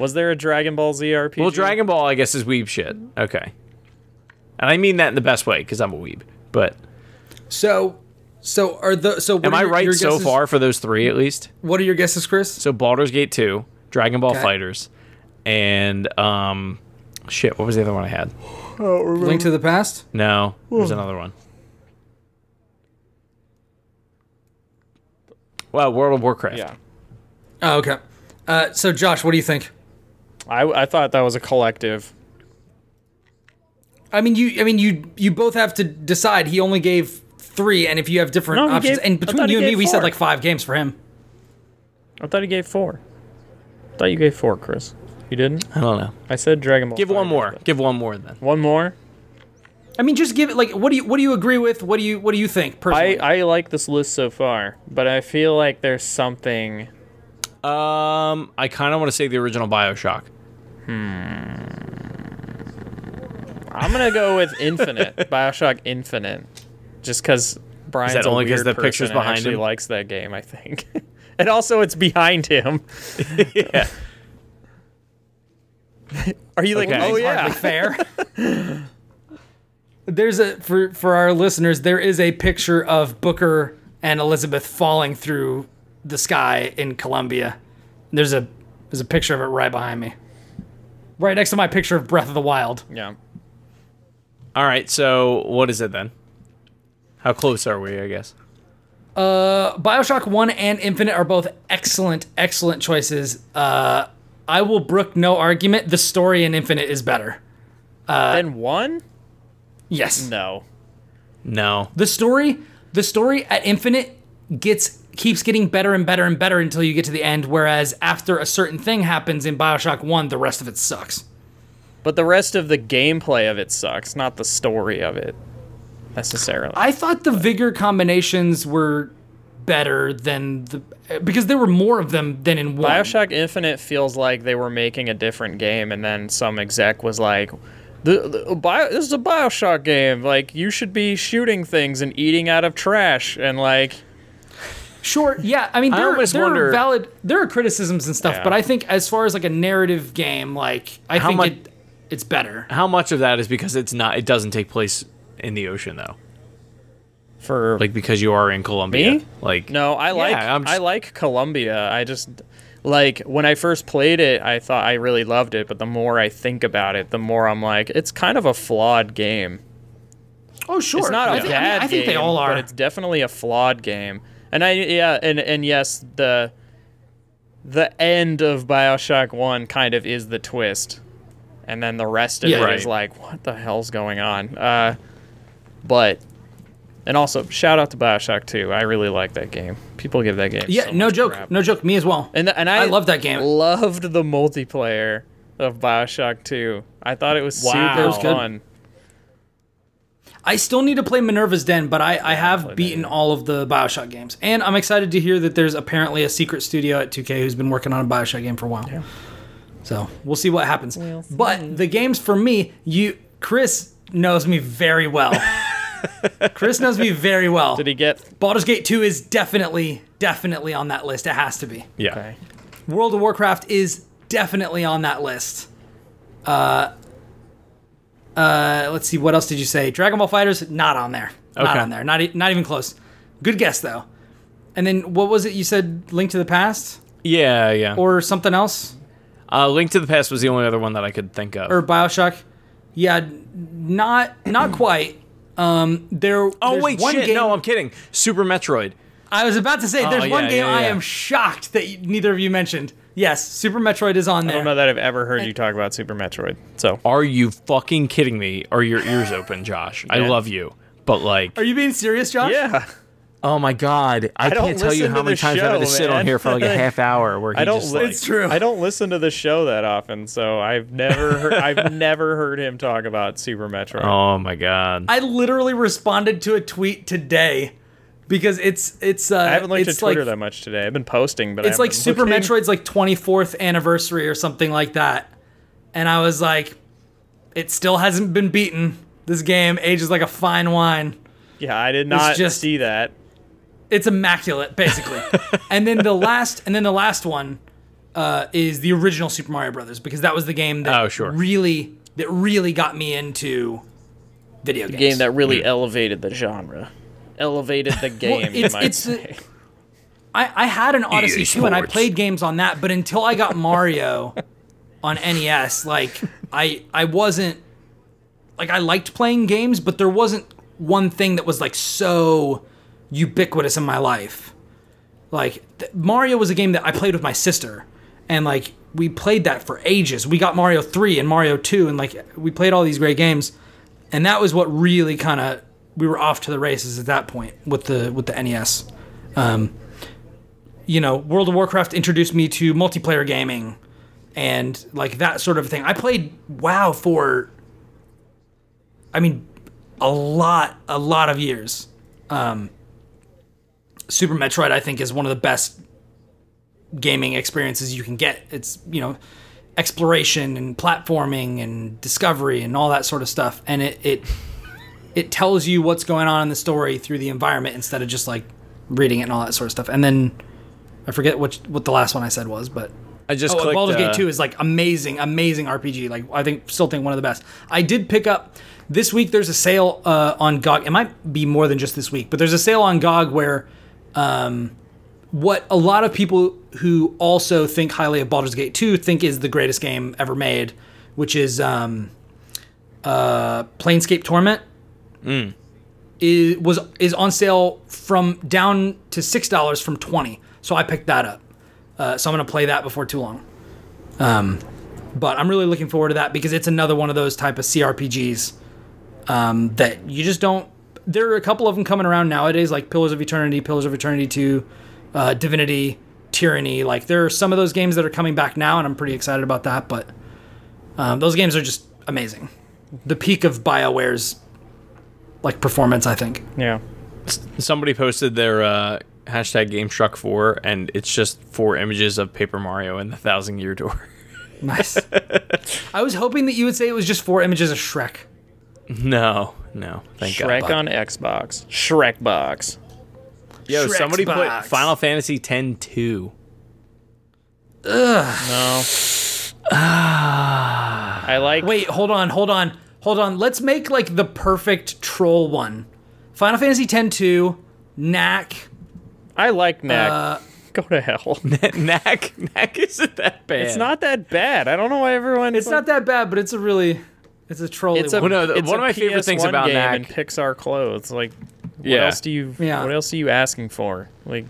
Speaker 4: Was there a Dragon Ball Z RPG?
Speaker 2: Well, Dragon Ball, I guess, is weeb shit. Okay. And I mean that in the best way because I'm a weeb. But
Speaker 1: So, so are the so? What
Speaker 2: am
Speaker 1: are
Speaker 2: I
Speaker 1: your-
Speaker 2: right
Speaker 1: your
Speaker 2: so
Speaker 1: guesses-
Speaker 2: far for those three at least?
Speaker 1: What are your guesses, Chris?
Speaker 2: So Baldur's Gate 2, Dragon Ball
Speaker 1: Okay.
Speaker 2: Fighters, and um, shit, what was the other one I had?
Speaker 1: Link to the past.
Speaker 2: No, there's
Speaker 1: Hmm.
Speaker 2: another one. Wow, World of Warcraft.
Speaker 4: Yeah.
Speaker 1: Oh, okay. Uh, so, Josh, what do you think?
Speaker 4: I, I thought that was a collective.
Speaker 1: I mean, you. I mean, you. You both have to decide. He only gave three, and if you have different
Speaker 4: No, he
Speaker 1: options,
Speaker 4: gave- I
Speaker 1: and between
Speaker 4: thought he
Speaker 1: you and me,
Speaker 4: gave
Speaker 1: we said
Speaker 4: four.
Speaker 1: like five games for him.
Speaker 4: I thought he gave four. I thought you gave four, Chris. You didn't?
Speaker 2: I don't know.
Speaker 4: I said Dragon Ball.
Speaker 2: Give one
Speaker 4: Fighters,
Speaker 2: more.
Speaker 4: but-
Speaker 2: Give one more then.
Speaker 4: One more?
Speaker 6: I mean, just give it like what do you what do you agree with? What do you what do you think
Speaker 4: I,
Speaker 6: personally?
Speaker 4: I like this list so far, but I feel like there's something.
Speaker 2: Um, I kind of want to say the original Bioshock.
Speaker 4: I'm gonna go with Infinite, Bioshock Infinite, just because Brian's
Speaker 2: that
Speaker 4: a
Speaker 2: only 'cause
Speaker 4: weird
Speaker 2: the
Speaker 4: person
Speaker 2: picture's
Speaker 4: and
Speaker 2: behind
Speaker 4: actually
Speaker 2: him?
Speaker 4: likes that game, I think. and also, it's behind him.
Speaker 2: yeah.
Speaker 4: Are you like,
Speaker 2: Okay.
Speaker 4: oh
Speaker 2: It's
Speaker 4: yeah?
Speaker 6: fair. There's a for for our listeners. There is a picture of Booker and Elizabeth falling through the sky in Colombia. There's a there's a picture of it right behind me, right next to my picture of Breath of the Wild.
Speaker 4: Yeah.
Speaker 2: All right. So what is it then? How close are we? I guess.
Speaker 6: Bioshock One and Infinite are both excellent excellent choices. Uh, I will brook no argument. The story in Infinite is better.
Speaker 4: then one?
Speaker 6: Yes.
Speaker 4: No.
Speaker 2: No.
Speaker 6: the story the story at infinite gets keeps getting better and better and better until you get to the end whereas after a certain thing happens in bioshock 1 the rest of it sucks
Speaker 4: But the rest of the gameplay of it sucks, not the story of it necessarily.
Speaker 6: i thought the vigor combinations were better than the because there were more of them than in one
Speaker 4: Bioshock Infinite feels like they were making a different game, and then some exec was like, the, the, bio, "This is a Bioshock game. Like, you should be shooting things and eating out of trash." And like,
Speaker 6: Sure. Yeah. I mean,
Speaker 2: I
Speaker 6: there, are-
Speaker 2: almost
Speaker 6: there
Speaker 2: wonder-
Speaker 6: are valid. There are criticisms and stuff,
Speaker 4: Yeah.
Speaker 6: but I think as far as like a narrative game, like I
Speaker 2: How
Speaker 6: think
Speaker 2: much-
Speaker 6: it, it's better.
Speaker 2: How much of that is because it's not? It doesn't take place in the ocean though.
Speaker 4: for
Speaker 2: Like because you are in Colombia.
Speaker 4: Me?
Speaker 2: Like
Speaker 4: no, I like
Speaker 2: I'm
Speaker 4: I
Speaker 2: just-
Speaker 4: like Columbia. I just like when I first played it, I thought I really loved it, but the more I think about it, the more I'm like, it's kind of a flawed game.
Speaker 6: Oh, sure.
Speaker 4: It's not a
Speaker 6: I thi- I mean,
Speaker 4: bad
Speaker 6: I think
Speaker 4: game,
Speaker 6: they all are.
Speaker 4: but it's definitely a flawed game. And I yeah, and and yes, the the end of BioShock 1 kind of is the twist. And then the rest of it
Speaker 6: Yeah.
Speaker 4: is
Speaker 2: Right.
Speaker 4: like what the hell's going on? Uh but and also shout out to BioShock 2. I really like that game. People give that game
Speaker 6: yeah.
Speaker 4: so
Speaker 6: no
Speaker 4: much
Speaker 6: joke.
Speaker 4: crap.
Speaker 6: No joke. Me as well.
Speaker 4: And th- and I,
Speaker 6: I love that game.
Speaker 4: Loved the multiplayer of BioShock 2. I thought it was
Speaker 2: Wow. It
Speaker 4: super
Speaker 2: was
Speaker 6: good.
Speaker 4: fun.
Speaker 6: I still need to play Minerva's Den, but I, I have
Speaker 4: that
Speaker 6: beaten all of the Bioshock games. And I'm excited to hear that there's apparently a secret studio at 2K who's been working on a Bioshock game for a while. So we'll see what happens. But the games for me, you Chris knows me very well. Chris knows me very well.
Speaker 4: Did he get
Speaker 6: Baldur's Gate 2 is definitely, definitely on that list. It has to be.
Speaker 2: Yeah.
Speaker 4: Okay.
Speaker 6: World of Warcraft is definitely on that list. Uh, uh, let's see, what else did you say? Dragon Ball Fighters not on there. Not
Speaker 2: Okay.
Speaker 6: on there. Not e- not even close. Good guess though. And then what was it you said? Link to the Past
Speaker 2: Yeah. Yeah.
Speaker 6: or something else
Speaker 2: uh, Link to the Past was the only other one that I could think of.
Speaker 6: or Bioshock? Yeah, n- not not quite. Um, there.
Speaker 2: oh
Speaker 6: there's
Speaker 2: wait,
Speaker 6: one
Speaker 2: shit.
Speaker 6: Game,
Speaker 2: No, I'm kidding. Super Metroid.
Speaker 6: I was about to say there's
Speaker 2: Oh,
Speaker 6: one
Speaker 2: yeah,
Speaker 6: game
Speaker 2: yeah,
Speaker 6: I
Speaker 2: yeah.
Speaker 6: am shocked that you, neither of you mentioned. Yes, Super Metroid is on there.
Speaker 4: I don't know that I've ever heard you talk about Super Metroid. So
Speaker 2: Are you fucking kidding me? Are your ears open, Josh? I
Speaker 4: Yeah.
Speaker 2: love you, but like,
Speaker 6: Are you being serious, Josh?
Speaker 4: yeah,
Speaker 2: oh my god, I,
Speaker 4: don't
Speaker 2: can't tell you
Speaker 4: listen
Speaker 2: how
Speaker 4: to
Speaker 2: many
Speaker 4: the
Speaker 2: times I've had to
Speaker 4: show,
Speaker 2: sit on
Speaker 4: man.
Speaker 2: here for like a half hour where he
Speaker 4: I don't.
Speaker 2: just
Speaker 4: Li-
Speaker 2: like,
Speaker 6: It's true.
Speaker 4: I don't listen to the show that often, so I've never heard, I've never heard him talk about Super Metroid.
Speaker 2: oh my god.
Speaker 6: I literally responded to a tweet today because it's it's uh,
Speaker 4: I haven't looked
Speaker 6: it's
Speaker 4: at Twitter
Speaker 6: like,
Speaker 4: that much today. I've been posting, but I
Speaker 6: It's like
Speaker 4: haven't been
Speaker 6: Super
Speaker 4: looking.
Speaker 6: Metroid's like 24th anniversary or something like that, and I was like, it still hasn't been beaten. This game ages like a fine wine.
Speaker 4: Yeah, I did not
Speaker 6: just-
Speaker 4: see that.
Speaker 6: It's immaculate, basically. and then the last and then the last one uh, is the original Super Mario Brothers because that was the game that
Speaker 2: Oh, sure.
Speaker 6: really that really got me into video games.
Speaker 3: game that
Speaker 1: Mm.
Speaker 3: really elevated the genre, elevated the game. you
Speaker 6: it's-
Speaker 3: might
Speaker 6: it's-
Speaker 3: say.
Speaker 6: I, I had an Odyssey
Speaker 2: EA
Speaker 6: too, and I
Speaker 2: Sports.
Speaker 6: played games on that, but until I got Mario on NES, like I I wasn't like I liked playing games, but there wasn't one thing that was like so ubiquitous in my life. Like th- Mario was a game that I played with my sister, and like we played that for ages. We got Mario three and Mario two, and like we played all these great games, and that was what really kind of we were off to the races at that point with the with the NES Um, you know, World of Warcraft introduced me to multiplayer gaming and like that sort of thing. I played WoW for I mean a lot, a lot of years. Um, Super Metroid, I think, is one of the best gaming experiences you can get. It's you know exploration and platforming and discovery and all that sort of stuff, and it it it tells you what's going on in the story through the environment instead of just like reading it and all that sort of stuff. And then I forget what what the last one I said was, but
Speaker 2: I just
Speaker 6: Oh,
Speaker 2: clicked.
Speaker 6: Baldur's
Speaker 2: uh,
Speaker 6: Gate 2 is like amazing, amazing RPG. Like I think still think one of the best. I did pick up this week. There's a sale uh, on GOG. It might be more than just this week, but there's a sale on GOG where um, what a lot of people who also think highly of Baldur's Gate 2 think is the greatest game ever made, which is um, uh, Planescape Torment
Speaker 2: Mm.
Speaker 6: is was is on sale from down to six dollars from twenty. So I picked that up. Uh, so I'm gonna play that before too long. Um, but I'm really looking forward to that because it's another one of those type of CRPGs um, that you just don't. There are a couple of them coming around nowadays, like Pillars of Eternity, Pillars of Eternity Two, uh, Divinity, Tyranny. Like there are some of those games that are coming back now, and I'm pretty excited about that. But um, those games are just amazing. The peak of Bioware's like performance, I think.
Speaker 4: Yeah.
Speaker 2: somebody posted their uh, hashtag GameStruck4, and it's just four images of Paper Mario and the Thousand Year Door.
Speaker 6: Nice. I was hoping that you would say it was just four images of Shrek.
Speaker 2: no, no, thank
Speaker 4: Shrek
Speaker 2: God.
Speaker 4: on Xbox. Shrek box.
Speaker 2: Yo,
Speaker 6: Shrek's
Speaker 2: somebody put
Speaker 6: box.
Speaker 2: Final Fantasy X 2.
Speaker 4: No. I like.
Speaker 6: Wait, hold on, hold on, hold on. Let's make like the perfect troll one. Final Fantasy X 2, Knack.
Speaker 4: I like Mac.
Speaker 6: Uh,
Speaker 4: Go to hell.
Speaker 2: Knack, Knack isn't that bad.
Speaker 4: It's not that bad. I don't know why everyone.
Speaker 6: It's not that bad, but it's a really, it's a troll.
Speaker 4: It's a,
Speaker 2: Well, no, the-
Speaker 4: it's
Speaker 2: one
Speaker 4: a
Speaker 2: of my favorite
Speaker 4: PS1
Speaker 2: things about
Speaker 4: game
Speaker 2: Knack-
Speaker 4: and Pixar clothes. Like, what
Speaker 2: Yeah.
Speaker 4: else do you?
Speaker 6: Yeah.
Speaker 4: What else are you asking for? Like,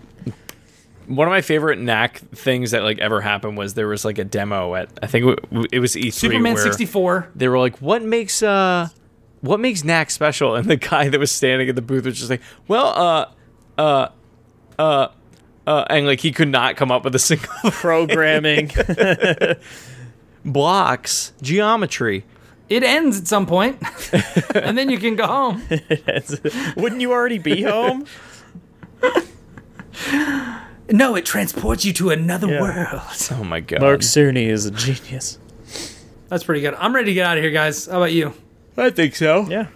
Speaker 2: One of my favorite Knack things that like ever happened was there was like a demo at I think it w- it was E3
Speaker 6: Superman
Speaker 2: where
Speaker 6: 64.
Speaker 2: they were like, "What makes uh, what makes Knack special?" And the guy that was standing at the booth was just like, "Well, uh, uh, uh." Uh, and like he could not come up with a single
Speaker 4: programming.
Speaker 2: blocks geometry.
Speaker 6: It ends at some point, and then you can go home.
Speaker 4: Wouldn't you already be home?
Speaker 6: No, it transports you to another
Speaker 4: Yeah.
Speaker 6: world.
Speaker 2: Oh my god!
Speaker 4: Mark Cerny is a genius.
Speaker 6: That's pretty good. I'm ready to get out of here, guys. How about you?
Speaker 2: I think so.
Speaker 4: Yeah.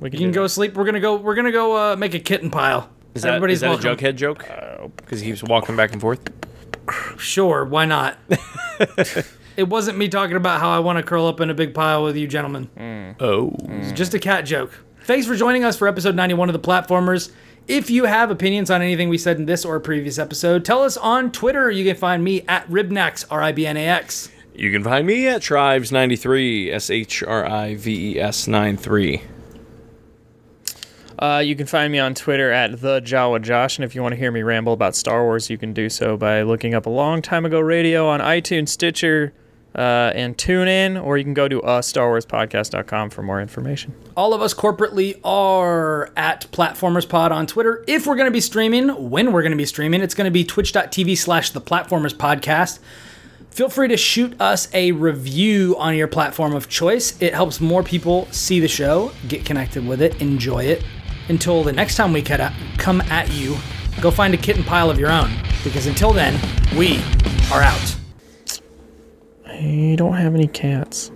Speaker 4: We
Speaker 6: You can
Speaker 4: do
Speaker 6: go sleep. We're gonna go. We're gonna go uh, make a kitten pile.
Speaker 2: Is that, is that a Jughead joke? Because Oh. he was walking back and forth.
Speaker 6: Sure, why not? it wasn't me talking about how I want to curl up in a big pile with you gentlemen.
Speaker 2: Oh,
Speaker 6: It's just a cat joke. Thanks for joining us for episode 91 of The Platformers. If you have opinions on anything we said in this or a previous episode, tell us on Twitter. You can find me at Ribnax, R I B N A X.
Speaker 2: you can find me at Shrives ninety three S H R I V E S nine three.
Speaker 4: Uh, you can find me on Twitter at the Jawa Josh, and if you want to hear me ramble about Star Wars, you can do so by looking up a long time ago radio on iTunes, Stitcher, uh, and TuneIn, or you can go to uh, StarWarsPodcast.com for more information.
Speaker 6: All of us corporately are at Platformers Pod on Twitter. If we're going to be streaming, when we're going to be streaming, it's going to be twitch.tv slash the Platformers Podcast. Feel free to shoot us a review on your platform of choice. It helps more people see the show, get connected with it, enjoy it. Until the next time we cut out, come at you, go find a kitten pile of your own. Because until then, we are out.
Speaker 4: I don't have any cats.